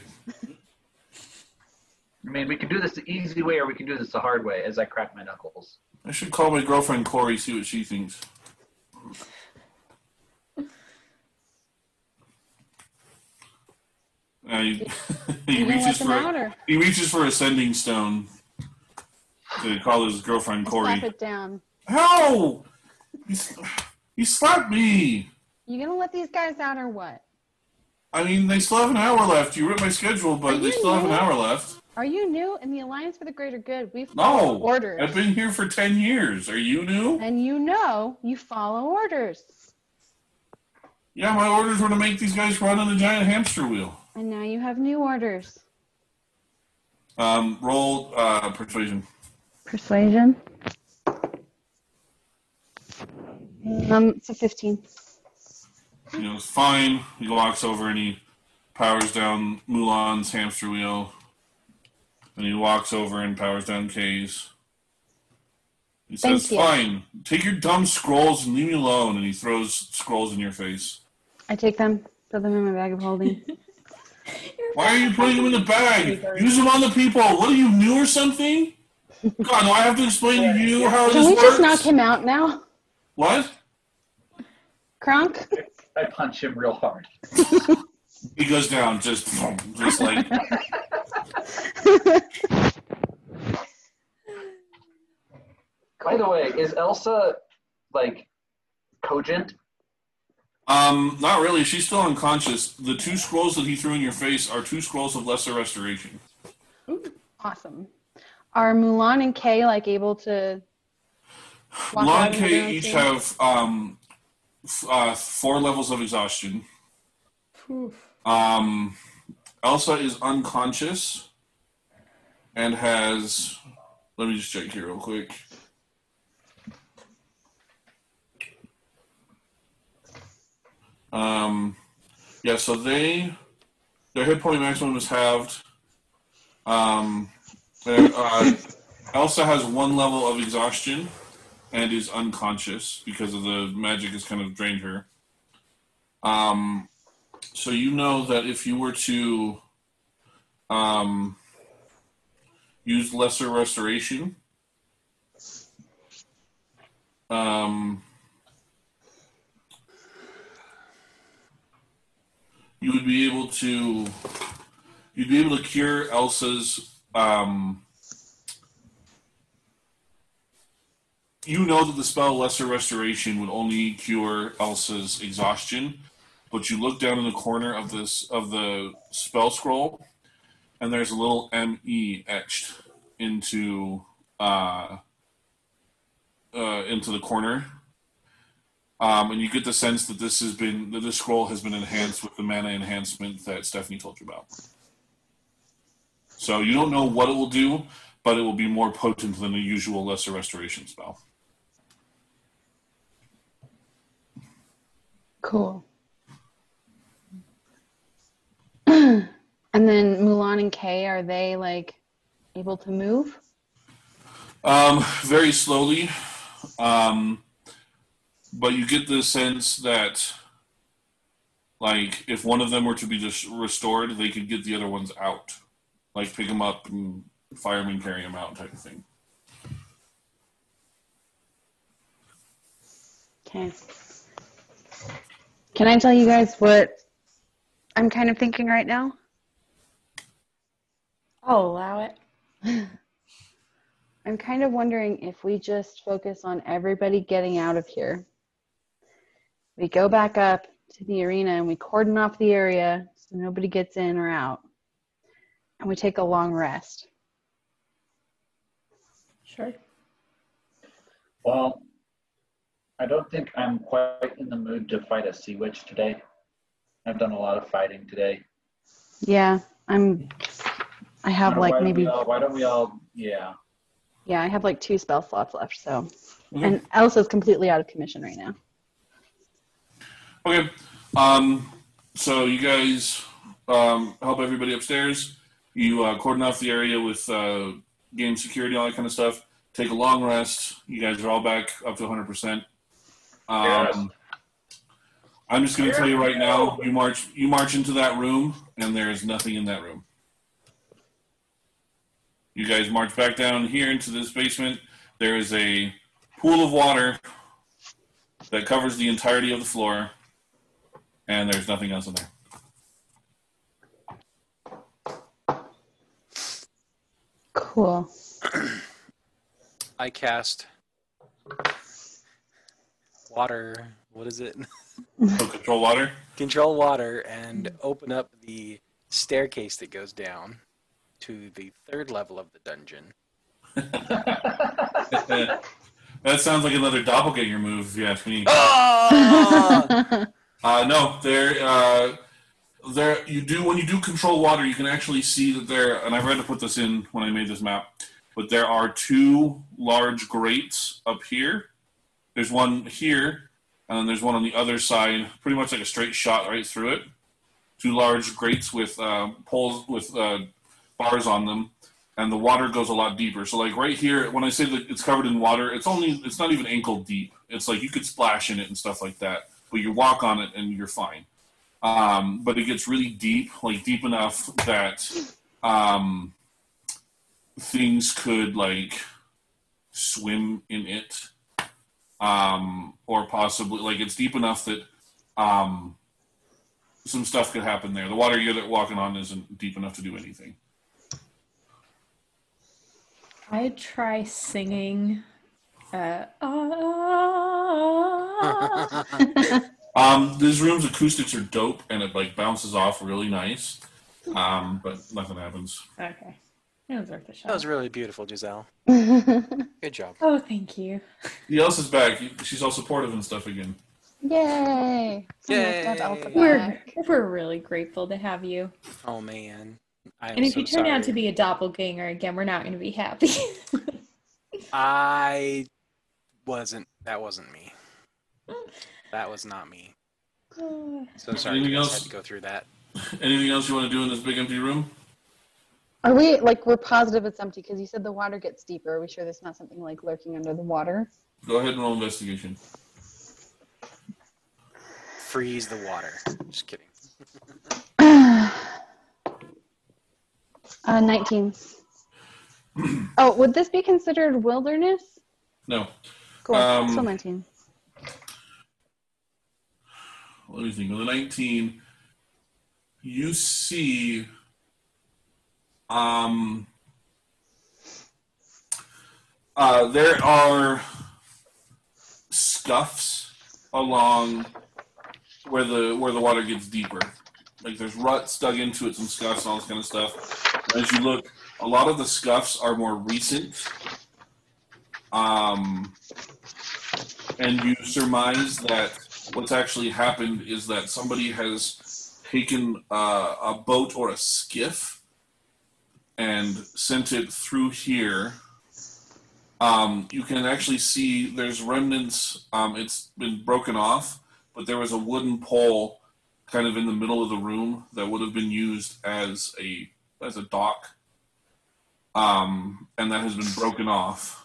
[SPEAKER 4] I mean, we can do this the easy way, or we can do this the hard way. As I crack my knuckles.
[SPEAKER 1] I should call my girlfriend Corey see what she thinks. Uh, he, he
[SPEAKER 3] You gonna let
[SPEAKER 1] reaches
[SPEAKER 3] them
[SPEAKER 1] for
[SPEAKER 3] out
[SPEAKER 1] a,
[SPEAKER 3] or
[SPEAKER 1] he reaches for a sending stone to call his girlfriend
[SPEAKER 3] slap
[SPEAKER 1] Corey.
[SPEAKER 3] it down?
[SPEAKER 1] How? He, s- he slapped me.
[SPEAKER 3] You gonna let these guys out or what?
[SPEAKER 1] I mean, they still have an hour left. You ripped my schedule,
[SPEAKER 3] Are
[SPEAKER 1] but they
[SPEAKER 3] you
[SPEAKER 1] still have an
[SPEAKER 3] new?
[SPEAKER 1] hour left.
[SPEAKER 3] Are you new in the Alliance for the Greater Good? We follow
[SPEAKER 1] No,
[SPEAKER 3] orders,
[SPEAKER 1] I've been here for ten years. Are you new?
[SPEAKER 3] and you know you follow orders.
[SPEAKER 1] Yeah, my orders were to make these guys run on a giant hamster wheel.
[SPEAKER 3] And now you have new orders.
[SPEAKER 1] Um, roll uh, persuasion.
[SPEAKER 3] Persuasion. Um, it's a fifteen.
[SPEAKER 1] You know, it's fine. He walks over and he powers down Mulan's hamster wheel. And he walks over and powers down K's. He
[SPEAKER 3] Thank
[SPEAKER 1] says,
[SPEAKER 3] you.
[SPEAKER 1] Fine, take your dumb scrolls and leave me alone. And he throws scrolls in your face.
[SPEAKER 3] I take them, put them in my bag of holding.
[SPEAKER 1] Why are you putting them in the bag? Use them on the people. What are you, new or something? God, do I have to explain to you how
[SPEAKER 3] Can
[SPEAKER 1] this
[SPEAKER 3] we
[SPEAKER 1] works?
[SPEAKER 3] just knock him out now?
[SPEAKER 1] What?
[SPEAKER 3] Kronk?
[SPEAKER 4] I punch him real hard.
[SPEAKER 1] He goes down, just, just like.
[SPEAKER 4] By the way, is Elsa like cogent?
[SPEAKER 1] Um, not really. She's still unconscious. The two scrolls that he threw in your face are two scrolls of lesser restoration.
[SPEAKER 3] awesome. Are Mulan and Kay like able to walk
[SPEAKER 1] Lon and
[SPEAKER 3] out into their own
[SPEAKER 1] Kay each
[SPEAKER 3] scene?
[SPEAKER 1] have um, f- uh, four levels of exhaustion. Um, Elsa is unconscious and has. Let me just check here real quick. Um, yeah, so they their hit point maximum is halved. Um, they're, uh, Elsa has one level of exhaustion and is unconscious because of the magic has kind of drained her. Um, so you know that if you were to um, use lesser restoration, um, you would be able to you'd be able to cure Elsa's. Um, you know that the spell Lesser Restoration would only cure Elsa's exhaustion, but you look down in the corner of this of the spell scroll, and there's a little ME etched into uh, uh, into the corner, um, and you get the sense that this has been that this scroll has been enhanced with the mana enhancement that Stephanie told you about. So you don't know what it will do, but it will be more potent than the usual Lesser Restoration spell.
[SPEAKER 3] Cool. and then Mulan and Kay, are they like able to move?
[SPEAKER 1] Um, very slowly. Um, but you get the sense that, like, if one of them were to be just restored, they could get the other ones out. Like, pick them up and firemen carry them out, type of thing.
[SPEAKER 3] Okay. Can I tell you guys what I'm kind of thinking right now?
[SPEAKER 2] I'll allow it.
[SPEAKER 3] I'm kind of wondering if we just focus on everybody getting out of here. We go back up to the arena and we cordon off the area so nobody gets in or out. And we take a long rest.
[SPEAKER 2] Sure.
[SPEAKER 4] Well, I don't think I'm quite in the mood to fight a sea witch today. I've done a lot of fighting today.
[SPEAKER 3] Yeah, I'm. I have
[SPEAKER 4] Why
[SPEAKER 3] like
[SPEAKER 4] don't we
[SPEAKER 3] maybe.
[SPEAKER 4] all- why don't we all? Yeah.
[SPEAKER 3] Yeah, I have like two spell slots left. So, and Elsa's completely out of commission right now.
[SPEAKER 1] Okay. Um, so you guys um, help everybody upstairs. You uh, cordon off the area with uh, game security, all that kind of stuff. Take a long rest. You guys are all back up to 100%. Um, I'm just going to tell you right now, you march you march into that room, and there is nothing in that room. You guys march back down here into this basement. There is a pool of water that covers the entirety of the floor, and there's nothing else in there.
[SPEAKER 3] Cool.
[SPEAKER 5] I cast water. What is it?
[SPEAKER 1] So control water.
[SPEAKER 5] Control water and
[SPEAKER 1] Hmm.
[SPEAKER 5] open up the staircase that goes down to the third level of the dungeon.
[SPEAKER 1] that sounds like another doppelganger move, if you ask me.
[SPEAKER 5] Ah! Oh!
[SPEAKER 1] Uh, no, there, uh, there. You do when you do control water, you can actually see that there. And I had to put this in when I made this map, but there are two large grates up here. There's one here, and then there's one on the other side, pretty much like a straight shot right through it. um, Two large grates with uh, poles with uh, bars on them, and the water goes a lot deeper. So like right here, when I say that it's covered in water, it's only it's not even ankle deep. It's like you could splash in it and stuff like that, but you walk on it and you're fine. Um, but it gets really deep, like deep enough that um, things could like swim in it, um, or possibly like it's deep enough that um, some stuff could happen there. The water you're walking on isn't deep enough to do anything.
[SPEAKER 2] I try singing. Uh, ah.
[SPEAKER 1] Um, this room's acoustics are dope, and it like bounces off really nice. Um, but nothing happens.
[SPEAKER 2] okay, it was worth a shot.
[SPEAKER 5] That was really beautiful, Giselle. Good job.
[SPEAKER 2] oh, thank you.
[SPEAKER 1] Yells is back. She's all supportive and stuff again.
[SPEAKER 3] Yay!
[SPEAKER 5] Yay.
[SPEAKER 2] We're we're really grateful to have you.
[SPEAKER 5] Oh man. I am
[SPEAKER 2] and if
[SPEAKER 5] so
[SPEAKER 2] you turn out
[SPEAKER 5] sorry.
[SPEAKER 2] to be a doppelganger again, we're not going to be happy.
[SPEAKER 5] I wasn't. That wasn't me. That was not me. So sorry.
[SPEAKER 1] Anything
[SPEAKER 5] you guys
[SPEAKER 1] else?
[SPEAKER 5] Had to go through that.
[SPEAKER 1] Anything else you want to do in this big empty room?
[SPEAKER 3] Are we like we're positive it's empty because you said the water gets deeper? Are we sure there's not something like lurking under the water?
[SPEAKER 1] Go ahead and roll investigation.
[SPEAKER 5] Freeze the water. Just kidding.
[SPEAKER 3] uh, 19. oh, would this be considered wilderness?
[SPEAKER 1] No.
[SPEAKER 3] Cool.
[SPEAKER 1] Um,
[SPEAKER 3] Still 19.
[SPEAKER 1] Let me think. With a 19, you see um, uh, there are scuffs along where the where the water gets deeper. Like there's ruts dug into it, some scuffs and all this kind of stuff. As you look, a lot of the scuffs are more recent. Um, and you surmise that what's actually happened is that somebody has taken uh, a boat or a skiff and sent it through here. Um, you can actually see there's remnants. Um, it's been broken off, but there was a wooden pole kind of in the middle of the room that would have been used as a as a dock, um, and that has been broken off.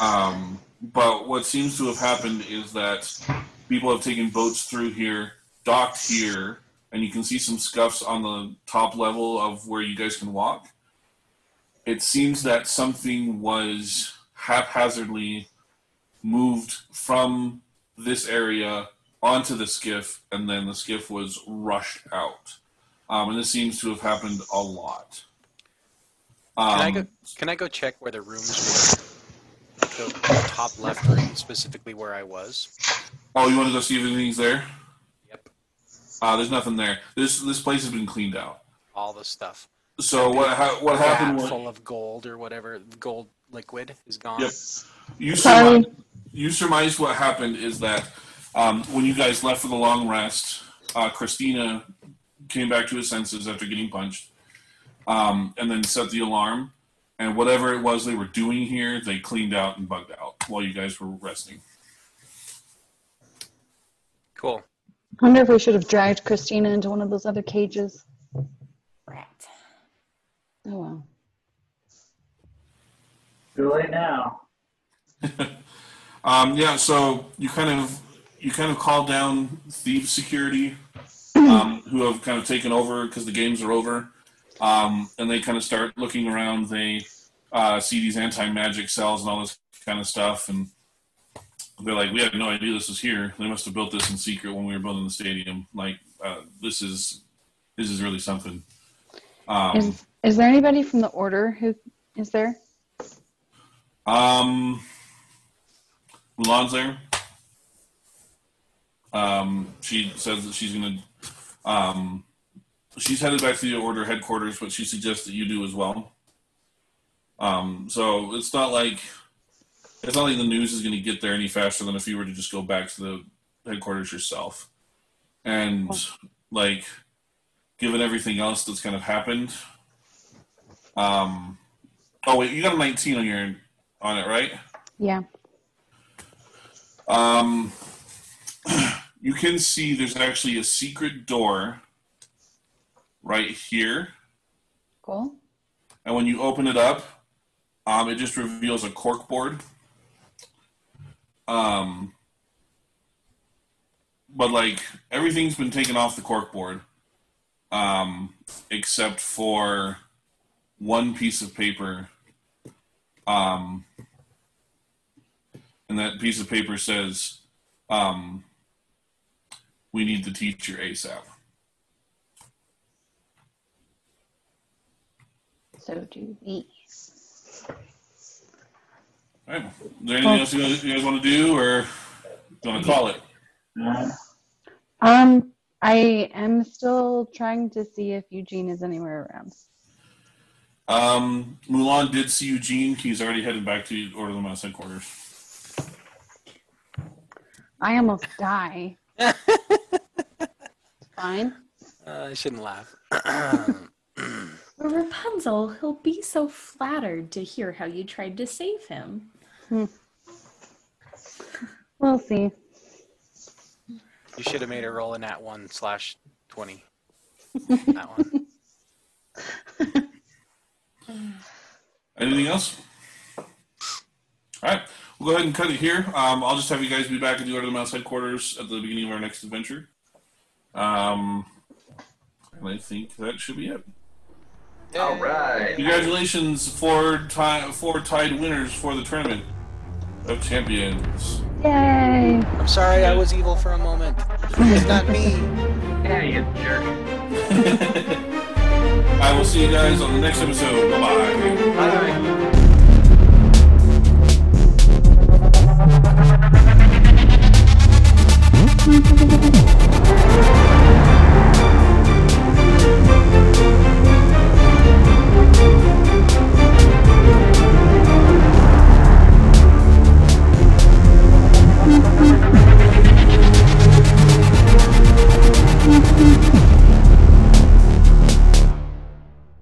[SPEAKER 1] Um, but what seems to have happened is that people have taken boats through here, docked here, and you can see some scuffs on the top level of where you guys can walk. It seems that something was haphazardly moved from this area onto the skiff, and then the skiff was rushed out. Um, and this seems to have happened a lot. Um,
[SPEAKER 5] Can I go? Can I go check where the rooms were? The top left room, specifically where I was.
[SPEAKER 1] Oh, you want to go see if anything's there?
[SPEAKER 5] Yep.
[SPEAKER 1] Uh, there's nothing there. This this place has been cleaned out.
[SPEAKER 5] All the stuff.
[SPEAKER 1] So what ha- what happened
[SPEAKER 5] Vat
[SPEAKER 1] was
[SPEAKER 5] full of gold or whatever gold liquid is gone.
[SPEAKER 1] Yep. you
[SPEAKER 3] Sorry.
[SPEAKER 1] surmised, you surmised what happened is that um, when you guys left for the long rest, uh, Christina came back to his senses after getting punched, um, and then set the alarm. And whatever it was they were doing here, they cleaned out and bugged out while you guys were resting.
[SPEAKER 5] Cool.
[SPEAKER 3] wonder if we should have dragged Christina into one of those other cages.
[SPEAKER 2] Rat.
[SPEAKER 3] Oh, well.
[SPEAKER 4] Too late now.
[SPEAKER 1] Um, yeah, so you kind of you kind of call down thieves security, um, who have kind of taken over because the games are over, um, and they kind of start looking around. They uh, see these anti magic cells and all this kind of stuff, and they're like, "We had no idea this was here. They must have built this in secret when we were building the stadium. Like, uh, this is this is really something." Um,
[SPEAKER 3] Is, is there anybody from the order who is there?
[SPEAKER 1] Um, Mulan's there. Um, she says that she's gonna. Um, she's headed back to the order headquarters, but she suggests that you do as well. Um, so it's not like it's not like the news is gonna get there any faster than if you were to just go back to the headquarters yourself, and like, given everything else that's kind of happened. Um, oh wait, you got a 19 on your on it, right?
[SPEAKER 3] Yeah.
[SPEAKER 1] Um, you can see there's actually a secret door right here,
[SPEAKER 3] Cool.
[SPEAKER 1] and when you open it up, um, it just reveals a cork board. Um, but like everything's been taken off the cork board, um, except for one piece of paper. Um, and that piece of paper says, um, "We need the teacher ASAP."
[SPEAKER 3] So do these.
[SPEAKER 1] All right. Is there anything else you guys, you guys want to do, or want to call it?
[SPEAKER 4] Uh-huh.
[SPEAKER 3] Um, I am still trying to see if Eugene is anywhere around.
[SPEAKER 1] Um, Mulan did see Eugene. He's already headed back to Order of the Mouse headquarters.
[SPEAKER 3] I almost die. Fine.
[SPEAKER 5] Uh, I shouldn't laugh.
[SPEAKER 2] Rapunzel, he'll be so flattered to hear how you tried to save him.
[SPEAKER 3] We'll see.
[SPEAKER 5] you should have made her roll in that one slash twenty. that one.
[SPEAKER 1] Anything else? All right, we'll go ahead and cut it here. Um, I'll just have you guys be back at the Order of the Mouse headquarters at the beginning of our next adventure. Um, and I think that should be it.
[SPEAKER 4] All right.
[SPEAKER 1] Congratulations, four tie, four tied winners for the tournament of champions.
[SPEAKER 3] Yay!
[SPEAKER 5] I'm sorry, I was evil for a moment. It's not me.
[SPEAKER 4] Yeah, you jerk.
[SPEAKER 1] I will see you guys on the next episode. Bye bye.
[SPEAKER 4] Bye.